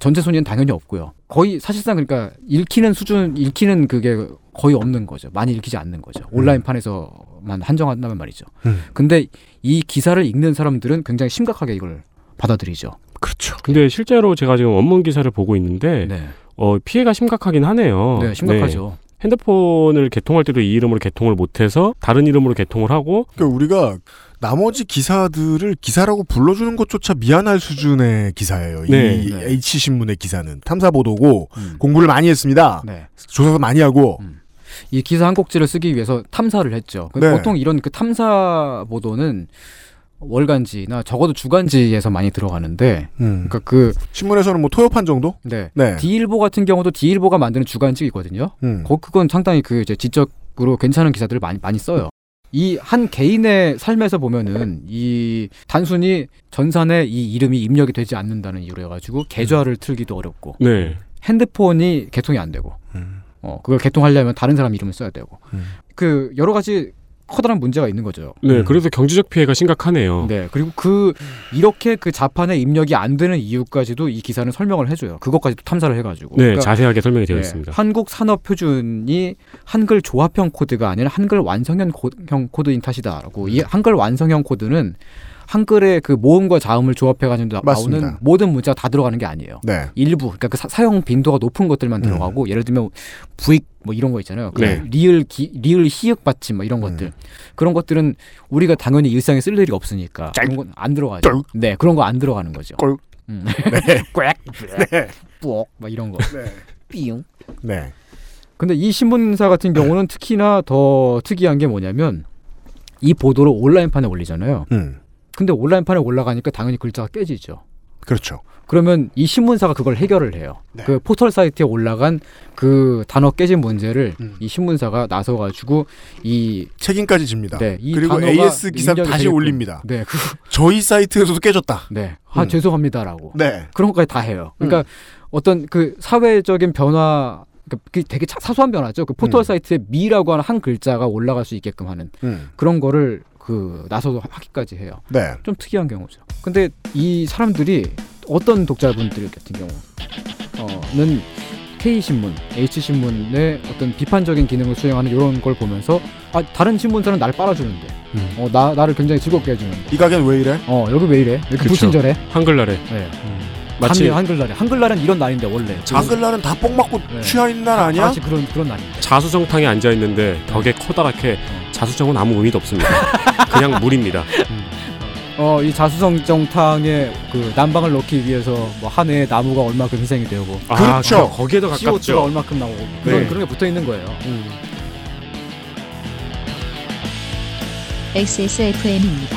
Speaker 5: 전체 손에는 당연히 없고요. 거의 사실상 그러니까 읽히는 수준, 읽히는 그게 거의 없는 거죠. 많이 읽히지 않는 거죠. 온라인판에서만 한정한다면 말이죠.
Speaker 2: 음.
Speaker 5: 근데 이 기사를 읽는 사람들은 굉장히 심각하게 이걸 받아들이죠.
Speaker 2: 그렇죠. 네.
Speaker 3: 근데 실제로 제가 지금 원문 기사를 보고 있는데 어, 피해가 심각하긴
Speaker 2: 어,
Speaker 3: 하네요.
Speaker 5: 네, 심각하죠.
Speaker 3: 핸드폰을 개통할 때도 이 이름으로 개통을 못해서 다른 이름으로 개통을 하고
Speaker 2: 그러니까 우리가 나머지 기사들을 기사라고 불러주는 것조차 미안할 수준의 기사예요.
Speaker 3: 네,
Speaker 2: 이
Speaker 3: 네.
Speaker 2: H 신문의 기사는 탐사 네. 보도고
Speaker 5: 음.
Speaker 2: 공부를 많이 했습니다.
Speaker 5: 네.
Speaker 2: 조사도 많이 하고
Speaker 5: 이 기사 한 꼭지를 쓰기 위해서 탐사를 했죠. 그
Speaker 2: 네.
Speaker 5: 보통 이런 그 탐사 보도는 월간지나 적어도 주간지에서 많이 들어가는데, 그러니까 그
Speaker 2: 음. 신문에서는 뭐 토요판 정도?
Speaker 5: 네.
Speaker 2: 네.
Speaker 5: 디일보 같은 경우도 디일보가 만드는 주간지거든요.
Speaker 2: 음.
Speaker 5: 거 그건 상당히 그 이제 지적으로 괜찮은 기사들을 많이 많이 써요. 이 한 개인의 삶에서 보면은 이 단순히 전산에 이 이름이 입력이 되지 않는다는 이유로
Speaker 2: 음.
Speaker 5: 해가지고 계좌를 틀기도 어렵고
Speaker 3: 네.
Speaker 5: 핸드폰이 개통이 안 되고
Speaker 3: 음.
Speaker 5: 어 그걸 개통하려면 다른 사람 이름을 써야 되고 그 여러 가지 커다란 문제가 있는 거죠.
Speaker 3: 네, 그래서 경제적 피해가 심각하네요.
Speaker 5: 네, 그리고 그 이렇게 그 자판에 입력이 안 되는 이유까지도 이 기사는 설명을 해줘요. 그것까지도 탐사를 해가지고. 그러니까
Speaker 3: 네, 자세하게 설명이 되어 있습니다.
Speaker 5: 한국 산업 표준이 한글 조합형 코드가 아니라 한글 완성형 코- 형 코드인 탓이다라고.
Speaker 3: 음.
Speaker 5: 이 한글 완성형 코드는 한글의 그 모음과 자음을 조합해가지고 나-
Speaker 2: 맞습니다.
Speaker 5: 나오는 모든 문자가 다 들어가는 게 아니에요.
Speaker 2: 네.
Speaker 5: 일부 그러니까 그 사, 용 빈도가 높은 것들만 들어가고 예를 들면 부익 뭐 이런 거 있잖아요. 그
Speaker 2: 음. 네. 음.
Speaker 5: 리을 기, 리을 희역 받침 뭐 이런 것들 그런 것들은 우리가 당연히 일상에 쓸 일이 없으니까 그런 건 안 들어가죠. 네 그런 거 안 들어가는 거죠. 음. [LAUGHS] 꽉,
Speaker 2: 네.
Speaker 5: 뿌억 막 이런 거.
Speaker 2: 네.
Speaker 5: 삐용.
Speaker 2: 네.
Speaker 5: 근데 이 신문사 같은 경우는 특히나 더 특이한 게 뭐냐면 이 보도를 온라인판에 올리잖아요.
Speaker 2: 음.
Speaker 5: 근데 온라인판에 올라가니까 당연히 글자가 깨지죠.
Speaker 2: 그렇죠.
Speaker 5: 그러면 이 신문사가 그걸 해결을 해요.
Speaker 2: 네.
Speaker 5: 그 포털 사이트에 올라간 그 단어 깨진 문제를
Speaker 2: 음.
Speaker 5: 이 신문사가 나서 가지고 이
Speaker 2: 책임까지 집니다.
Speaker 5: 네, 이
Speaker 2: 아, 그리고
Speaker 5: 단어가
Speaker 2: AS 기사를
Speaker 5: 입력이
Speaker 2: 다시
Speaker 5: 되게끔.
Speaker 2: 올립니다.
Speaker 5: 네, 그
Speaker 2: 저희 사이트에서도 깨졌다.
Speaker 5: 네. 아
Speaker 2: 음.
Speaker 5: 죄송합니다라고.
Speaker 2: 네.
Speaker 5: 그런 것까지 다 해요. 그러니까 어떤 그 사회적인 변화 그러니까 그게 되게 차- 사소한 변화죠. 그 포털 사이트에 미라고 하는 한 글자가 올라갈 수 있게끔 하는
Speaker 2: 음.
Speaker 5: 그런 거를 그 나서서 하기까지 해요.
Speaker 2: 네.
Speaker 5: 좀 특이한 경우죠. 근데 이 사람들이 어떤 독자분들 같은 어, 경우는 K 신문, H 신문의 어떤 비판적인 기능을 수행하는 이런 걸 보면서 아 다른 신문사는 날 빨아주는데,
Speaker 2: 음.
Speaker 5: 어, 나 나를 굉장히 즐겁게 해주는데.
Speaker 2: 이 가게는 왜 이래?
Speaker 5: 어 여기 왜 이래? 왜 이렇게
Speaker 3: 그쵸.
Speaker 5: 불친절해?
Speaker 3: 한글날에.
Speaker 5: 네.
Speaker 3: 마치
Speaker 5: 한글- 한글날에 한글날은 이런 날인데 원래
Speaker 2: 한글날은 다 뽕 맞고
Speaker 5: 네.
Speaker 2: 취하인 날 아니야?
Speaker 5: 마치 그런 그런 날이
Speaker 3: 자수정탕에 앉아 있는데 덕에 커다랗게 자수정은 아무 의미도 없습니다. 그냥 물입니다.
Speaker 5: 어, 이 자수성 정탕에 그 난방을 넣기 위해서 뭐 한 해에 나무가 얼마큼 희생이 되고
Speaker 3: [LAUGHS] 아, 그렇죠. 거기에 더 가깝죠. 음.
Speaker 5: CO2가 얼마큼 나오고 그런
Speaker 3: 네.
Speaker 5: 그런 게 붙어 있는 거예요.
Speaker 1: XSFM입니다.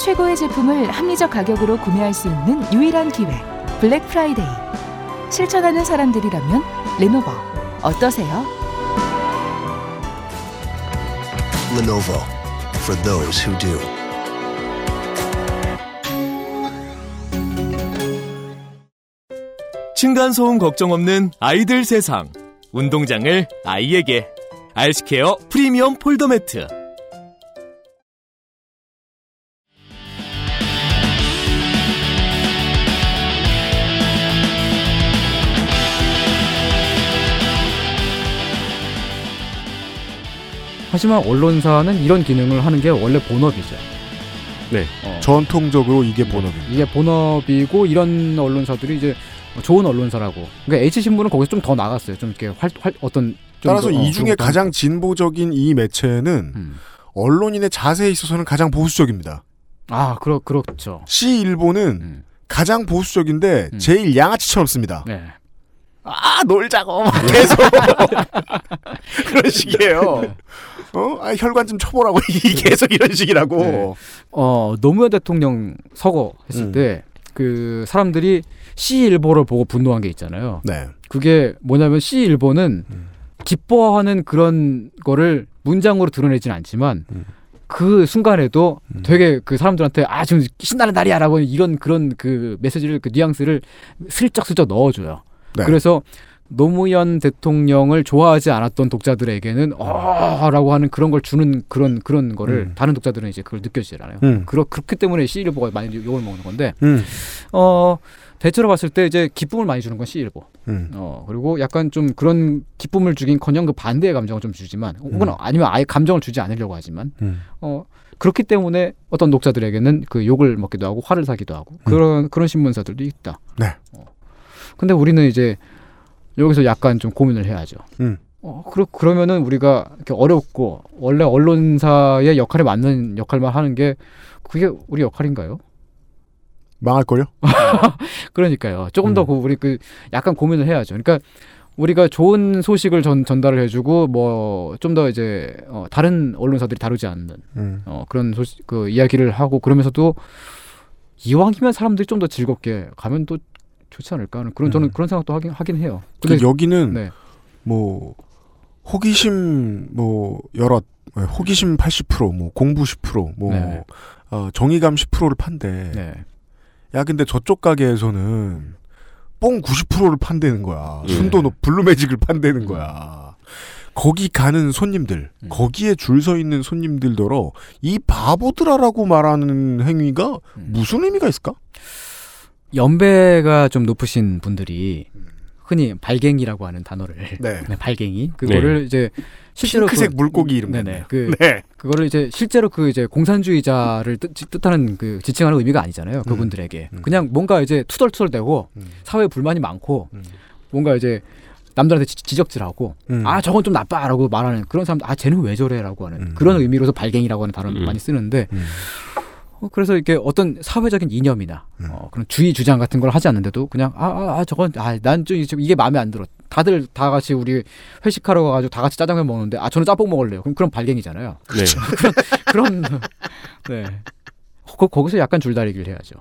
Speaker 13: 최고의 제품을 합리적 가격으로 구매할 수 있는 유일한 기회 블랙 프라이데이 실천하는 사람들이라면 레노버 어떠세요?
Speaker 14: Lenovo for those who do.
Speaker 6: 층간소음 걱정 없는 아이들 세상. 운동장을 아이에게. 알스케어 프리미엄 폴더 매트.
Speaker 5: 하지만 언론사는 이런 기능을 하는 게 원래 본업이죠. 어,
Speaker 3: 네.
Speaker 2: 전통적으로 이게 본업입니다.
Speaker 5: 이게 본업이고 이런 언론사들이 이제 좋은 언론사라고. 그러니까 H 신문은 거기서 좀 더 나갔어요. 좀 이렇게 활, 활 어떤 좀
Speaker 2: 따라서
Speaker 5: 더, 음. 어,
Speaker 2: 이 중에
Speaker 5: 그런-
Speaker 2: 가장 진보적인 이 매체는 언론인의 자세에 있어서는 가장 보수적입니다.
Speaker 5: 아, 그렇 그렇죠.
Speaker 2: C 일본은 가장 보수적인데 제일 양아치처럼 씁니다.
Speaker 5: 네.
Speaker 2: 음. 아 놀자고 막 [LAUGHS] 계속 그런 [LAUGHS] 식이에요. 어, 아, 혈관 좀 쳐보라고 [LAUGHS] 이 계속 이런 식이라고.
Speaker 5: 네. 어 노무현 대통령 서거 했을 때 그 사람들이 C 일보를 보고 분노한 게 있잖아요.
Speaker 2: 네. 음.
Speaker 5: 그게 뭐냐면 C 일보는 기뻐하는 그런 거를 문장으로 드러내진 않지만
Speaker 2: 음.
Speaker 5: 그 순간에도 되게 그 사람들한테 아 지금 신나는 날이야라고 이런 그런 그 메시지를 그 뉘앙스를 슬쩍슬쩍 넣어줘요.
Speaker 2: 네.
Speaker 5: 그래서 노무현 대통령을 좋아하지 않았던 독자들에게는 아, 어라고 하는 그런 걸 주는 그런 그런 거를
Speaker 2: 음.
Speaker 5: 다른 독자들은 이제 그걸 느껴지질 않아요.
Speaker 2: 음.
Speaker 5: 그렇 그렇기 때문에 C1보가 많이 욕을 먹는 건데
Speaker 2: 음.
Speaker 5: 어 대체로 봤을 때 이제 기쁨을 많이 주는 건 C1보.
Speaker 2: 음.
Speaker 5: 어 그리고 약간 좀 그런 기쁨을 주긴커녕 그 반대의 감정을 좀 주지만 어, 혹은
Speaker 2: 음.
Speaker 5: 아니면 아예 감정을 주지 않으려고 하지만
Speaker 2: 음.
Speaker 5: 어 그렇기 때문에 어떤 독자들에게는 그 욕을 먹기도 하고 화를 사기도 하고 그런 그런 신문사들도 있다.
Speaker 2: 음. 네.
Speaker 5: 어. 근데 우리는 이제 여기서 약간 좀 고민을 해야죠.
Speaker 2: 음.
Speaker 5: 어, 그러, 그러면은 우리가 이렇게 어렵고 원래 언론사의 역할에 맞는 역할만 하는 게 그게 우리 역할인가요?
Speaker 2: 망할 걸요?
Speaker 5: 그러니까요. 조금
Speaker 2: 음.
Speaker 5: 더그 우리 그 약간 고민을 해야죠. 그러니까 우리가 좋은 소식을 전, 전달을 해주고 뭐 좀 더 이제 어, 다른 언론사들이 다루지 않는
Speaker 2: 음.
Speaker 5: 어, 그런 소식 그 이야기를 하고 그러면서도 이왕이면 사람들이 좀 더 즐겁게 가면 또 좋지 않을까 하는 그런 저는 그런 생각도 하긴 하긴 해요.
Speaker 2: 음. 그 여기는
Speaker 5: 네.
Speaker 2: 뭐 호기심 뭐 여러 어, 호기심 80%뭐 공부 10%뭐
Speaker 5: 네.
Speaker 2: 어, 정의감 10%를 판대. 야 근데 저쪽 가게에서는 뽕 90%를 판대는 거야.
Speaker 5: 예.
Speaker 2: 순도 높 블루매직을 판대는 거야. 거기 가는 손님들,
Speaker 5: 음.
Speaker 2: 거기에 줄 서 있는 손님들더러 이 바보들아라고 말하는 행위가
Speaker 5: 음.
Speaker 2: 무슨 의미가 있을까?
Speaker 5: 연배가 좀 높으신 분들이 흔히 발갱이라고 하는 단어를
Speaker 2: 네.
Speaker 5: 발갱이 그거를
Speaker 2: 네.
Speaker 5: 이제 실제로 그
Speaker 2: 핑크색 물고기 이름
Speaker 5: 네네
Speaker 2: 같네요.
Speaker 5: 그
Speaker 2: 네.
Speaker 5: 그거를 이제 실제로 그 이제 공산주의자를 뜻, 뜻하는 그 지칭하는 의미가
Speaker 2: 음.
Speaker 5: 아니잖아요 그분들에게 그냥 뭔가 이제 투덜투덜대고 사회 에 불만이 많고 뭔가 이제 남들한테 지, 적질하고
Speaker 2: 음.
Speaker 5: 아 저건 좀 나빠라고 말하는 그런 사람들 아 쟤는 왜 저래라고 하는 그런 의미로서 발갱이라고 하는 단어를
Speaker 2: 음.
Speaker 5: 많이 쓰는데 어, 그래서 이게 어떤 사회적인 이념이나
Speaker 2: 음.
Speaker 5: 어, 그런 주의 주장 같은 걸 하지 않는데도 그냥 아, 아, 아 저건 아, 난 좀 이게 마음에 안 들어. 다들 다 같이 우리 회식하러 가가지고 다 같이 짜장면 먹는데 아 저는 짜뽕 먹을래요. 그럼 그런 발갱이잖아요.
Speaker 3: 네.
Speaker 5: 그런 네. 거, 거기서 약간 줄다리기를 해야죠.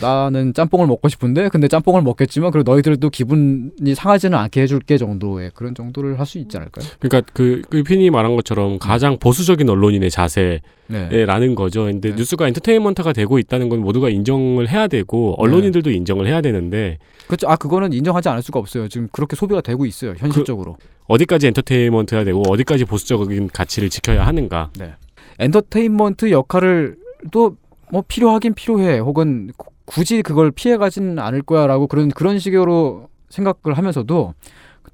Speaker 5: 나는 짬뽕을 먹고 싶은데 근데 짬뽕을 먹겠지만 그리고 너희들도 기분이 상하지는 않게 해줄게 정도의 그런 정도를 할 수 있지 않을까요?
Speaker 3: 그러니까 그, 그 핀이 말한 것처럼 가장 보수적인 언론인의 자세라는
Speaker 5: 네.
Speaker 3: 예. 거죠. 근데 뉴스가 엔터테인먼트가 되고 있다는 건 모두가 인정을 해야 되고 언론인들도 인정을 해야 되는데
Speaker 5: 그렇죠. 아 그거는 인정하지 않을 수가 없어요. 지금 그렇게 소비가 되고 있어요. 현실적으로.
Speaker 3: 그 어디까지 엔터테인먼트가 되고 어디까지 보수적인 가치를 지켜야 하는가.
Speaker 5: 네. 엔터테인먼트 역할을 또 뭐 필요하긴 필요해. 혹은 구- 굳이 그걸 피해 가지는 않을 거야라고 그런 그런 식으로 생각을 하면서도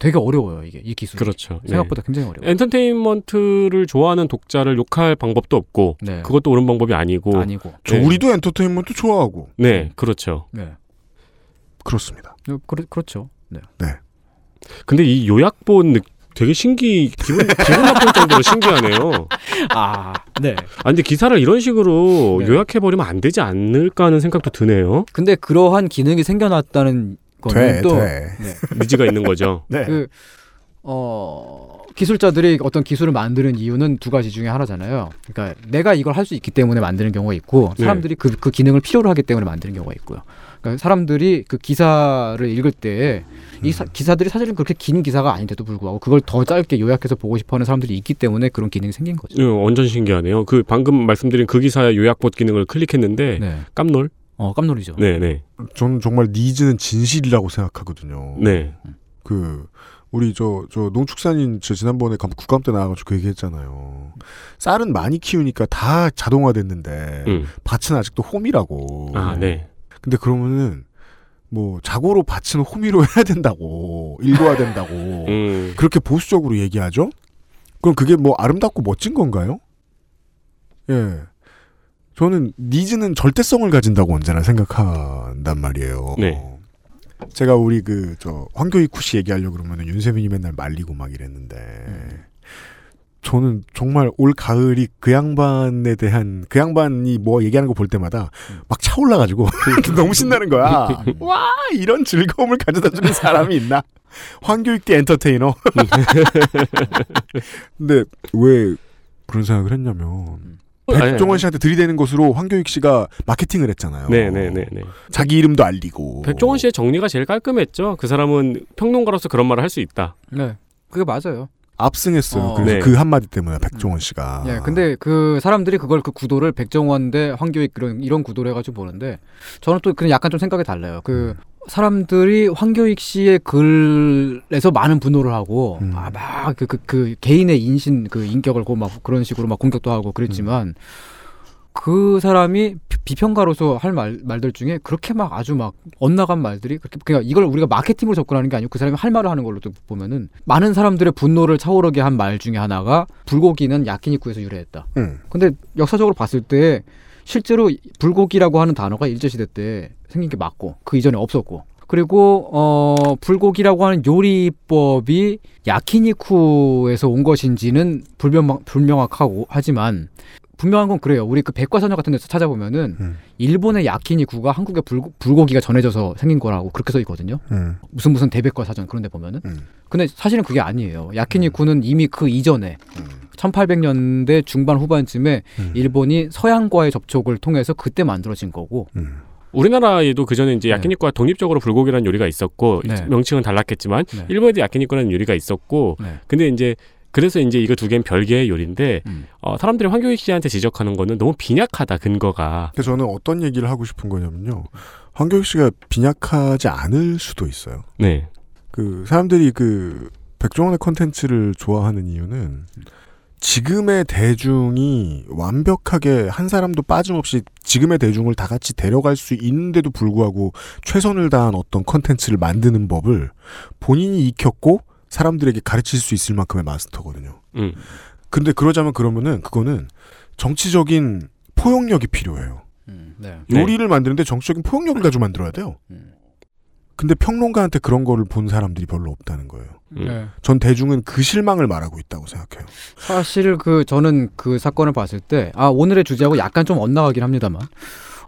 Speaker 5: 되게 어려워요 이게 이 기술.
Speaker 3: 그렇죠.
Speaker 5: 생각보다 굉장히 어려워요.
Speaker 3: 엔터테인먼트를 좋아하는 독자를 욕할 방법도 없고
Speaker 5: 네.
Speaker 3: 그것도 옳은 방법이 아니고
Speaker 5: 아니고.
Speaker 2: 저 우리도 엔터테인먼트 좋아하고
Speaker 3: 네, 그렇죠.
Speaker 5: 네.
Speaker 2: 그렇습니다.
Speaker 5: 어, 그렇 그렇죠. 네.
Speaker 3: 근데 이 요약본 느- 되게 신기 기분 기분 나쁠 정도로 신기하네요.
Speaker 5: 아, 네.
Speaker 3: 아 근데 기사를 이런 식으로
Speaker 2: 네.
Speaker 3: 요약해 버리면 안 되지 않을까 하는 생각도 드네요.
Speaker 5: 근데 그러한 기능이 생겨났다는 거는 또 네.
Speaker 3: 니즈가 있는 거죠.
Speaker 5: 그, 어, 기술자들이 어떤 기술을 만드는 이유는 두 가지 중에 하나잖아요. 그러니까 내가 이걸 할 수 있기 때문에 만드는 경우가 있고
Speaker 15: 네.
Speaker 5: 사람들이 그, 그 기능을 필요로 하기 때문에 만드는 경우가 있고요. 그러니까 사람들이 그 기사를 읽을 때 이 기사들이 사실은 그렇게 긴 기사가 아닌데도 불구하고 그걸 더 짧게 요약해서 보고 싶어하는 사람들이 있기 때문에 그런 기능이 생긴 거죠.
Speaker 3: 예, 완전 신기하네요. 그 방금 말씀드린 그 기사의 요약봇 기능을 클릭했는데
Speaker 2: 네.
Speaker 3: 깜놀.
Speaker 5: 어, 깜놀이죠.
Speaker 3: 네, 네.
Speaker 2: 저는 정말 니즈는 진실이라고 생각하거든요.
Speaker 3: 네.
Speaker 2: 그 우리 저 저 농축산인 저 지난번에 감- 국감 때 나와가지고 그 얘기했잖아요. 쌀은 많이 키우니까 다 자동화됐는데
Speaker 3: 음.
Speaker 2: 밭은 아직도 홈이라고.
Speaker 3: 아, 네.
Speaker 2: 근데 그러면은 뭐 자고로 밭은 홈이로 해야 된다고 일로야 된다고
Speaker 3: 음.
Speaker 2: 그렇게 보수적으로 얘기하죠. 그럼 그게 뭐 아름답고 멋진 건가요? 예. 저는 니즈는 절대성을 가진다고 언제나 생각한단 말이에요.
Speaker 3: 네.
Speaker 2: 제가 우리 그 저 황교익 씨 얘기하려고 그러면 윤세민이 맨날 말리고 막 이랬는데 저는 정말 올 가을이 그 양반에 대한 그 양반이 뭐 얘기하는 거 볼 때마다 막 차올라가지고 [LAUGHS] 너무 신나는 거야. 와 이런 즐거움을 가져다주는 사람이 있나? 황교익 대 엔터테이너. [LAUGHS] 근데 왜 그런 생각을 했냐면 어,
Speaker 3: 아,
Speaker 2: 백종원 씨한테 들이대는 것으로 황교익 씨가 마케팅을 했잖아요.
Speaker 3: 네, 네, 네, 네.
Speaker 2: 자기 이름도 알리고.
Speaker 3: 백종원 씨의 정리가 제일 깔끔했죠. 그 사람은 평론가로서 그런 말을 할 수 있다.
Speaker 5: 네. 그게 맞아요.
Speaker 2: 압승했어요.
Speaker 5: 어.
Speaker 2: 그래서
Speaker 5: 네.
Speaker 2: 그 한마디 때문에 백종원 씨가
Speaker 5: 예, 근데 그 사람들이 그걸 그 구도를 백정원 대 황교익 그런 이런 구도를 해가지고 보는데 저는 또 그냥 약간 좀 생각이 달라요. 그 사람들이 황교익 씨의 글에서 많은 분노를 하고 아막그 그, 그 개인의 인신 그 인격을 고막 그런 식으로 막 공격도 하고 그랬지만 그 사람이 비- 비평가로서 할 말, 말들 중에 그렇게 막 아주 막 엇나간 말들이 그렇게 그냥 이걸 우리가 마케팅으로 접근하는 게 아니고 그 사람이 할 말을 하는 걸로 또 보면은 많은 사람들의 분노를 차오르게 한 말 중에 하나가 불고기는 야키니쿠에서 유래했다.
Speaker 2: 음.
Speaker 5: 근데 역사적으로 봤을 때 실제로 불고기라고 하는 단어가 일제시대 때 생긴 게 맞고 그 이전에 없었고 그리고 어 불고기라고 하는 요리법이 야키니쿠에서 온 것인지는 불명, 불명확하고 하지만 분명한 건 그래요. 우리 그 백과사전 같은 데서 찾아보면은 일본의 야키니쿠가 한국의 불고, 불고기가 전해져서 생긴 거라고 그렇게 써 있거든요.
Speaker 2: 음.
Speaker 5: 무슨 무슨 대백과사전 그런 데 보면은 근데 사실은 그게 아니에요. 야키니쿠는 이미 그 이전에 1800년대 중반 후반쯤에 일본이 서양과의 접촉을 통해서 그때 만들어진 거고
Speaker 2: 음.
Speaker 3: 우리나라에도 그 전에 이제 야키니쿠와 독립적으로 불고기라는 요리가 있었고
Speaker 5: 네.
Speaker 3: 명칭은 달랐겠지만
Speaker 5: 네.
Speaker 3: 일본에도 야키니쿠라는 요리가 있었고
Speaker 5: 네.
Speaker 3: 근데 이제 그래서 이제 이거 두 개는 별개의 요리인데
Speaker 5: 음.
Speaker 3: 어, 사람들이 황교익 씨한테 지적하는 거는 너무 빈약하다 근거가
Speaker 2: 그래서 저는 어떤 얘기를 하고 싶은 거냐면요. 황교익 씨가 빈약하지 않을 수도 있어요.
Speaker 3: 네.
Speaker 2: 그 사람들이 그 백종원의 컨텐츠를 좋아하는 이유는 지금의 대중이 완벽하게 한 사람도 빠짐없이 지금의 대중을 다 같이 데려갈 수 있는데도 불구하고 최선을 다한 어떤 컨텐츠를 만드는 법을 본인이 익혔고 사람들에게 가르칠 수 있을 만큼의 마스터거든요.
Speaker 3: 음.
Speaker 2: 근데 그러자면 그러면은 그거는 정치적인 포용력이 필요해요.
Speaker 5: 네. 음.
Speaker 2: 요리를 만드는데 정치적인 포용력을 가지고 만들어야 돼요. 근데 평론가한테 그런 거를 본 사람들이 별로 없다는 거예요.
Speaker 5: 음. 네.
Speaker 2: 전 대중은 그 실망을 말하고 있다고 생각해요.
Speaker 5: 사실 그 저는 그 사건을 봤을 때 아 오늘의 주제하고 약간 좀 엇나가긴 합니다만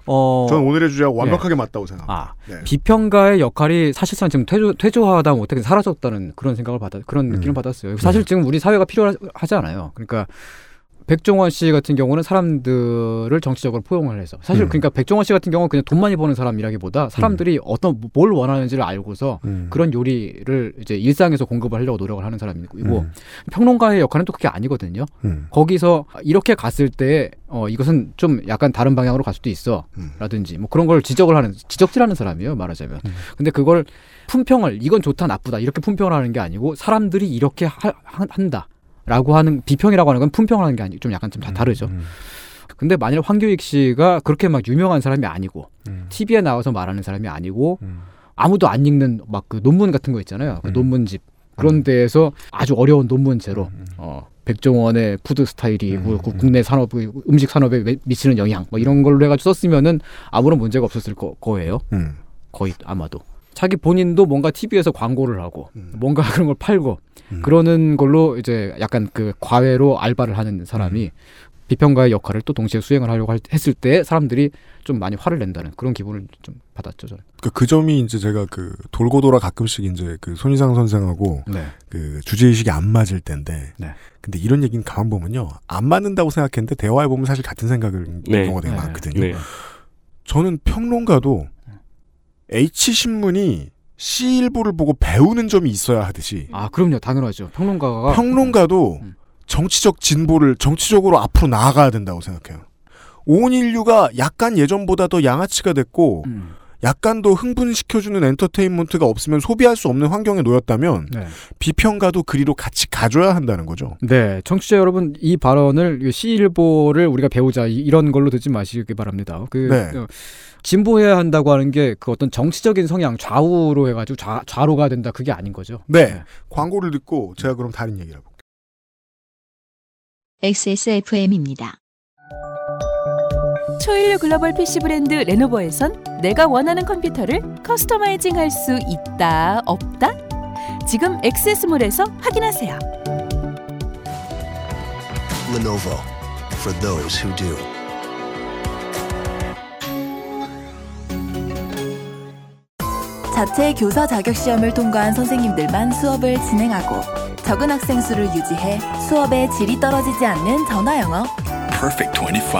Speaker 5: 어
Speaker 2: 저는 오늘의 주제하고
Speaker 5: 예.
Speaker 2: 완벽하게 맞다고 생각합니다.
Speaker 5: 아,
Speaker 15: 네.
Speaker 5: 비평가의 역할이 사실상 지금 퇴조, 퇴조하다 못해 사라졌다는 그런 생각을 받아 그런
Speaker 15: 음.
Speaker 5: 느낌을 받았어요.
Speaker 15: 네.
Speaker 5: 사실 지금 우리 사회가 필요하지 않아요. 그러니까 백종원 씨 같은 경우는 사람들을 정치적으로 포용을 해서 사실
Speaker 15: 음.
Speaker 5: 그러니까 백종원 씨 같은 경우는 그냥 돈 많이 버는 사람이라기보다 사람들이 어떤 뭐, 뭘 원하는지를 알고서
Speaker 15: 음.
Speaker 5: 그런 요리를 이제 일상에서 공급을 하려고 노력을 하는 사람이고
Speaker 15: 음.
Speaker 5: 평론가의 역할은 또 그게 아니거든요.
Speaker 15: 음.
Speaker 5: 거기서 이렇게 갔을 때 어, 이것은 좀 약간 다른 방향으로 갈 수도 있어 라든지 뭐 그런 걸 지적을 하는 지적질하는 사람이에요 말하자면 근데 그걸 품평을 이건 좋다 나쁘다 이렇게 품평을 하는 게 아니고 사람들이 이렇게 하- 한- 한다 라고 하는 비평이라고 하는 건 품평을 하는 게 아니고 좀 약간 좀 다 다르죠
Speaker 2: 음.
Speaker 5: 근데 만일 황교익 씨가 그렇게 막 유명한 사람이 아니고 TV에 나와서 말하는 사람이 아니고 아무도 안 읽는 막 그 논문 같은 거 있잖아요. 그 논문집 그런 데에서 아주 어려운 논문제로 어, 백종원의 푸드 스타일이 고 국내 산업 음식 산업에 미- 미치는 영향 뭐 이런 걸로 해가지고 썼으면은 아무런 문제가 없었을 거, 거예요.
Speaker 2: 음.
Speaker 5: 거의 아마도 자기 본인도 뭔가 TV에서 광고를 하고 뭔가 [LAUGHS] 그런 걸 팔고 그러는 걸로 이제 약간 그 과외로 알바를 하는 사람이 비평가의 역할을 또 동시에 수행을 하려고 할- 했을 때 사람들이 좀 많이 화를 낸다는 그런 기분을 좀 받았죠 저는.
Speaker 2: 그, 그 점이 이제 제가 그 돌고 돌아 가끔씩 이제 그 손희상 선생하고
Speaker 5: 네.
Speaker 2: 그 주제의식이 안 맞을 때인데 근데 이런 얘기는 가만 보면요. 안 맞는다고 생각했는데 대화해 보면 사실 같은 생각을
Speaker 3: 네.
Speaker 2: 경우가 되게
Speaker 3: 네.
Speaker 2: 많거든요.
Speaker 3: 네.
Speaker 2: 저는 평론가도 H신문이 C일보를 보고 배우는 점이 있어야 하듯이
Speaker 5: 아 그럼요 당연하죠 평론가가
Speaker 2: 평론가도 정치적 진보를 정치적으로 앞으로 나아가야 된다고 생각해요. 온 인류가 약간 예전보다 더 양아치가 됐고
Speaker 5: 음.
Speaker 2: 약간 더 흥분시켜주는 엔터테인먼트가 없으면 소비할 수 없는 환경에 놓였다면
Speaker 5: 네.
Speaker 2: 비평가도 그리로 같이 가줘야 한다는 거죠.
Speaker 5: 네, 청취자 여러분 이 발언을 시일보를 우리가 배우자 이- 이런 걸로 듣지 마시기 바랍니다. 그
Speaker 2: 네.
Speaker 5: 어, 진보해야 한다고 하는 게 그 어떤 정치적인 성향 좌우로 해가지고 좌, 좌로가 된다 그게 아닌 거죠.
Speaker 2: 네. 광고를 듣고 제가 그럼 다른 얘기를 해볼게요.
Speaker 1: XSFM입니다.
Speaker 13: 초일류 글로벌 PC 브랜드 레노버에선 내가 원하는 컴퓨터를 커스터마이징 할 수 있다, 없다? 지금 액세스몰에서 확인하세요.
Speaker 14: Lenovo for those who do.
Speaker 16: 자체 교사 자격 시험을 통과한 선생님들만 수업을 진행하고 적은 학생 수를 유지해 수업의 질이 떨어지지 않는 전화 영어.
Speaker 17: Perfect 25.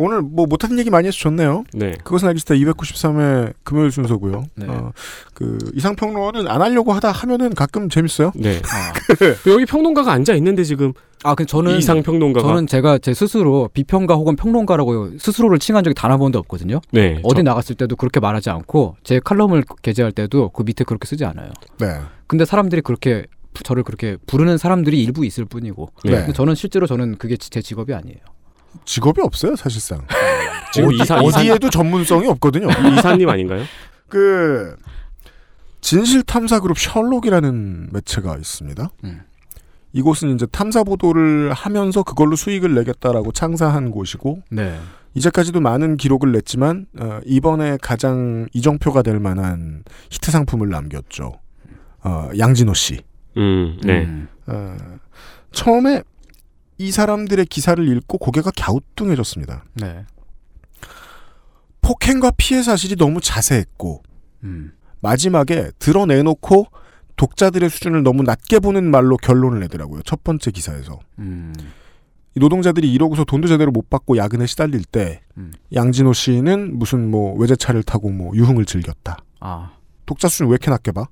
Speaker 2: 오늘 뭐 못하는 얘기 많이 해서 좋네요.
Speaker 3: 네.
Speaker 2: 그것은 알기 싫다 293회 금요일 순서고요. 어, 그 이상평론은 안 하려고 하다 하면은 가끔 재밌어요.
Speaker 3: 네. [LAUGHS] 여기 평론가가 앉아 있는데 지금
Speaker 5: 아, 그 아. 저는
Speaker 3: 이상 평론가가
Speaker 5: 저는 제가 제 스스로 비평가 혹은 평론가라고 스스로를 칭한 적이 단 한 번도 없거든요.
Speaker 3: 네,
Speaker 5: 어디
Speaker 3: 저-
Speaker 5: 나갔을 때도 그렇게 말하지 않고 제 칼럼을 게재할 때도 그 밑에 그렇게 쓰지 않아요.
Speaker 2: 네.
Speaker 5: 근데 사람들이 그렇게 부- 저를 그렇게 부르는 사람들이 일부 있을 뿐이고
Speaker 2: 네.
Speaker 5: 근데 저는 실제로 저는 그게 지- 제 직업이 아니에요.
Speaker 2: 직업이 없어요, 사실상.
Speaker 3: 지금
Speaker 2: 어디,
Speaker 3: 이사- 이사-
Speaker 2: 어디에도 전문성이 없거든요.
Speaker 3: [LAUGHS] 이 이사님 아닌가요?
Speaker 2: 그 진실 탐사 그룹 셜록이라는 매체가 있습니다.
Speaker 3: 음.
Speaker 2: 이곳은 이제 탐사 보도를 하면서 그걸로 수익을 내겠다라고 창사한 곳이고
Speaker 5: 네.
Speaker 2: 이제까지도 많은 기록을 냈지만 어, 이번에 가장 이정표가 될 만한 히트 상품을 남겼죠. 어, 양진호 씨.
Speaker 3: 음, 네.
Speaker 2: 어, 처음에 이 사람들의 기사를 읽고 고개가 갸우뚱해졌습니다.
Speaker 5: 네.
Speaker 2: 폭행과 피해 사실이 너무 자세했고
Speaker 5: 음.
Speaker 2: 마지막에 드러내놓고 독자들의 수준을 너무 낮게 보는 말로 결론을 내더라고요. 첫 번째 기사에서.
Speaker 5: 음.
Speaker 2: 이 노동자들이 이러고서 돈도 제대로 못 받고 야근에 시달릴 때
Speaker 5: 음.
Speaker 2: 양진호 씨는 무슨 뭐 외제차를 타고 뭐 유흥을 즐겼다.
Speaker 5: 아.
Speaker 2: 독자 수준 왜 이렇게 낮게 봐?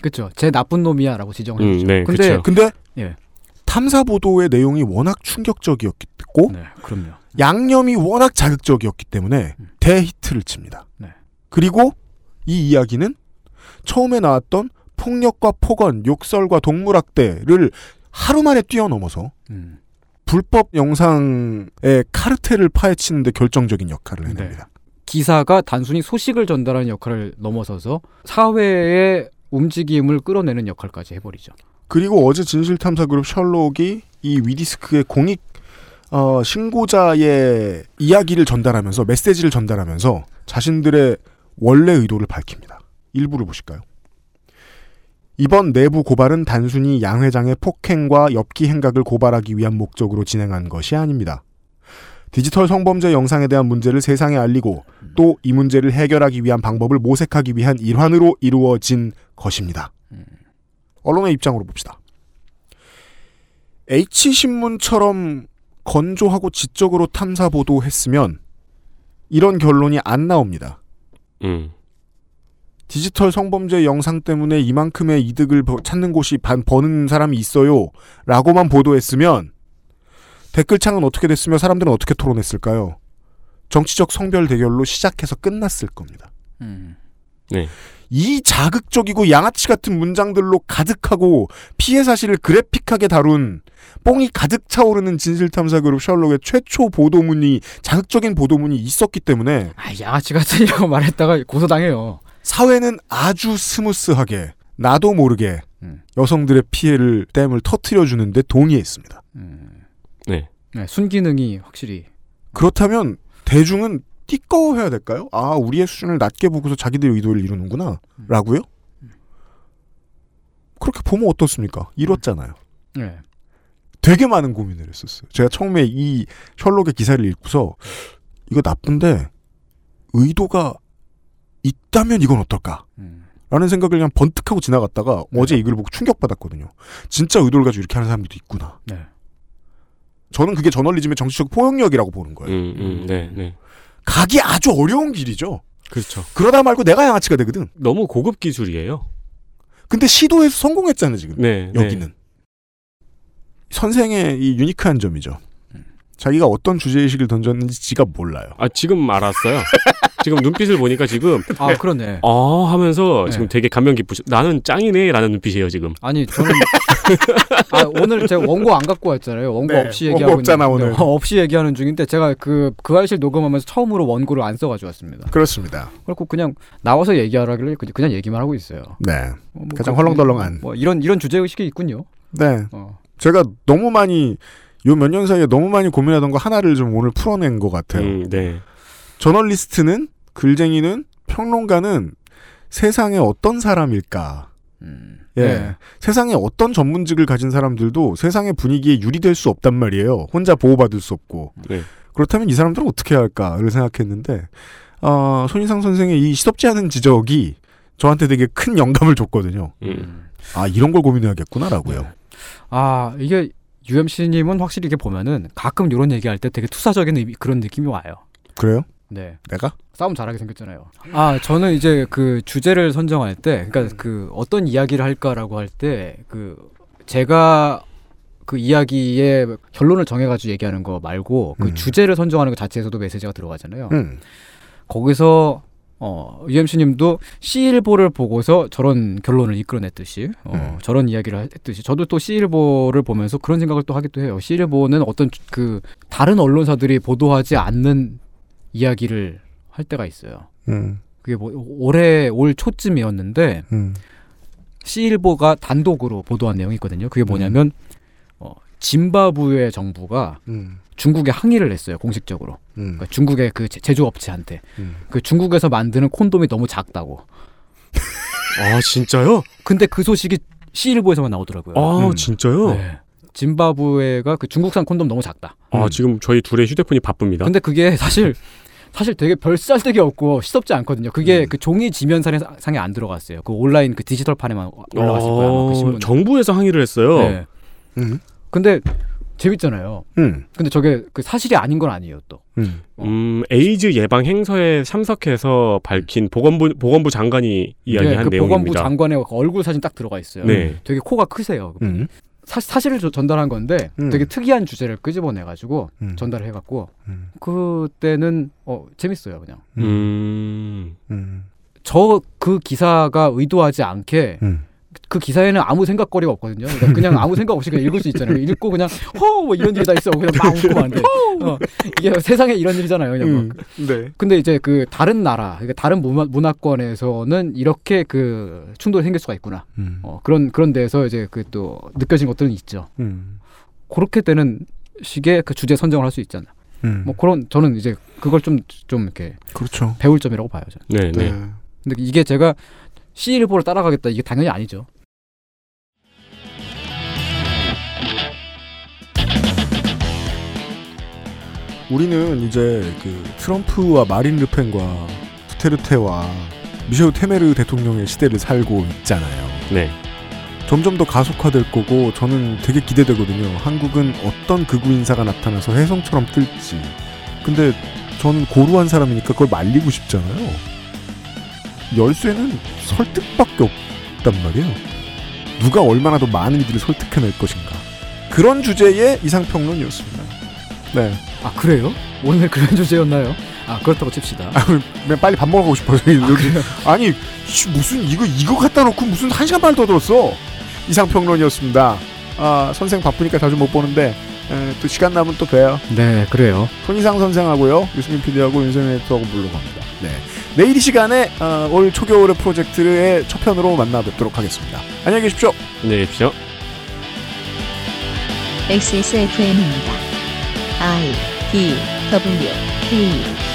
Speaker 5: 그렇죠. 제 나쁜 놈이야라고 지정해
Speaker 2: 음,
Speaker 5: 주죠.
Speaker 2: 네,
Speaker 5: 근데
Speaker 2: 그쵸. 근데
Speaker 5: 예.
Speaker 2: 탐사 보도의 내용이 워낙 충격적이었고
Speaker 5: 네, 그럼요.
Speaker 2: 양념이 워낙 자극적이었기 때문에 대히트를 칩니다. 그리고 이 이야기는 처음에 나왔던 폭력과 폭언, 욕설과 동물학대를 하루 만에 뛰어넘어서
Speaker 5: 음.
Speaker 2: 불법 영상의 카르텔을 파헤치는데 결정적인 역할을 해냅니다.
Speaker 5: 기사가 단순히 소식을 전달하는 역할을 넘어서서 사회의 움직임을 끌어내는 역할까지 해버리죠.
Speaker 2: 그리고 어제 진실탐사 그룹 셜록이 이 위디스크의 공익 어, 신고자의 이야기를 전달하면서 메시지를 전달하면서 자신들의 원래 의도를 밝힙니다. 일부를 보실까요? 이번 내부 고발은 단순히 양 회장의 폭행과 엽기 행각을 고발하기 위한 목적으로 진행한 것이 아닙니다. 디지털 성범죄 영상에 대한 문제를 세상에 알리고 또 이 문제를 해결하기 위한 방법을 모색하기 위한 일환으로 이루어진 것입니다. 언론의 입장으로 봅시다. H신문처럼 건조하고 지적으로 탐사 보도했으면 이런 결론이 안 나옵니다.
Speaker 3: 음.
Speaker 2: 디지털 성범죄 영상 때문에 이만큼의 이득을 버- 찾는 곳이 반 버는 사람이 있어요. 라고만 보도했으면 댓글창은 어떻게 됐으며 사람들은 어떻게 토론했을까요? 정치적 성별 대결로 시작해서 끝났을 겁니다.
Speaker 5: 음.
Speaker 3: 네.
Speaker 2: 이 자극적이고 양아치 같은 문장들로 가득하고 피해 사실을 그래픽하게 다룬 뽕이 가득 차오르는 진실탐사 그룹 셜록의 최초 보도문이 자극적인 보도문이 있었기 때문에
Speaker 5: 아, 양아치 같으냐고 [LAUGHS] 말했다가 고소당해요.
Speaker 2: 사회는 아주 스무스하게 나도 모르게 여성들의 피해를 댐을 터트려 주는데 동의했습니다.
Speaker 5: 음.
Speaker 3: 네.
Speaker 5: 네, 순기능이 확실히
Speaker 2: 그렇다면 대중은 띠꺼워해야 될까요? 아 우리의 수준을 낮게 보고서 자기들의 의도를 이루는구나 라고요? 그렇게 보면 어떻습니까? 이뤘잖아요.
Speaker 5: 네.
Speaker 2: 되게 많은 고민을 했었어요. 제가 처음에 이 셜록의 기사를 읽고서 이거 나쁜데 의도가 있다면 이건 어떨까? 라는 생각을 그냥 번뜩하고 지나갔다가 어제 이 글을 보고 충격받았거든요. 진짜 의도를 가지고 이렇게 하는 사람들도 있구나.
Speaker 5: 네.
Speaker 2: 저는 그게 저널리즘의 정치적 포용력이라고 보는 거예요.
Speaker 3: 음, 음, 네, 네.
Speaker 2: 가기 아주 어려운 길이죠.
Speaker 3: 그렇죠.
Speaker 2: 그러다 말고 내가 양아치가 되거든.
Speaker 3: 너무 고급 기술이에요.
Speaker 2: 근데 시도해서 성공했잖아요, 지금.
Speaker 3: 네, 네.
Speaker 2: 여기는. 선생의 이 유니크한 점이죠.
Speaker 5: 음.
Speaker 2: 자기가 어떤 주제의식을 던졌는지 지가 몰라요.
Speaker 3: 아, 지금 알았어요. 지금 눈빛을 보니까 지금
Speaker 5: 아, 그러네.
Speaker 3: 어 하면서
Speaker 5: 네.
Speaker 3: 지금 되게 감명 깊으셔. 나는 짱이네라는 눈빛이에요, 지금.
Speaker 5: 아니
Speaker 3: [LAUGHS]
Speaker 5: 저는 아, 오늘 제가 원고 안 갖고 왔잖아요. 원고
Speaker 3: 네,
Speaker 5: 없이
Speaker 3: 원고
Speaker 5: 얘기하고
Speaker 3: 없잖아,
Speaker 5: 있는데,
Speaker 3: 오늘.
Speaker 5: 어, 없이 얘기하는 중인데 제가 그그 알실 녹음하면서 처음으로 원고를 안 써가지고 왔습니다.
Speaker 2: 그렇습니다.
Speaker 5: 그렇고 그냥 나와서 얘기하라길래 그냥- 그냥 얘기만 하고 있어요.
Speaker 2: 네.
Speaker 5: 뭐
Speaker 2: 가장
Speaker 5: 그렇게-
Speaker 2: 헐렁덜렁한.
Speaker 5: 뭐 이런 이런 주제 의식이 있군요.
Speaker 2: 네.
Speaker 5: 어.
Speaker 2: 제가 너무 많이 요 몇 년 사이에 너무 많이 고민하던 거 하나를 좀 오늘 풀어낸 것 같아요.
Speaker 5: 음.
Speaker 3: 네.
Speaker 2: 저널리스트는 글쟁이는 평론가는 세상에 어떤 사람일까? 예.
Speaker 5: 네.
Speaker 2: 세상에 어떤 전문직을 가진 사람들도 세상의 분위기에 유리될 수 없단 말이에요. 혼자 보호받을 수 없고.
Speaker 3: 네.
Speaker 2: 그렇다면 이 사람들은 어떻게 해야 할까를 생각했는데 어, 손인상 선생의 이 시덥지 않은 지적이 저한테 되게 큰 영감을 줬거든요.
Speaker 3: 음.
Speaker 2: 아 이런 걸 고민해야겠구나라고요.
Speaker 5: 네. 아 이게 UMC님은 확실히 이게 보면은 가끔 이런 얘기할 때 되게 투사적인 의미- 그런 느낌이 와요.
Speaker 2: 그래요?
Speaker 5: 네.
Speaker 2: 내가?
Speaker 5: 싸움 잘하게 생겼잖아요. 아 저는 이제 그 주제를 선정할 때, 그러니까 그 어떤 이야기를 할까라고 할 때 그 제가 그 이야기의 결론을 정해가지고 얘기하는 거 말고 그 주제를 선정하는 것 자체에서도 메시지가 들어가잖아요.
Speaker 2: 음.
Speaker 5: 거기서 어, UMC님도 C1보를 보고서 저런 결론을 이끌어냈듯이 어, 저런 이야기를 했듯이 저도 또 C1보를 보면서 그런 생각을 또 하기도 해요. C1보는 어떤 주- 그 다른 언론사들이 보도하지 않는 이야기를 할 때가 있어요.
Speaker 2: 음.
Speaker 5: 그게 뭐 올해 올 초쯤이었는데
Speaker 2: 음.
Speaker 5: C1보가 단독으로 보도한 내용이 있거든요. 그게 뭐냐면 어, 짐바브웨 정부가
Speaker 2: 음.
Speaker 5: 중국에 항의를 했어요. 공식적으로.
Speaker 2: 음.
Speaker 5: 그러니까 중국의 그 제- 제조업체한테
Speaker 2: 음.
Speaker 5: 그 중국에서 만드는 콘돔이 너무 작다고. 아 진짜요? 근데 그 소식이 C1보에서만 나오더라고요.
Speaker 3: 아,
Speaker 5: 음.
Speaker 3: 진짜요?
Speaker 5: 네. 짐바브웨가 그 중국산 콘돔 너무 작다.
Speaker 3: 아, 지금 저희 둘의 휴대폰이 바쁩니다.
Speaker 5: 음. 근데 그게 사실 사실 되게 별쌀데기 없고 시덥지 않거든요. 그게 그 종이 지면상에 상에 안 들어갔어요. 그 온라인 그 디지털판에만 올라갔을 거예요. 아마 그
Speaker 3: 어,
Speaker 5: 신문.
Speaker 3: 정부에서 항의를 했어요.
Speaker 5: 네. 근데 재밌잖아요.
Speaker 2: 음.
Speaker 5: 근데 저게 그 사실이 아닌 건 아니에요 또.
Speaker 2: 음.
Speaker 3: 음, 에이즈 예방 행사에 참석해서 밝힌 보건부 보건부 장관이 이야기한
Speaker 5: 네, 그
Speaker 3: 내용입니다.
Speaker 5: 보건부 장관의 얼굴 사진 딱 들어가 있어요.
Speaker 3: 네.
Speaker 5: 되게 코가 크세요. 그분이. 사, 사실을 저- 전달한 건데
Speaker 3: 음.
Speaker 5: 되게 특이한 주제를 끄집어내 가지고
Speaker 2: 음.
Speaker 5: 전달을 해 갖고 그때는 어 재밌어요, 그냥.
Speaker 3: 음.
Speaker 5: 저 그 기사가 의도하지 않게
Speaker 2: 음.
Speaker 5: 그 기사에는 아무 생각거리가 없거든요. 그러니까 그냥 아무 생각 없이 그냥 읽을 수 있잖아요. 읽고 그냥 허뭐 이런 일이 다 있어. 그냥 막 웃고 하는데 어, 이게 세상에 이런 일이잖아요. 그냥 뭐. 막.
Speaker 2: 네.
Speaker 5: 근데 이제 그 다른 나라, 그러니까 다른 문화, 문화권에서는 이렇게 그 충돌이 생길 수가 있구나. 어, 그런 그런 데에서 이제 그 또 느껴진 것들은 있죠.
Speaker 2: 음.
Speaker 5: 그렇게 되는 식의 그 주제 선정을 할 수 있잖아.
Speaker 2: 음.
Speaker 5: 뭐 그런 저는 이제 그걸 좀 좀 이렇게
Speaker 2: 그렇죠.
Speaker 5: 배울 점이라고 봐요. 저는.
Speaker 3: 네, 네.
Speaker 2: 네.
Speaker 5: 근데 이게 제가 C1보를 따라가겠다 이게 당연히 아니죠.
Speaker 2: 우리는 이제 그 트럼프와 마린 르펜과 두테르테와 미셸 테메르 대통령의 시대를 살고 있잖아요.
Speaker 3: 네.
Speaker 2: 점점 더 가속화될 거고 저는 되게 기대되거든요. 한국은 어떤 극우 인사가 나타나서 혜성처럼 뜰지. 근데 저는 고루한 사람이니까 그걸 말리고 싶잖아요. 열쇠는 설득밖에 없단 말이에요. 누가 얼마나 더 많은 이들을 설득해낼 것인가. 그런 주제의 이상평론이었습니다. 네.
Speaker 5: 아 그래요? 오늘 그런 [LAUGHS] 주제였나요? 아 그렇다고 칩시다.
Speaker 2: 아, 그냥 빨리 밥 먹으러 가고 싶어요. 아, 니 무슨 이거 이거 갖다 놓고 무슨 한 시간 반을 떠들었어. 이상평론이었습니다. 아 선생 바쁘니까 자주 못 보는데 에, 또 시간 남으면 또 봬요.
Speaker 5: 네 그래요.
Speaker 2: 손희상 선생하고요, 유승민 PD하고 윤세민 에디터하고 물러갑니다. 네 내일 이 시간에 아, 올 초겨울의 프로젝트의 첫 편으로 만나 뵙도록 하겠습니다. 안녕히 계십시오.
Speaker 3: 안녕히 계십시오.
Speaker 1: XSFM입니다. I D W K